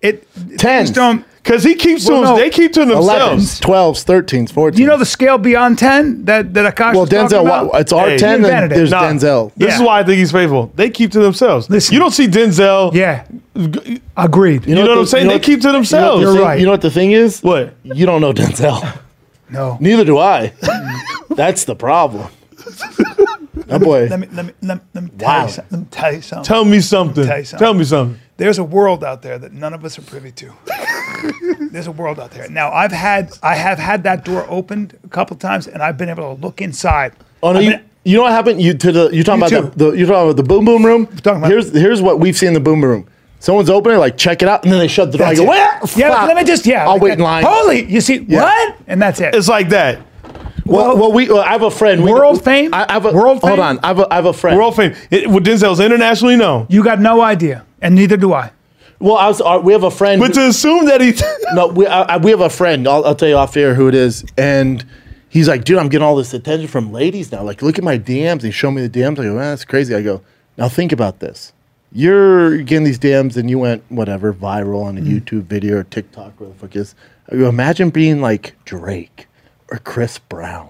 Speaker 1: it.
Speaker 2: Tens.
Speaker 1: things Don't,
Speaker 3: Because he keeps
Speaker 1: Well,
Speaker 3: to
Speaker 1: no.
Speaker 3: him. They keep to
Speaker 2: 11s,
Speaker 3: themselves.
Speaker 2: 12s, 13s, 14s.
Speaker 1: you know the scale beyond ten that that Akash.
Speaker 2: well,
Speaker 1: was talking
Speaker 2: Denzel,
Speaker 1: about?
Speaker 2: wa- it's
Speaker 3: Hey,
Speaker 2: R10,
Speaker 3: he
Speaker 2: and
Speaker 1: invented it.
Speaker 2: there's
Speaker 3: Nah,
Speaker 2: Denzel.
Speaker 3: This
Speaker 1: Yeah.
Speaker 3: is why I think he's faithful. They keep to themselves.
Speaker 1: Listen.
Speaker 3: you don't see Denzel.
Speaker 1: Yeah,
Speaker 3: g- You
Speaker 1: agreed.
Speaker 3: know,
Speaker 2: know
Speaker 3: what
Speaker 2: the-
Speaker 3: I'm saying?
Speaker 2: you know
Speaker 3: they
Speaker 2: what-
Speaker 3: keep to
Speaker 2: You know, what
Speaker 3: themselves.
Speaker 2: the
Speaker 1: You're
Speaker 2: thing-
Speaker 1: right.
Speaker 2: you know what the thing is?
Speaker 3: what?
Speaker 2: You don't know Denzel. (laughs)
Speaker 1: no.
Speaker 2: Neither do (laughs) I. That's the problem. Oh boy.
Speaker 1: Let me let me let me, let me tell
Speaker 2: Wow.
Speaker 1: you something. Let me tell you something.
Speaker 3: Tell me something.
Speaker 1: Tell
Speaker 3: Tell,
Speaker 1: you something.
Speaker 3: me something.
Speaker 1: There's a world out there that none of us are privy to. (laughs) There's a world out there. Now I've had I have had that door opened a couple times, and I've been able to look inside.
Speaker 2: Oh no,
Speaker 1: I've
Speaker 2: you,
Speaker 1: been-
Speaker 2: you know what happened? You to the you talking
Speaker 1: You
Speaker 2: about the, the you talking about the boom boom room.
Speaker 1: talking about-
Speaker 2: here's here's what we've seen in the boom boom room. Someone's opening, like check it out, and then they shut the door. I
Speaker 1: That's
Speaker 2: go,
Speaker 1: it.
Speaker 2: "Where?
Speaker 1: Yeah,
Speaker 2: Fuck."
Speaker 1: let me just yeah.
Speaker 2: I'll
Speaker 1: like
Speaker 2: wait
Speaker 1: that.
Speaker 2: in line.
Speaker 1: Holy, you see
Speaker 2: Yeah.
Speaker 1: what? And that's it.
Speaker 3: It's like that.
Speaker 2: Well, well, we. Well, I have a friend. We-
Speaker 1: World fame?
Speaker 2: I, I have a
Speaker 1: World
Speaker 2: Hold
Speaker 1: fame?
Speaker 2: on. I have a, I have a friend.
Speaker 3: World fame. It, well, Denzel's internationally known.
Speaker 1: you got no idea, and neither do I.
Speaker 2: Well, I was. Uh, we have a friend.
Speaker 3: But to assume that he. (laughs)
Speaker 2: no, we I, I- we have a friend. I'll, I'll tell you off air who it is, and he's like, dude, I'm getting all this attention from ladies now. Like, look at my DMs. He showed me the DMs. I go, man, that's crazy. I go, now think about this. you're getting these DMs and you went whatever viral on a
Speaker 3: Mm.
Speaker 2: YouTube video or TikTok, where the fuck is. You imagine being like Drake or Chris Brown.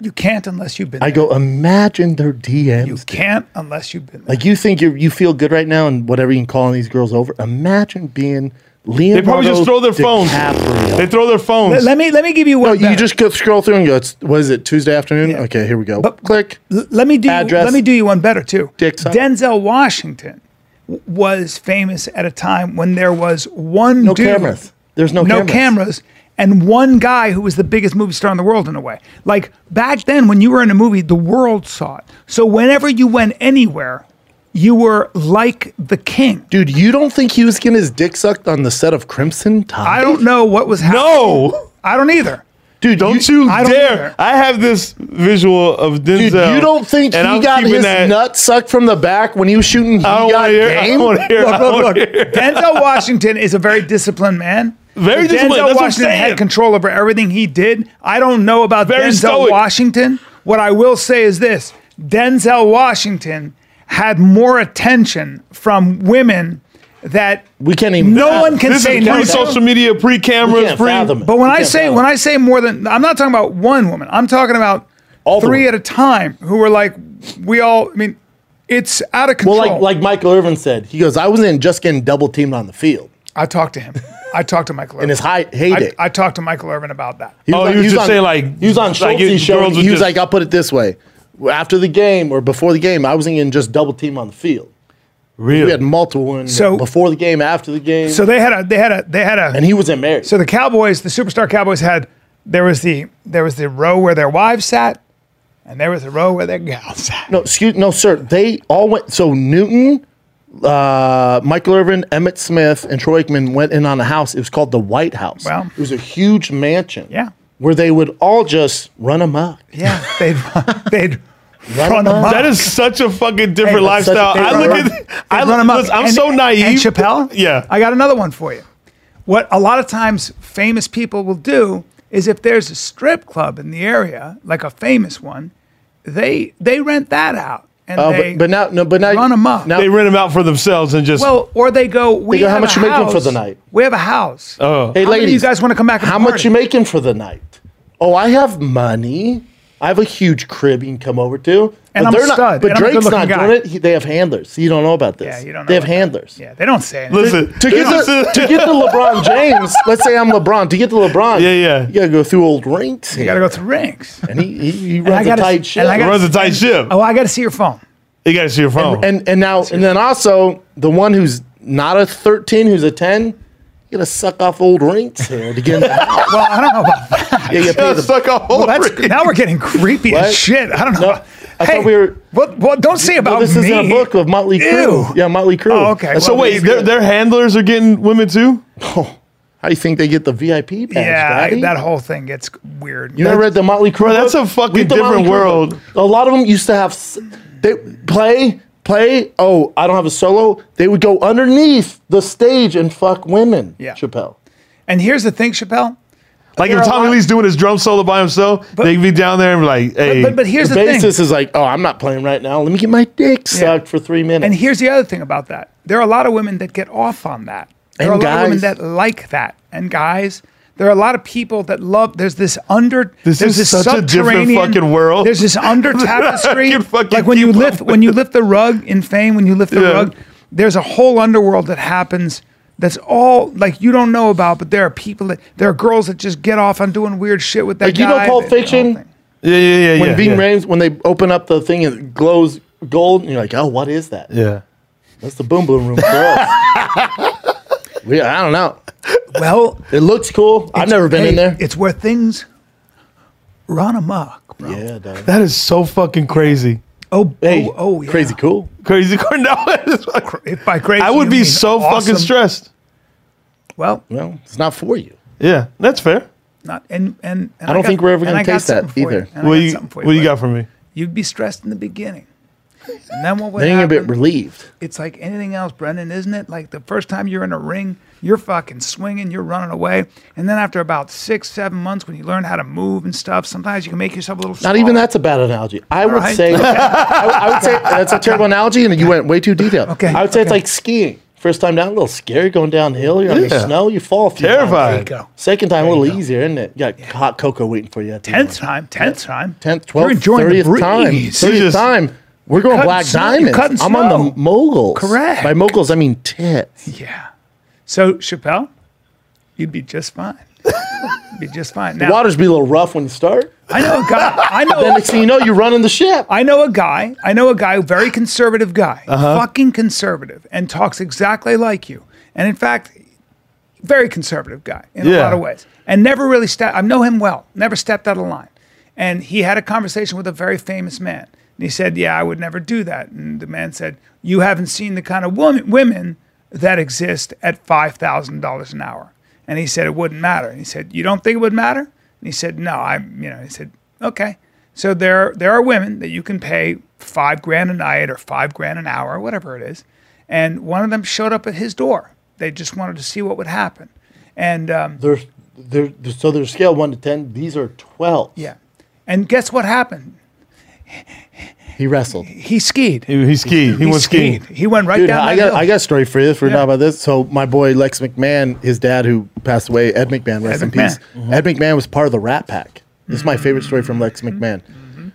Speaker 1: You can't unless you've been.
Speaker 2: I
Speaker 1: there.
Speaker 2: go, imagine their
Speaker 1: You
Speaker 2: DMs.
Speaker 1: can't unless you've been. There.
Speaker 2: like you think you you feel good right now and whatever you can call these girls over. Imagine being Leonardo
Speaker 3: They probably just throw their phones.
Speaker 2: DiCaprio.
Speaker 3: They throw their phones.
Speaker 1: Let, let me let me give you one.
Speaker 2: No, you
Speaker 1: better.
Speaker 2: just go scroll through and go. It's what is it? Tuesday afternoon. Okay, here we go.
Speaker 1: But-
Speaker 2: Click.
Speaker 1: L- let me do
Speaker 2: Address.
Speaker 1: let me do you one better too.
Speaker 2: Dick size.
Speaker 1: Denzel Washington w- was famous at a time when there was one
Speaker 2: No
Speaker 1: dude,
Speaker 2: cameras. There's no
Speaker 1: no
Speaker 2: cameras.
Speaker 1: cameras, and one guy who was the biggest movie star in the world in a way. Like back then, when you were in a movie, the world saw it. So whenever you went anywhere, you were like the king.
Speaker 2: Dude, you don't think he was getting his dick sucked on the set of Crimson Tide?
Speaker 1: I don't know what was happening.
Speaker 3: No.
Speaker 1: I don't either.
Speaker 2: Dude,
Speaker 3: Don't you
Speaker 1: I don't
Speaker 3: dare!
Speaker 1: either.
Speaker 3: I have this visual of Denzel.
Speaker 2: Dude, you don't think he
Speaker 3: and I'm
Speaker 2: got
Speaker 3: keeping
Speaker 2: his
Speaker 3: that-
Speaker 2: nut sucked from the back when he was shooting? He
Speaker 3: I don't
Speaker 2: got
Speaker 3: want to hear. I
Speaker 2: game.
Speaker 3: don't want to hear. I don't wanna hear.
Speaker 1: Denzel Washington is a very disciplined man.
Speaker 3: Very
Speaker 1: If
Speaker 3: disciplined, that's what I'm
Speaker 1: Washington
Speaker 3: saying.
Speaker 1: had control over everything he did. I don't know about
Speaker 3: Very
Speaker 1: Denzel
Speaker 3: stoic.
Speaker 1: Washington. What I will say is this: Denzel Washington had more attention from women that
Speaker 2: We can't even.
Speaker 1: No
Speaker 2: fathom.
Speaker 1: one can
Speaker 3: This
Speaker 1: say
Speaker 3: is
Speaker 1: no
Speaker 3: pre
Speaker 1: to.
Speaker 3: social media, pre
Speaker 2: We
Speaker 3: cameras,
Speaker 2: can't
Speaker 3: pre.
Speaker 2: fathom it.
Speaker 1: But when
Speaker 2: We
Speaker 1: I
Speaker 2: can't
Speaker 1: say
Speaker 2: fathom
Speaker 1: when
Speaker 2: it.
Speaker 1: I say more than I'm not talking about one woman. I'm talking about
Speaker 2: All the
Speaker 1: three at
Speaker 2: women.
Speaker 1: a time who were like we all. I mean, it's out of control.
Speaker 2: well, like like Michael Irvin said, he goes, "I was in just getting double teamed on the field
Speaker 1: I talked to him. I talked to Michael Irvin.
Speaker 2: (laughs) in his high
Speaker 1: I,
Speaker 2: heyday."
Speaker 1: I talked to Michael Irvin about that.
Speaker 2: He
Speaker 3: Oh,
Speaker 2: on-
Speaker 3: he was just
Speaker 2: on-
Speaker 3: saying, like-
Speaker 2: he was on
Speaker 3: like,
Speaker 2: Schultz's
Speaker 3: you-
Speaker 2: show.
Speaker 3: girls
Speaker 2: and
Speaker 3: would
Speaker 2: He was
Speaker 3: just-
Speaker 2: like, "I'll put it this way: after the game or before the game, I was in just double team on the field. We had
Speaker 3: Really?
Speaker 2: multiple ones
Speaker 1: So-
Speaker 2: before the game, after the game,
Speaker 1: So they had a they had a they had a
Speaker 2: and he wasn't married.
Speaker 1: So the Cowboys, the superstar Cowboys had there was the there was the row where their wives sat, and there was the row where their gals sat.
Speaker 2: No, excuse no, sir. They all went. So Newton, uh, Michael Irvin, Emmett Smith, and Troy Aikman went in on a house. It was called the White House.
Speaker 1: Wow.
Speaker 2: it was a huge mansion.
Speaker 1: Yeah.
Speaker 2: where they would all just run amok.
Speaker 1: Yeah, they'd (laughs) they'd
Speaker 2: Run
Speaker 1: run
Speaker 2: 'em
Speaker 1: them
Speaker 2: up.
Speaker 1: up.
Speaker 3: That is such a fucking different
Speaker 2: Hey, that's such a
Speaker 3: lifestyle. I
Speaker 2: different
Speaker 3: look
Speaker 2: world.
Speaker 3: at. I
Speaker 1: run them up.
Speaker 3: listen, I'm
Speaker 1: And-
Speaker 3: so naive.
Speaker 1: And Chappelle.
Speaker 3: Yeah.
Speaker 1: I got another one for you. What a lot of times famous people will do is if there's a strip club in the area, like a famous one, they they rent that out and
Speaker 2: Uh,
Speaker 1: they
Speaker 2: but, but now, no, but now
Speaker 1: run 'em up.
Speaker 2: Now,
Speaker 3: they rent them out for themselves and just.
Speaker 1: well, or they go. We
Speaker 2: They go, "How
Speaker 1: have
Speaker 2: much
Speaker 1: a
Speaker 2: you making for
Speaker 1: house.
Speaker 2: the night?"
Speaker 1: We have a house.
Speaker 3: oh.
Speaker 2: hey,
Speaker 1: how many of
Speaker 2: ladies,
Speaker 1: you guys wanna come back and
Speaker 2: How much
Speaker 1: party?
Speaker 2: you making for the night? Oh, I have money. I have a huge crib you can come over to.
Speaker 1: And I'm
Speaker 2: but
Speaker 1: a
Speaker 2: they're not,
Speaker 1: stud,
Speaker 2: But
Speaker 1: and I'm a
Speaker 2: Drake's
Speaker 1: good-looking
Speaker 2: not
Speaker 1: guy.
Speaker 2: doing it. He, they have handlers. You don't know about this.
Speaker 1: yeah, you don't know.
Speaker 2: They have
Speaker 1: about that.
Speaker 2: handlers.
Speaker 1: Yeah, they don't say anything.
Speaker 3: listen.
Speaker 2: to get
Speaker 3: this
Speaker 2: the,
Speaker 3: (laughs) is-
Speaker 2: to get the LeBron James, let's say I'm LeBron. To get the LeBron,
Speaker 3: Yeah, yeah.
Speaker 2: you gotta go through old rinks.
Speaker 1: You got to go through
Speaker 2: (laughs)
Speaker 1: rings.
Speaker 2: And he, he, he
Speaker 1: I
Speaker 2: runs a
Speaker 1: gotta-
Speaker 2: tight ship.
Speaker 1: and I gotta-
Speaker 3: runs a tight ship.
Speaker 1: Oh, I got to see your phone.
Speaker 3: You got to see your phone.
Speaker 2: and and now and then also the one who's not a 13, who's a 10, you gotta suck off old rinks here to get in the house.
Speaker 1: (laughs) Well, I don't know about that.
Speaker 2: Yeah, you pay the-
Speaker 3: suck a
Speaker 1: Well,
Speaker 3: hole.
Speaker 1: that's, now we're getting creepy
Speaker 2: What?
Speaker 1: as shit. I don't know.
Speaker 2: No,
Speaker 1: about-
Speaker 2: I
Speaker 1: hey,
Speaker 2: thought we were-
Speaker 1: What? What? Don't say about
Speaker 2: well, this
Speaker 1: me.
Speaker 2: is in a book of Motley
Speaker 1: Ew.
Speaker 2: Crue. Yeah, Motley Crue.
Speaker 1: Oh, okay.
Speaker 2: That's
Speaker 3: so
Speaker 1: Well,
Speaker 2: what
Speaker 3: wait,
Speaker 2: these
Speaker 3: their,
Speaker 2: guys-
Speaker 3: their handlers are getting women too.
Speaker 2: How do you think they get the VIP badge?
Speaker 1: Yeah, I-
Speaker 2: Daddy?
Speaker 1: that whole thing gets weird.
Speaker 2: You never read the Motley Crue?
Speaker 3: that's
Speaker 2: book?
Speaker 3: a fucking
Speaker 2: Read the
Speaker 3: different
Speaker 2: Motley Crue
Speaker 3: world.
Speaker 2: book. A lot of them used to have s- they play play. Oh, I don't have a solo. They would go underneath the stage and fuck women.
Speaker 1: Yeah.
Speaker 2: Chappelle.
Speaker 1: and here's the thing, Chappelle.
Speaker 3: Like
Speaker 1: There
Speaker 3: if
Speaker 1: are a
Speaker 3: Tommy
Speaker 1: lot-
Speaker 3: Lee's doing his drum solo by himself,
Speaker 1: But-
Speaker 3: they'd be down there and be like, "Hey,
Speaker 1: But, but here's
Speaker 2: the
Speaker 1: the,
Speaker 2: bassist
Speaker 1: thing.
Speaker 2: is like, oh, I'm not playing right now. Let me get my dick sucked for three minutes.
Speaker 1: And here's the other thing about that. There are a lot of women that get off on that. There
Speaker 2: And
Speaker 1: are a lot of women
Speaker 2: guys.
Speaker 1: that like that. And guys, there are a lot of people that love there's this under
Speaker 3: This
Speaker 1: there's
Speaker 3: is such a different
Speaker 1: subterranean-
Speaker 3: fucking world.
Speaker 1: There's this
Speaker 2: (laughs)
Speaker 1: under tapestry.
Speaker 3: can fucking
Speaker 1: like when you
Speaker 3: keep up
Speaker 1: lift when you lift the rug in fame, when you lift the
Speaker 3: Yeah.
Speaker 1: rug, there's a whole underworld that happens that's all like you don't know about, but there are people that there are girls that just get off on doing weird shit with that
Speaker 2: Like,
Speaker 1: guy.
Speaker 2: you know Pulp
Speaker 1: that- the whole
Speaker 2: Fiction?
Speaker 1: thing.
Speaker 3: yeah, yeah, yeah,
Speaker 2: when
Speaker 3: yeah,
Speaker 2: Ving
Speaker 3: yeah.
Speaker 2: Rhames, when they open up the thing and it glows gold, and you're like, oh, what is that?
Speaker 3: yeah."
Speaker 2: That's the boom boom room for us.
Speaker 1: (laughs)
Speaker 2: yeah, I don't know.
Speaker 1: Well,
Speaker 2: It looks cool. I've never been
Speaker 1: hey,
Speaker 2: in there.
Speaker 1: It's where things run amok, bro.
Speaker 2: yeah, dog.
Speaker 3: That is so fucking crazy.
Speaker 1: Oh,
Speaker 2: Hey,
Speaker 1: oh, oh, yeah.
Speaker 2: crazy cool.
Speaker 3: Crazy (laughs) Cornell. is fucking-
Speaker 1: If by crazy,
Speaker 3: I would
Speaker 1: you
Speaker 3: be
Speaker 1: mean
Speaker 3: so
Speaker 1: awesome,
Speaker 3: fucking stressed.
Speaker 1: Well,
Speaker 2: Well, it's not for you.
Speaker 3: Yeah, that's fair.
Speaker 1: not and and, and
Speaker 2: I don't
Speaker 1: got-
Speaker 2: think we're ever
Speaker 1: and
Speaker 2: gonna
Speaker 1: I got
Speaker 2: taste that
Speaker 1: something for you,
Speaker 2: either.
Speaker 1: and I
Speaker 3: What
Speaker 1: got
Speaker 3: you
Speaker 1: something for
Speaker 3: what you
Speaker 1: bud.
Speaker 3: got for me?
Speaker 1: You'd be stressed in the beginning. And then what would
Speaker 2: Then you're a
Speaker 1: happen?
Speaker 2: bit relieved.
Speaker 1: it's like anything else, Brendan, isn't it? Like the first time you're in a ring, you're fucking swinging, you're running away, and then after about six, seven months, when you learn how to move and stuff, sometimes you can make yourself a little.
Speaker 2: Not even that's a bad analogy. I would
Speaker 1: right.
Speaker 2: say I, would- I would say that's a terrible analogy, and you went way too detailed.
Speaker 1: Okay,
Speaker 2: I would say it's
Speaker 1: okay.
Speaker 2: like skiing. First time down, a little scary going downhill. You're on
Speaker 3: Yeah.
Speaker 2: the snow, you fall. a few times.
Speaker 3: Terrifying.
Speaker 1: There you go.
Speaker 2: Second time, a little easier, isn't it? You got hot cocoa waiting for you. At the
Speaker 1: Tenth
Speaker 2: end.
Speaker 1: time, tenth time,
Speaker 2: tenth,
Speaker 1: You're
Speaker 2: twelfth,
Speaker 1: enjoying the
Speaker 2: thirtieth time,
Speaker 1: breeze.
Speaker 3: You
Speaker 2: thirtieth
Speaker 3: just-
Speaker 2: time. We're going
Speaker 1: cutting
Speaker 2: black
Speaker 1: snow- you're
Speaker 2: diamonds.
Speaker 1: cutting
Speaker 2: I'm on
Speaker 1: snow.
Speaker 2: the moguls.
Speaker 1: Correct.
Speaker 2: By moguls, I mean tits.
Speaker 1: Yeah. So Chappelle, you'd be just fine. You'd be just fine. Now,
Speaker 2: Waters be a little rough when you start.
Speaker 1: I know a guy. I know.
Speaker 2: Then next thing you know, you're running the ship.
Speaker 1: I know a guy. I know a guy, very conservative guy, fucking conservative, and talks exactly like you. And in fact, very conservative guy in a
Speaker 3: Yeah.
Speaker 1: lot of ways, and never really stepped. I know him well. Never stepped out of line. And he had a conversation with a very famous man, and he said, "Yeah, I would never do that." And the man said, "You haven't seen the kind of woman, women that exist at five thousand dollars an hour." And he said, "It wouldn't matter." And he said, "You don't think it would matter?" And he said, "No, I'm." You know, he said, "Okay." So there, there are women that you can pay five grand a night or five grand an hour, whatever it is. And one of them showed up at his door. They just wanted to see what would happen. And um,
Speaker 2: There's, there, so there's scale one to ten. These are twelve.
Speaker 1: yeah, and guess what happened?
Speaker 2: He wrestled.
Speaker 1: He skied.
Speaker 3: He, he skied. He, went skiing.
Speaker 1: He went right
Speaker 2: Dude,
Speaker 1: down.
Speaker 2: I
Speaker 1: that
Speaker 2: got,
Speaker 1: hill.
Speaker 2: I got a story for you. If we're not about this, so my boy Lex McMahon, his dad who passed away, Ed McMahon, rest in
Speaker 1: McMahon.
Speaker 2: peace. Ed McMahon was part of the Rat Pack. This is my favorite story from Lex McMahon.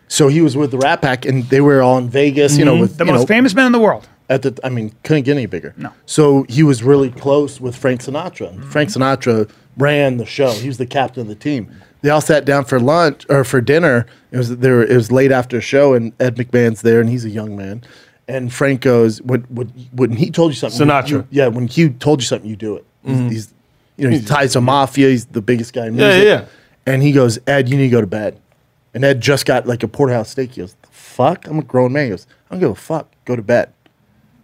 Speaker 2: So he was with the Rat Pack, and they were all in Vegas. You know, with
Speaker 1: the
Speaker 2: you
Speaker 1: most
Speaker 2: know,
Speaker 1: famous man in the world.
Speaker 2: at the I mean, couldn't get any bigger.
Speaker 1: No.
Speaker 2: So he was really close with Frank Sinatra. And Frank Sinatra ran the show. He was the captain of the team. They all sat down for lunch or for dinner. It was there. It was late after a show, and Ed McMahon's there, and he's a young man. And Frank goes, "When when, when he told you something, you-
Speaker 3: Sinatra.
Speaker 2: you- yeah, when Hugh told you something, you do it. He's, he's you know he's tied to mafia. He's the biggest guy in
Speaker 3: Yeah,
Speaker 2: music.
Speaker 3: yeah, yeah.
Speaker 2: And he goes, Ed, you need to go to bed. And Ed just got like a porterhouse steak. He goes, the fuck? I'm a grown man. He goes, I don't give a fuck. Go to bed.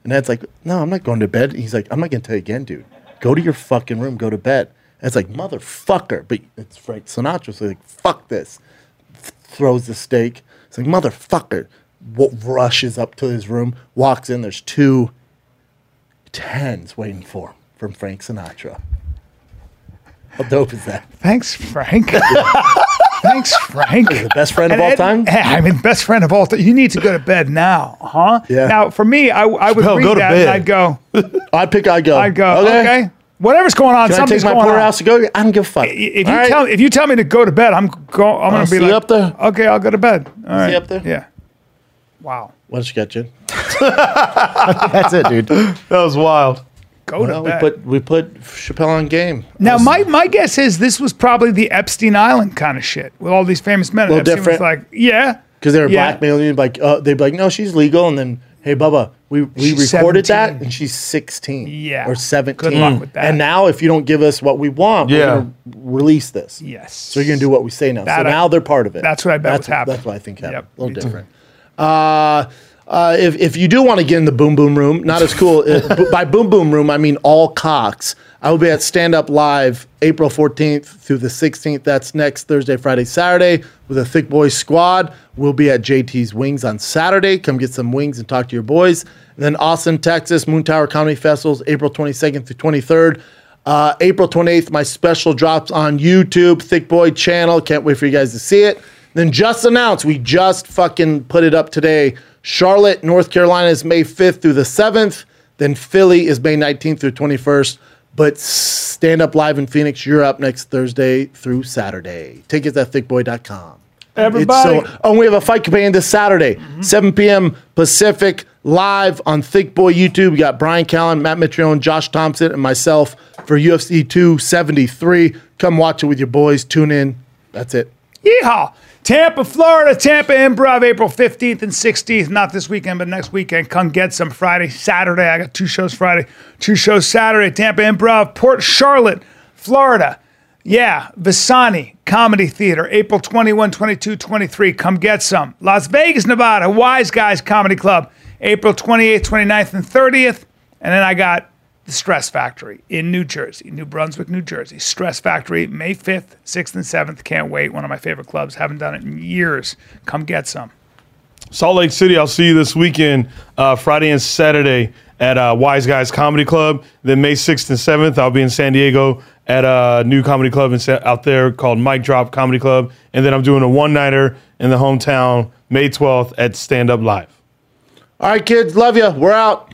Speaker 2: And Ed's like, no, I'm not going to bed. He's like, I'm not going to tell you again, dude. Go to your fucking room. Go to bed. And it's like, motherfucker. But it's Frank Sinatra. So he's like, fuck this. Th- throws the steak. It's like, motherfucker. W- rushes up to his room, walks in. There's two tens waiting for him from Frank Sinatra. How dope is that?
Speaker 1: Thanks,
Speaker 2: (laughs)
Speaker 1: Frank. Thanks, Frank.
Speaker 2: Best friend of all time?
Speaker 1: Yeah, I mean, best friend of all time. You need to go to bed now, huh?
Speaker 2: Yeah.
Speaker 1: Now, for me, I, I would
Speaker 3: Chappelle,
Speaker 1: read
Speaker 3: go to
Speaker 1: that
Speaker 3: bed.
Speaker 1: and I'd go,
Speaker 2: I'd pick. I'd go.
Speaker 1: I'd go, okay, whatever's going on,
Speaker 2: Can I
Speaker 1: something's
Speaker 2: take my
Speaker 1: going on.
Speaker 2: porterhouse to go? I don't give a fuck.
Speaker 1: if you tell if you tell me to go to bed, I'm go. I'm gonna
Speaker 2: see
Speaker 1: be
Speaker 2: you
Speaker 1: like,
Speaker 2: up there.
Speaker 1: Okay, I'll go to bed. All right.
Speaker 2: you up there.
Speaker 1: Yeah. Wow.
Speaker 2: what else you got, Jen?
Speaker 5: That's it, dude.
Speaker 3: That was wild.
Speaker 1: Go
Speaker 2: Well,
Speaker 1: to
Speaker 2: we
Speaker 1: bed.
Speaker 2: put we put Chappelle on game.
Speaker 1: now, my, my guess is this was probably the Epstein Island kind of shit with all these famous men.
Speaker 2: Little
Speaker 1: Epstein
Speaker 2: different.
Speaker 1: was like, yeah,
Speaker 2: because they were
Speaker 1: Yeah.
Speaker 2: blackmailing you. Like uh, they'd be like, no, she's legal, and then hey, Bubba, we we
Speaker 1: She's
Speaker 2: recorded
Speaker 1: 17.
Speaker 2: that, and she's sixteen,
Speaker 1: Yeah.
Speaker 2: or
Speaker 1: Good
Speaker 2: seventeen.
Speaker 1: luck with that.
Speaker 2: And now, if you don't give us what we want,
Speaker 3: Yeah.
Speaker 2: we're gonna release this.
Speaker 1: yes.
Speaker 2: So you're gonna do what we say now.
Speaker 1: That
Speaker 2: so
Speaker 1: I-
Speaker 2: now they're part of it.
Speaker 1: that's what I bet
Speaker 2: that's,
Speaker 1: was happening.
Speaker 2: That's what I think happened.
Speaker 1: Yep,
Speaker 2: A little
Speaker 1: me too.
Speaker 2: different. Uh, uh, if, if you do want to get in the boom boom room, not as cool. uh, b- by boom boom room, I mean all cocks. I will be at Stand Up Live April 14th through the 16th. That's next Thursday, Friday, Saturday with a Thick Boys squad. We'll be at JT's Wings on Saturday. Come get some wings and talk to your boys. And then Austin, Texas, Moon Tower Comedy Festivals, April 22nd through 23rd. Uh, April 28th, my special drops on YouTube, Thick Boy channel. Can't wait for you guys to see it. Then just announced, we just fucking put it up today. Charlotte, North Carolina is May 5th through the 7th. Then Philly is May 19th through 21st. But stand up live in Phoenix, you're up next Thursday through Saturday. Tickets at thickboy.com.
Speaker 1: Everybody-
Speaker 2: oh, and we have a fight campaign this Saturday, 7 p.m. Pacific, live on Thick Boy YouTube. We got Brian Callen, Matt Mitrione, Josh Thompson, and myself for UFC 273. Come watch it with your boys. Tune in. That's it.
Speaker 1: Yeehaw! Tampa, Florida, Tampa Improv, April 15th and 16th. Not this weekend, but next weekend. Come get some Friday, Saturday. I got two shows Friday, two shows Saturday. Tampa Improv, Port Charlotte, Florida. Yeah, Visani Comedy Theater, April 21, 22, 23. Come get some. Las Vegas, Nevada, Wise Guys Comedy Club, April 28th, 29th, and 30th. And then I got the Stress Factory in New Jersey, New Brunswick, New Jersey. Stress Factory, May 5th, 6th, and 7th. Can't wait. One of my favorite clubs. Haven't done it in years. Come get some.
Speaker 3: Salt Lake City, I'll see you this weekend, uh, Friday and Saturday at uh, Wise Guys Comedy Club. Then May 6th and 7th, I'll be in San Diego at a new comedy club in, Sa- out there called Mike Drop Comedy Club. And then I'm doing a one nighter in the hometown May 12th at Stand Up Live.
Speaker 2: All right, kids. Love you. We're out.